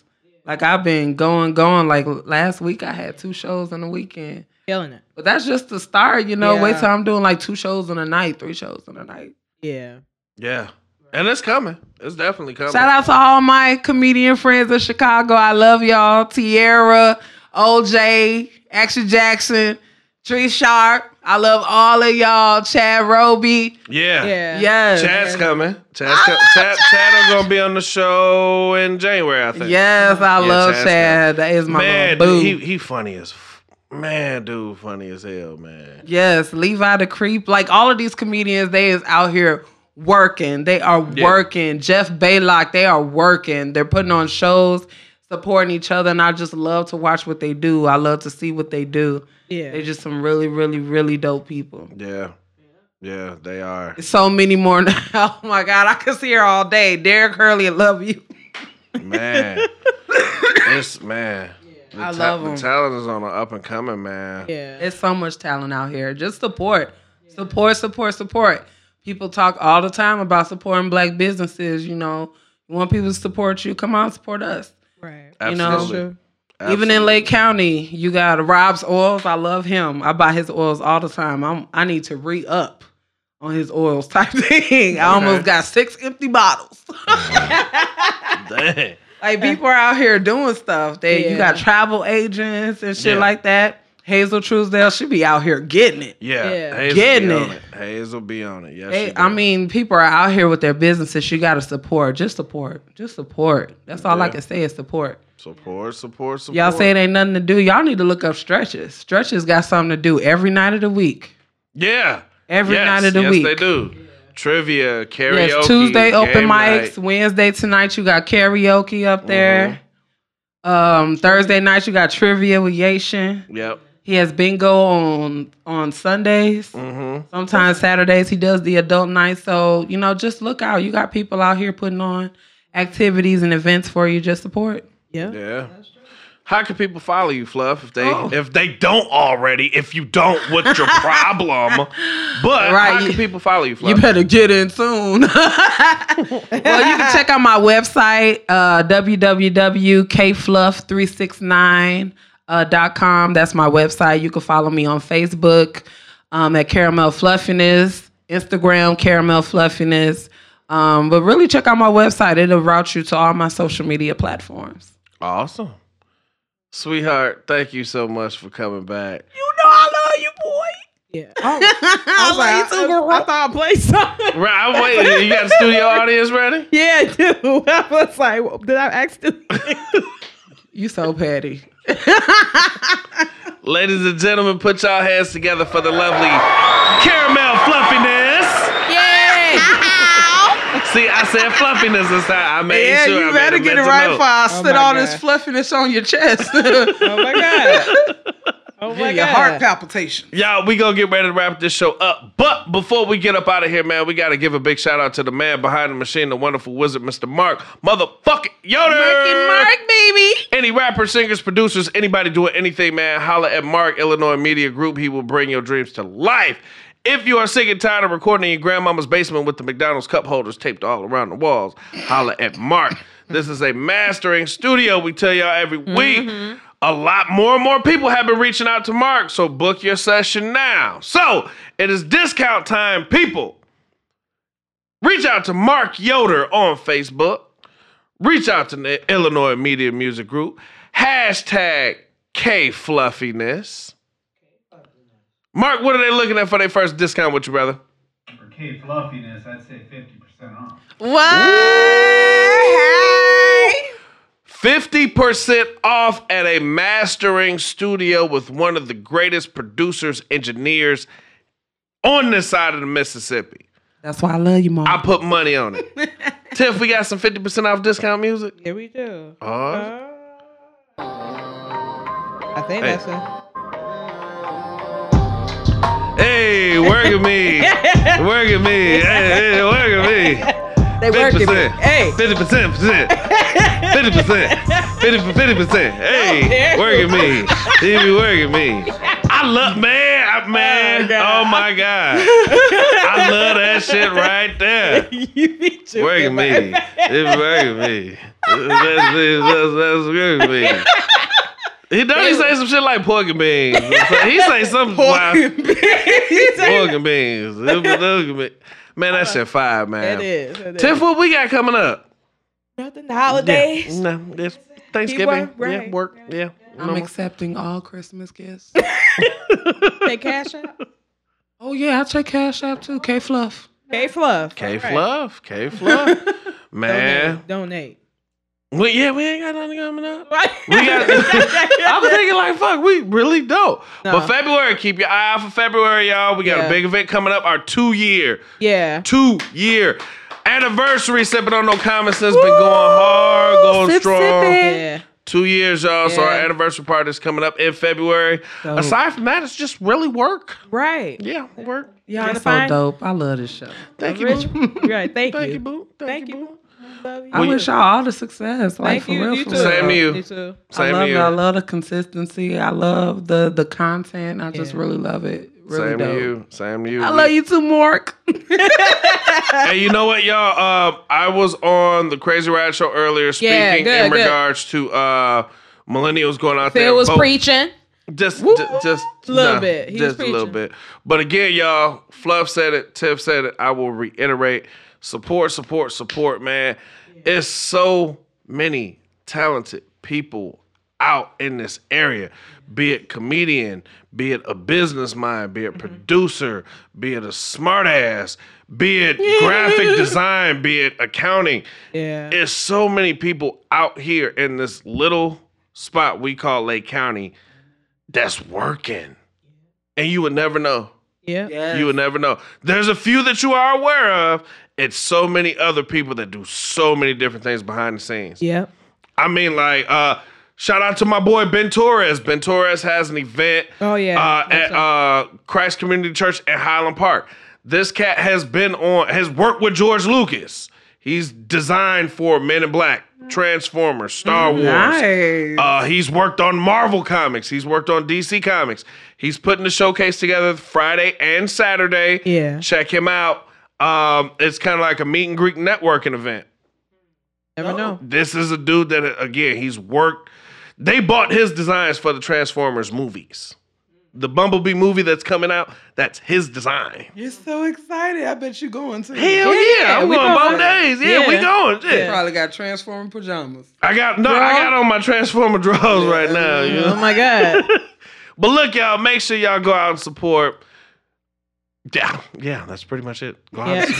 [SPEAKER 3] Like I've been going, going. Like last week, I had two shows in the weekend.
[SPEAKER 4] *laughs* Killing it.
[SPEAKER 3] But that's just the start, you know. Wait
[SPEAKER 4] Yeah.
[SPEAKER 3] till I'm doing like two shows in a night, three shows in a night.
[SPEAKER 4] Yeah.
[SPEAKER 1] yeah. And it's coming. It's definitely coming.
[SPEAKER 3] Shout out to all my comedian friends in Chicago. I love y'all. Tierra, OJ, Action Jackson, Tree Sharp. I love all of y'all. Chad Roby.
[SPEAKER 1] Yeah.
[SPEAKER 4] Yeah.
[SPEAKER 3] Yes.
[SPEAKER 1] Chad's coming. Chad's com- Chad, Chad is gonna be on the show in January, I think.
[SPEAKER 3] Yes, I
[SPEAKER 1] Yeah,
[SPEAKER 3] love
[SPEAKER 1] Chad's
[SPEAKER 3] Chad. That is my
[SPEAKER 1] Man,
[SPEAKER 3] little boo.
[SPEAKER 1] dude, he he funny as f- man, dude, funny as hell, man.
[SPEAKER 3] Yes, Levi the Creep. Like all of these comedians, they is out here working. They are
[SPEAKER 1] Yeah.
[SPEAKER 3] working. Jeff Baylock, they are working. They're putting on shows, supporting each other, and I just love to watch what they do. I love to see what they do.
[SPEAKER 4] Yeah.
[SPEAKER 3] They're just some really, really, really dope people.
[SPEAKER 1] Yeah. Yeah, they
[SPEAKER 3] *laughs*
[SPEAKER 1] are.
[SPEAKER 3] So many more now. Oh my God, I could see her all day. Derek Hurley, I love you.
[SPEAKER 1] Man. it's man. The
[SPEAKER 3] I love him.
[SPEAKER 1] The talent is on the up and coming, man.
[SPEAKER 4] yeah.
[SPEAKER 3] There's so much talent out here. Just support, support, support, support. People talk all the time about supporting black businesses. You know, you want people to support you. Come on, support us.
[SPEAKER 4] right.
[SPEAKER 3] You know,
[SPEAKER 1] Absolutely.
[SPEAKER 3] Even in Lake County, you got Rob's Oils. I love him. I buy his oils all the time. I'm I need to re up on his oils type *laughs* thing. I almost got six empty bottles.
[SPEAKER 1] Absolutely. Dang.
[SPEAKER 3] Like people are out here doing stuff. They you got
[SPEAKER 4] Yeah.
[SPEAKER 3] travel agents and shit
[SPEAKER 1] Yeah.
[SPEAKER 3] like that. Hazel Truesdale, she be out here getting it.
[SPEAKER 1] Yeah.
[SPEAKER 4] Yeah.
[SPEAKER 1] Hazel
[SPEAKER 3] Getting
[SPEAKER 1] be on
[SPEAKER 3] it.
[SPEAKER 1] Hazel be on it. Yeah.
[SPEAKER 3] They, I mean, people are out here with their businesses. You got to support. Just support. Just support. That's all I
[SPEAKER 1] Yeah.
[SPEAKER 3] can say is support.
[SPEAKER 1] support, support, support.
[SPEAKER 3] Y'all say it ain't nothing to do. Y'all need to look up stretches. Stretches got something to do every night of the week.
[SPEAKER 1] Yeah.
[SPEAKER 3] every
[SPEAKER 1] yes,
[SPEAKER 3] night of the
[SPEAKER 1] yes,
[SPEAKER 3] week.
[SPEAKER 1] they do. Trivia, karaoke.
[SPEAKER 3] Yes, Tuesday open
[SPEAKER 1] game
[SPEAKER 3] mics.
[SPEAKER 1] night.
[SPEAKER 3] Wednesday tonight you got karaoke up there.
[SPEAKER 1] Mm-hmm.
[SPEAKER 3] Um, Thursday night you got trivia with Yation.
[SPEAKER 1] Yep.
[SPEAKER 3] He has bingo on on Sundays.
[SPEAKER 1] Mm-hmm.
[SPEAKER 3] Sometimes Saturdays he does the adult night. So you know, just look out. You got people out here putting on activities and events for you. Just support.
[SPEAKER 4] Yeah.
[SPEAKER 1] Yeah. How can people follow you, Fluff? If they
[SPEAKER 3] Oh.
[SPEAKER 1] if they don't already, if you don't, what's
[SPEAKER 3] *laughs*
[SPEAKER 1] your problem? But
[SPEAKER 3] Right,
[SPEAKER 1] how
[SPEAKER 3] you-
[SPEAKER 1] can people follow you, Fluff?
[SPEAKER 3] You better get in soon. *laughs* well, you can check out my website, uh, www.kfluff369.com. uh, That's my website. You can follow me on Facebook um, at Caramel Fluffiness, Instagram, Caramel Fluffiness. Um, but really check out my website. It'll route you to all my social media platforms.
[SPEAKER 1] awesome. Sweetheart, thank you so much for coming back.
[SPEAKER 4] Yeah. Oh, I was like, I, I, I thought I played something. *laughs*
[SPEAKER 1] Right, I'm waiting. You got the
[SPEAKER 3] *laughs*
[SPEAKER 1] studio audience ready?
[SPEAKER 4] Yeah, I do. *laughs* I was like, well, did I
[SPEAKER 1] *laughs*
[SPEAKER 4] *laughs* actually?
[SPEAKER 3] You so petty.
[SPEAKER 1] Ladies and gentlemen, put y'all hands together for the lovely caramel fluffiness. Yay! *laughs* See, I said fluffiness this time. I made
[SPEAKER 3] yeah,
[SPEAKER 1] sure
[SPEAKER 3] you
[SPEAKER 1] I
[SPEAKER 3] better
[SPEAKER 1] made a
[SPEAKER 3] get it
[SPEAKER 1] mental
[SPEAKER 3] right
[SPEAKER 1] note.
[SPEAKER 3] before I sit
[SPEAKER 4] Oh my
[SPEAKER 3] all this
[SPEAKER 4] God.
[SPEAKER 3] fluffiness on your chest.
[SPEAKER 4] *laughs*
[SPEAKER 3] oh
[SPEAKER 4] Oh my god. Oh my
[SPEAKER 3] your
[SPEAKER 4] god.
[SPEAKER 3] heart palpitation.
[SPEAKER 1] Y'all, we gonna get ready to wrap this show up. But before we get up out of here, man, we gotta give a big shout out to the man behind the machine, the wonderful wizard, Mr. Mark motherfucking Yoder.
[SPEAKER 3] baby.
[SPEAKER 1] Any rappers, singers, producers, anybody doing anything, man, holla at Mark Illinois Media Group. He will bring your dreams to life. If you are sick and tired of recording in your grandmama's basement with the McDonald's cup holders taped all around the walls, holla at Mark. This is a mastering studio, we tell y'all every week. A lot more and more people have been reaching out to Mark, so book your session now. So it is discount time, people. Reach out to Mark Yoder on Facebook reach out to the Illinois Media Music Group. Hashtag K Fluffiness. Mark, what are they looking at for their first discount with you, brother?
[SPEAKER 5] For K fluffiness, I'd say 50% off.
[SPEAKER 4] What?
[SPEAKER 1] 50% off at a mastering studio with one of the greatest producers, engineers on this side of the Mississippi.
[SPEAKER 3] That's why I love you, mom.
[SPEAKER 1] I put money on it. Tiff, we got some 50% off discount music?
[SPEAKER 4] Here we do.
[SPEAKER 1] Uh,
[SPEAKER 4] Uh-huh. I think
[SPEAKER 1] Hey.
[SPEAKER 4] that's a.
[SPEAKER 1] hey, work at me. Work at me. Hey, hey, work at me.
[SPEAKER 4] They work
[SPEAKER 1] Fifty
[SPEAKER 4] it.
[SPEAKER 1] percent.
[SPEAKER 4] Hey.
[SPEAKER 1] Fifty percent. Fifty percent. Fifty percent. Hey,
[SPEAKER 4] Don't
[SPEAKER 1] working me. You be working me. I love man. I, man.
[SPEAKER 4] God.
[SPEAKER 1] Oh my god. I love that shit right there.
[SPEAKER 4] *laughs* you be joking,
[SPEAKER 1] Working me.
[SPEAKER 4] man.
[SPEAKER 1] It working me. That's, that's, that's working me. He don't he say some shit like pork and beans. He
[SPEAKER 4] *laughs*
[SPEAKER 1] say some wild- *laughs*
[SPEAKER 4] He's like,
[SPEAKER 1] pork and beans. Man, that shit fire, man.
[SPEAKER 4] It is. It is.
[SPEAKER 1] Tiff, what we got coming up?
[SPEAKER 4] Nothing the holidays.
[SPEAKER 1] No, it's Thanksgiving.
[SPEAKER 4] work, right.
[SPEAKER 1] Yeah, work. Yeah.
[SPEAKER 3] I'm
[SPEAKER 1] No.
[SPEAKER 3] accepting all Christmas gifts.
[SPEAKER 4] Pay cash out.
[SPEAKER 3] oh yeah, I check Cash App too. K Fluff.
[SPEAKER 4] Pay fluff.
[SPEAKER 1] K
[SPEAKER 4] All right.
[SPEAKER 1] Fluff.
[SPEAKER 4] *laughs*
[SPEAKER 1] K Fluff. Man.
[SPEAKER 4] Donate. Donate.
[SPEAKER 1] Well, yeah, we ain't got nothing coming
[SPEAKER 4] *laughs*
[SPEAKER 1] up.
[SPEAKER 4] Right.
[SPEAKER 1] We got *laughs* I'm thinking like fuck, we really don't.
[SPEAKER 4] No.
[SPEAKER 1] But February, keep your eye out for February, y'all. We got a
[SPEAKER 4] Yeah.
[SPEAKER 1] big event coming up, our two year
[SPEAKER 4] yeah.
[SPEAKER 1] two year anniversary. Sipping on no common sense, been going hard, going strong.
[SPEAKER 4] Yeah.
[SPEAKER 1] Two years, y'all. So our
[SPEAKER 4] Yeah.
[SPEAKER 1] anniversary party is coming up in February. Aside from that, it's just really work.
[SPEAKER 4] Right.
[SPEAKER 1] Yeah, work.
[SPEAKER 4] Y'all
[SPEAKER 3] Y'all
[SPEAKER 4] gonna
[SPEAKER 3] so
[SPEAKER 4] find-
[SPEAKER 3] dope. I love *laughs* this show.
[SPEAKER 1] Thank you,
[SPEAKER 4] Rich.
[SPEAKER 1] *laughs* boo.
[SPEAKER 4] Right. Thank,
[SPEAKER 1] Thank
[SPEAKER 4] you.
[SPEAKER 1] you, boo.
[SPEAKER 4] Thank you. Love you.
[SPEAKER 3] I
[SPEAKER 1] Well,
[SPEAKER 3] wish y'all all the success. Like
[SPEAKER 4] Thank
[SPEAKER 3] for
[SPEAKER 4] you.
[SPEAKER 3] real.
[SPEAKER 4] you
[SPEAKER 3] for
[SPEAKER 4] too.
[SPEAKER 3] real.
[SPEAKER 1] Same to you.
[SPEAKER 4] You too.
[SPEAKER 1] Same
[SPEAKER 3] I love
[SPEAKER 1] to you.
[SPEAKER 3] it. I love the consistency. I love the the content. I just
[SPEAKER 4] Yeah.
[SPEAKER 3] really love it. Really
[SPEAKER 1] Same
[SPEAKER 3] dope.
[SPEAKER 1] to you. Same to you.
[SPEAKER 3] I love you too, Mark.
[SPEAKER 1] Hey, you know what, y'all? Uh, I was on the Crazy Ride show earlier speaking
[SPEAKER 4] Yeah, good,
[SPEAKER 1] in
[SPEAKER 4] good.
[SPEAKER 1] regards to uh, millennials going out there.
[SPEAKER 4] Phil was
[SPEAKER 1] vote.
[SPEAKER 4] preaching.
[SPEAKER 1] Just,
[SPEAKER 4] Woo!
[SPEAKER 1] d- just
[SPEAKER 4] Little bit. He was
[SPEAKER 1] just a little
[SPEAKER 4] preaching.
[SPEAKER 1] bit. But again, y'all, Fluff said it. Tiff said it. I will reiterate: support, support, support, man. It's so many talented people out in this area. Be it comedian, be it a business mind,
[SPEAKER 4] Mm-hmm.
[SPEAKER 1] be it producer, be it a smart ass, be
[SPEAKER 4] *laughs*
[SPEAKER 1] it graphic design, be it accounting.
[SPEAKER 4] Yeah.
[SPEAKER 1] It's so many people out here in this little spot we call Lake County that's working. And you would never know.
[SPEAKER 4] Yeah.
[SPEAKER 3] Yes.
[SPEAKER 1] You would never know. There's a few that you are aware of. It's so many other people that do so many different things behind the scenes.
[SPEAKER 4] Yeah.
[SPEAKER 1] I mean, like, uh, shout out to my boy Ben Torres. Ben Torres has an event
[SPEAKER 4] Oh, yeah.
[SPEAKER 1] uh, at
[SPEAKER 4] That's
[SPEAKER 1] uh, Christ Community Church in Highland Park. This cat has been on, has worked with George Lucas. He's designed for Men in Black, Transformers, Star
[SPEAKER 4] Mm-hmm.
[SPEAKER 1] Wars.
[SPEAKER 3] Nice.
[SPEAKER 1] Uh, he's worked on Marvel Comics. He's worked on DC Comics. He's putting the showcase together Friday and Saturday.
[SPEAKER 4] Yeah.
[SPEAKER 1] Check him out. Um, it's kind of like a meet and greet networking event.
[SPEAKER 4] Never know.
[SPEAKER 1] This is a dude that, again, he's worked. They bought his designs for the Transformers movies. The Bumblebee movie that's coming out, that's his design.
[SPEAKER 3] *laughs* You're so excited. I bet you're going to.
[SPEAKER 1] Hell yeah,
[SPEAKER 4] yeah,
[SPEAKER 1] I'm
[SPEAKER 4] we
[SPEAKER 1] going
[SPEAKER 4] going.
[SPEAKER 1] both days. Yeah, we
[SPEAKER 4] Yeah.
[SPEAKER 1] going. Yeah.
[SPEAKER 3] Probably got transforming pajamas.
[SPEAKER 1] I got no, I got on my Transformer drawers right now. You know?
[SPEAKER 4] Oh my God.
[SPEAKER 1] But look, y'all, make sure y'all go out and support. Yeah, yeah, that's pretty much it. Go out and
[SPEAKER 4] Yeah.
[SPEAKER 1] support.
[SPEAKER 4] *laughs*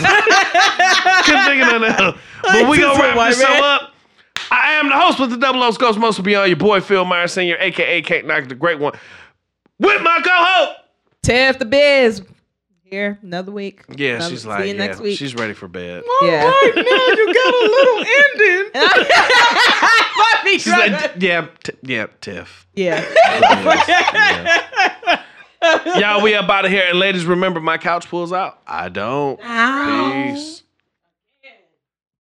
[SPEAKER 1] Couldn't think of nothing else. But we gonna wrap this show up. I am the host with the Double O's Ghost Most Beyond, your boy Phil Meyer Sr., aka Kate Knock, the great one, with my co-host.
[SPEAKER 4] Tiff the biz. Here another week.
[SPEAKER 1] Yeah,
[SPEAKER 4] Another-
[SPEAKER 1] she's
[SPEAKER 4] Um, see
[SPEAKER 1] like,
[SPEAKER 4] you
[SPEAKER 1] yeah,
[SPEAKER 4] next week.
[SPEAKER 1] she's ready for bed.
[SPEAKER 3] Oh
[SPEAKER 4] yeah.
[SPEAKER 3] *laughs* Ending.
[SPEAKER 4] *laughs*
[SPEAKER 1] She's like, yeah, t- yeah,
[SPEAKER 4] *laughs*
[SPEAKER 1] Tiff. *laughs*
[SPEAKER 4] yeah.
[SPEAKER 1] Yeah. Y'all, we up out of here. And ladies, remember, my couch pulls out. I don't. Peace.